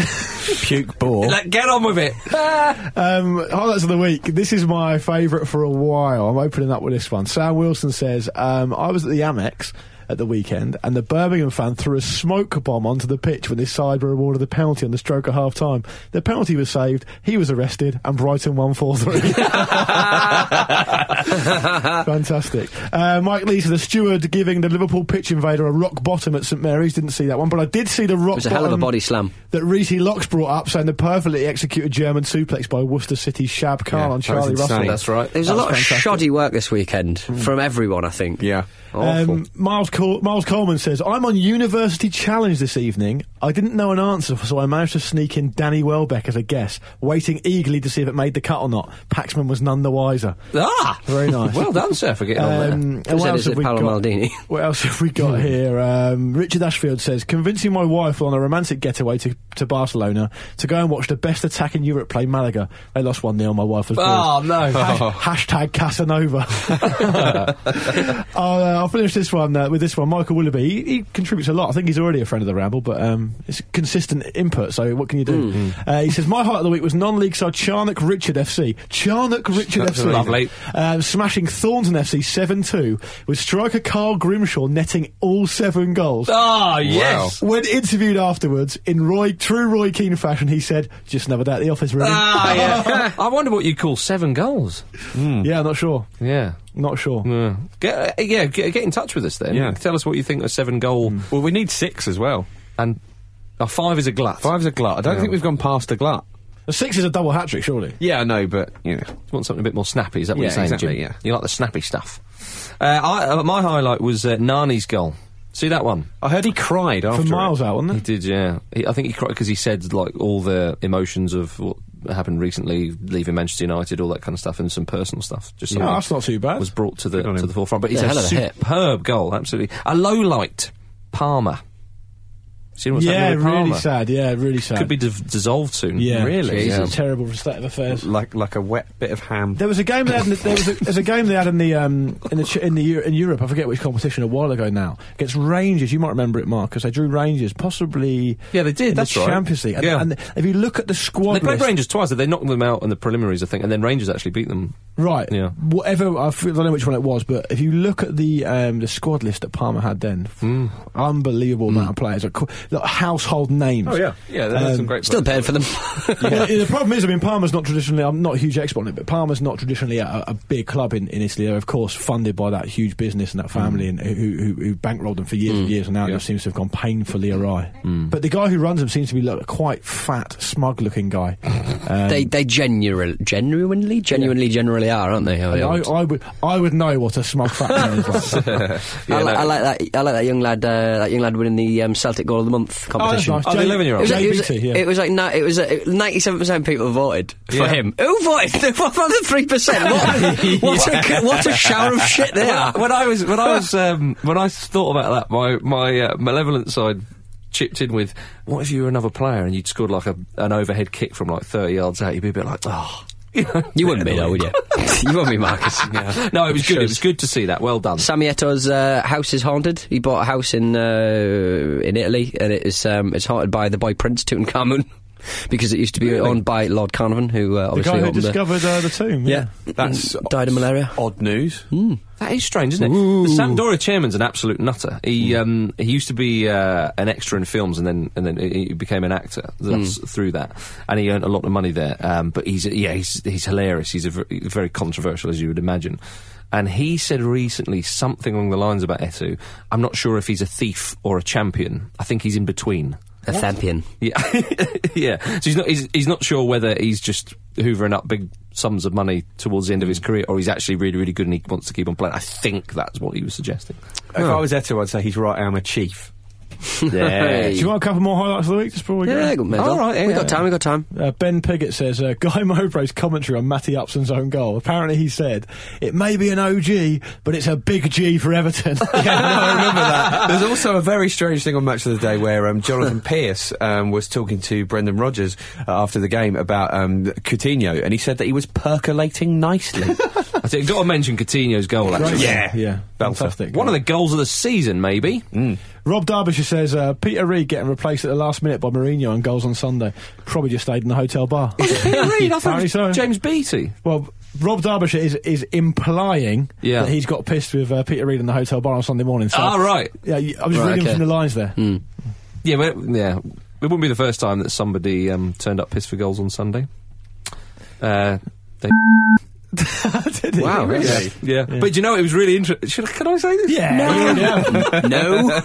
B: Puke bore.
C: Like, get on with it.
A: Um, highlights of the week. This is my favourite for a while. I'm opening up with this one. Sam Wilson says, um, I was at the Amex at the weekend and the Birmingham fan threw a smoke bomb onto the pitch when his side were awarded the penalty on the stroke at half time. The penalty was saved, he was arrested, and Brighton won 4 3. Fantastic. Uh, Mike Lee, so the steward giving the Liverpool pitch invader a rock bottom at St Mary's. Didn't see that one, but I did see the rock
D: It was a hell of a
A: bottom
D: body slam.
A: that Reece Locks brought up, saying the perfectly executed German suplex by Worcester City's Shab Khan
B: Yeah,
A: on
B: that
A: Charlie
B: was
A: Russell.
B: insane.
C: That's right.
D: There was a lot of shoddy work this weekend
C: Hmm.
D: from everyone, I think.
B: Yeah.
D: Awful.
A: Um, Miles, Col- Miles Coleman says, I'm on University Challenge this evening. I didn't know an answer, so I managed to sneak in Danny Welbeck as a guess, waiting eagerly to see if it made the cut or not. Paxman was none the wiser.
C: Ah!
A: Very nice.
C: well done, sir, for getting on there.
A: Um,
D: Oh, Who
A: what
D: said
A: else
D: it's
A: have we
D: Paolo
A: got?
D: Maldini?
A: What else have we got here? Um, Richard Ashfield says, convincing my wife on a romantic getaway to, to Barcelona to go and watch the best attack in Europe play Malaga. They lost 1 0, my wife was
C: Oh,
D: Ah,
A: bored.
C: no.
A: Hash- hashtag Casanova. I'll, uh, I'll finish this one uh, with this one. Michael Willoughby, he, he contributes a lot. I think he's already a friend of the Ramble, but um, um, it's consistent input. So what can you do?
C: Hmm.
A: Uh, he says my highlight of the week was non-league side Charnock Richard FC. Charnock Richard
B: That's
A: FC,
B: lovely.
A: Um, smashing Thornton FC seven two with striker Carl Grimshaw netting all seven goals.
C: Ah, yes.
A: When interviewed afterwards, in Roy true Roy Keane fashion, he said, "Just never doubt the office, really."
C: Ah, yeah. I wonder what you'd call seven goals.
A: yeah, not sure,
C: Yeah.
A: not sure.
C: Yeah, get, uh, yeah, get, get in touch with us then.
B: Yeah.
C: Tell us what you think a seven goal
B: Well, we need six as well.
C: and a five is a glut.
B: Five's a glut. I don't think we've gone past a glut.
A: A six is a double hat trick, surely.
B: Yeah, I know, but you know.
C: You want something a bit more snappy, is that what
B: Yeah,
C: you're saying,
B: exactly,
C: Jim?
B: yeah.
C: You like the snappy stuff. Uh, I, uh, my highlight was uh, Nani's goal. See that one?
B: I heard he cried after
A: For
B: it.
A: miles out, wasn't
C: He
A: it?
C: did, yeah. He, I think he cried because he said like all the emotions of what happened recently, leaving Manchester United, all that kind of stuff, and some personal stuff. Just
A: No,
C: something
A: that's not too bad.
C: was brought to the
B: on
C: to
B: him.
C: the forefront. But he's
D: Yeah,
C: a
D: hell of a hit.
C: superb goal, absolutely. A low light, Palmer. Seen what's
A: yeah,
C: happening with
A: really
C: Palmer?
A: sad. Yeah, really sad.
C: Could be div- dissolved soon.
A: Yeah,
B: Really?
A: it's
B: Yeah.
A: a terrible state of affairs.
B: Like like a wet bit of ham.
A: There was a game they had. In the, there was a, there's a game they had in the um, in the Ch- in the Eu- in Europe. I forget which competition a while ago now. Against Rangers, you might remember it, Mark, because they drew Rangers, possibly.
C: Yeah, they did,
A: In
C: that's
A: the
C: right.
A: Champions League. And,
C: Yeah.
A: and if you look at the squad,
C: They played
A: list-
C: Rangers twice. They knocked them out in the preliminaries, I think, and then Rangers actually beat them.
A: right?
C: Yeah.
A: Whatever, I feel- I don't know which one it was, but if you look at the um, the squad list that Palmer had then,
C: Mm.
A: unbelievable amount of players, like, co- like household names.
C: Oh,
B: yeah. They had
A: Um,
B: some great.
D: Still paying for them.
A: Well, the problem is, I mean, Parma's not traditionally. I'm not a huge expert on it, but Parma's not traditionally a, a big club in, in Italy. They're of course funded by that huge business and that
D: Mm.
A: family, and who, who, who bankrolled them for years and years, and now it just seems to have gone painfully awry.
D: Mm.
A: But the guy who runs them seems to be like, a quite fat, smug-looking guy. Um,
D: they they genuinely, genuinely, genuinely, generally are, aren't they? Oh,
A: and
D: yeah.
A: I, Uh, I would, I would know what a smug fat man is like.
D: I, li- I like that. I like that young lad. Uh, that young lad winning the um, Celtic Goal of the Month competition.
A: nice.
C: Oh, the
A: Jay-
C: 11-year-old.
D: It was,
A: Jay
D: like, it, was,
A: Beattie, yeah.
D: it was like ni- it was ninety-seven percent people voted for him. Who voted for the three percent? What, what, a, what a shower of shit they are!
C: When I was when I was um, when I thought about that, my my uh, malevolent side chipped in with, "What if you were another player and you'd scored like a, an overhead kick from like thirty yards out? You'd be a bit like, oh."
D: You wouldn't be though, would you? you wouldn't be, Marcus.
C: No, it was good. It was good to see that. Well done.
D: Sammy Eto's uh, house is haunted. He bought a house in uh, in Italy, and it is um, it's haunted by the boy Prince Tutankhamun because it used to be owned by Lord Carnarvon, who uh,
A: the
D: obviously
A: guy who
D: opened the-
A: discovered uh, the tomb.
D: yeah, Mm.
B: That's
D: died of malaria.
B: odd news.
C: That is strange, isn't it? The Sampdoria chairman's an absolute nutter. He um, he used to be uh, an extra in films, and then and then he he became an actor that's through that, and he earned a lot of money there. Um, but he's yeah, he's he's hilarious. He's a ver- very controversial, as you would imagine. And he said recently something along the lines about Etu. I'm not sure if he's a thief or a champion. I think he's in between.
D: A champion.
C: Yeah, yeah. So he's not he's, he's not sure whether he's just hoovering up big sums of money towards the end of his career, or he's actually really really good and he wants to keep on playing. I think that's what he was suggesting.
B: If I was Eto, I'd say he's right. I'm a chief.
A: Do you want a couple more highlights of the week? Just before we go?
D: Yeah, good man.
C: All right, yeah,
D: we
C: yeah.
D: got time. We got time.
A: Uh, ben Piggott says uh, Guy Mowbray's commentary on Matty Upson's own goal. Apparently, he said it may be an OG, but it's a big G for Everton.
B: I remember that. There's also a very strange thing on Match of the Day where um, Jonathan Pearce um, was talking to Brendan Rodgers uh, after the game about um, Coutinho, and he said that he was percolating nicely.
C: I think got to mention Coutinho's goal actually.
B: Yeah.
A: yeah,
B: Belter.
A: fantastic.
C: One of the goals of the season, maybe.
A: Rob Derbyshire says uh, Peter Reid getting replaced at the last minute by Mourinho on goals on Sunday. Probably just stayed in the hotel bar.
C: Peter Reid, I thought it
A: Apparently
C: was
A: so.
C: James Beattie.
A: Well, Rob Derbyshire is is implying
C: Yeah.
A: that he's got pissed with uh, Peter Reid in the hotel bar on Sunday morning. So,
C: Ah, right. Hmm.
A: Yeah, you- I'm just
D: Right,
A: reading
D: okay.
A: from the lines there.
C: Yeah, well, yeah. It wouldn't be the first time that somebody um, turned up pissed for goals on Sunday. Uh, they
A: Did he?
D: Wow, really?
A: Yeah.
C: Yeah. But you know, it was really interesting. Can I say this?
A: Yeah. yeah.
D: No,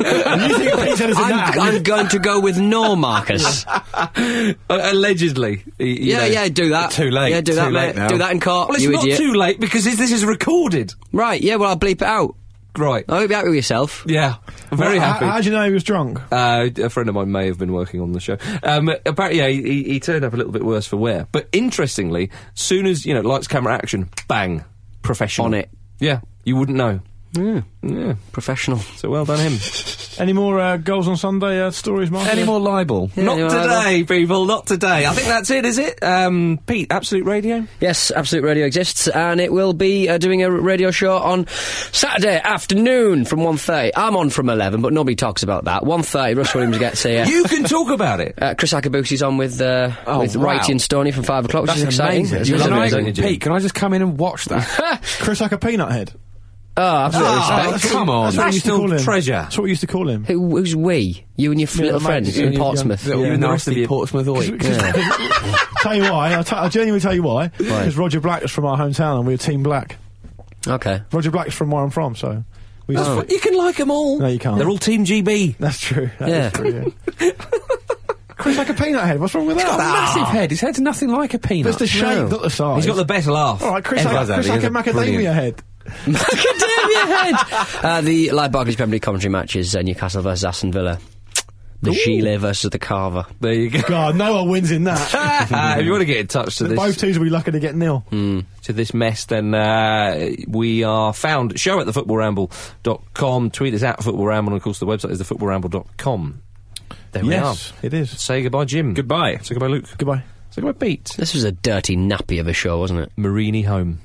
A: you think Peter said it's a
D: I'm,
A: nag?
D: I'm going to go with no, Marcus.
C: Uh, allegedly. y- you
D: yeah,
C: know.
D: yeah, do that.
B: Too late,
D: Yeah, do
B: too
D: that,
B: late
D: mate.
B: now.
D: Do that in court.
C: Well, it's
D: you
C: not
D: idiot.
C: too late because this, this is recorded.
D: right. Yeah, well, I'll bleep it out.
C: Right.
D: I hope you're happy with yourself.
C: Yeah. I'm very
A: Well, how-
C: happy.
A: How do you know he was drunk?
C: Uh, a friend of mine may have been working on the show. Um, apparently, yeah, he, he- he turned up a little bit worse for wear. But interestingly, soon as you know, lights, camera, action, bang, professional
D: On it.
C: Yeah, you wouldn't know.
D: Yeah,
C: Yeah.
D: professional.
C: So well done him.
A: Any more uh, goals on Sunday uh, stories, Mark?
B: Any more libel?
C: not
D: you're right,
C: today, people. Not today. I think that's it. Is it, um, Pete? Absolute Radio.
D: Yes, Absolute Radio exists, and it will be uh, doing a radio show on Saturday afternoon from 1.30. I'm on from 11, but nobody talks about that. 1.30, Russ Williams gets here.
B: You can talk about it.
D: Uh, Chris Akabusi's on with, uh,
B: Oh,
D: with
B: wow.
D: Righty and Stoney from 5 o'clock, which is exciting.
A: amazing.
D: You
B: Can
D: love
B: I-
D: it, don't you, Jim?
B: Pete, can I just come in and watch that?
A: Chris like a peanut head.
D: Oh, absolutely.
B: Oh,
D: respect.
B: come on.
A: That's what we used to
B: National
A: call him.
B: treasure.
A: That's what we used to call him.
D: Who, who's we? You and your f-
A: Me and
D: little
A: my mates,
D: friends
A: yeah,
D: in
A: yeah,
D: Portsmouth.
A: yeah.
B: Little
A: Yeah,
B: nasty Portsmouth oik.
A: tell you why. I'll, t- I'll genuinely tell you why. Because Roger Black was from our hometown, and we were Team Black.
D: Okay.
A: Roger Black's from where I'm from, so we used
B: Oh.
A: to-
C: You can like them all.
A: No, you can't.
C: They're all Team GB.
A: That's true. That is
D: Yeah.
A: true, yeah. Chris like a peanut head. What's wrong with that? Ah,
B: Got a massive head. His head's nothing like a
A: But
B: peanut.
A: It's the shape,
B: No.
A: not the size.
C: He's got the better laugh.
A: All right, Chris,
B: Everyone
A: like,
B: does that,
A: Chris
B: he
A: like a
B: is
A: macadamia
B: brilliant.
A: head.
D: Macadamia head! Uh, the Live Barclays Premier League commentary match is uh, Newcastle versus Aston Villa. The Sheila versus the Carver.
C: There you go.
A: God, no one wins in that.
C: Ah, if you want to get in touch to this
A: Both teams will be lucky to get nil.
B: Hmm.
C: to this mess, then uh, we are found at show at thefootballramble.com. Tweet us at football ramble, and of course the website is thefootballramble.com. There
A: Yes,
C: we are.
A: it is.
C: Say goodbye, Jim.
B: Goodbye.
C: Say goodbye, Luke.
A: Goodbye.
C: Say goodbye, Pete.
D: This was a dirty nappy of a show, wasn't it?
C: Marini home.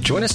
G: Join us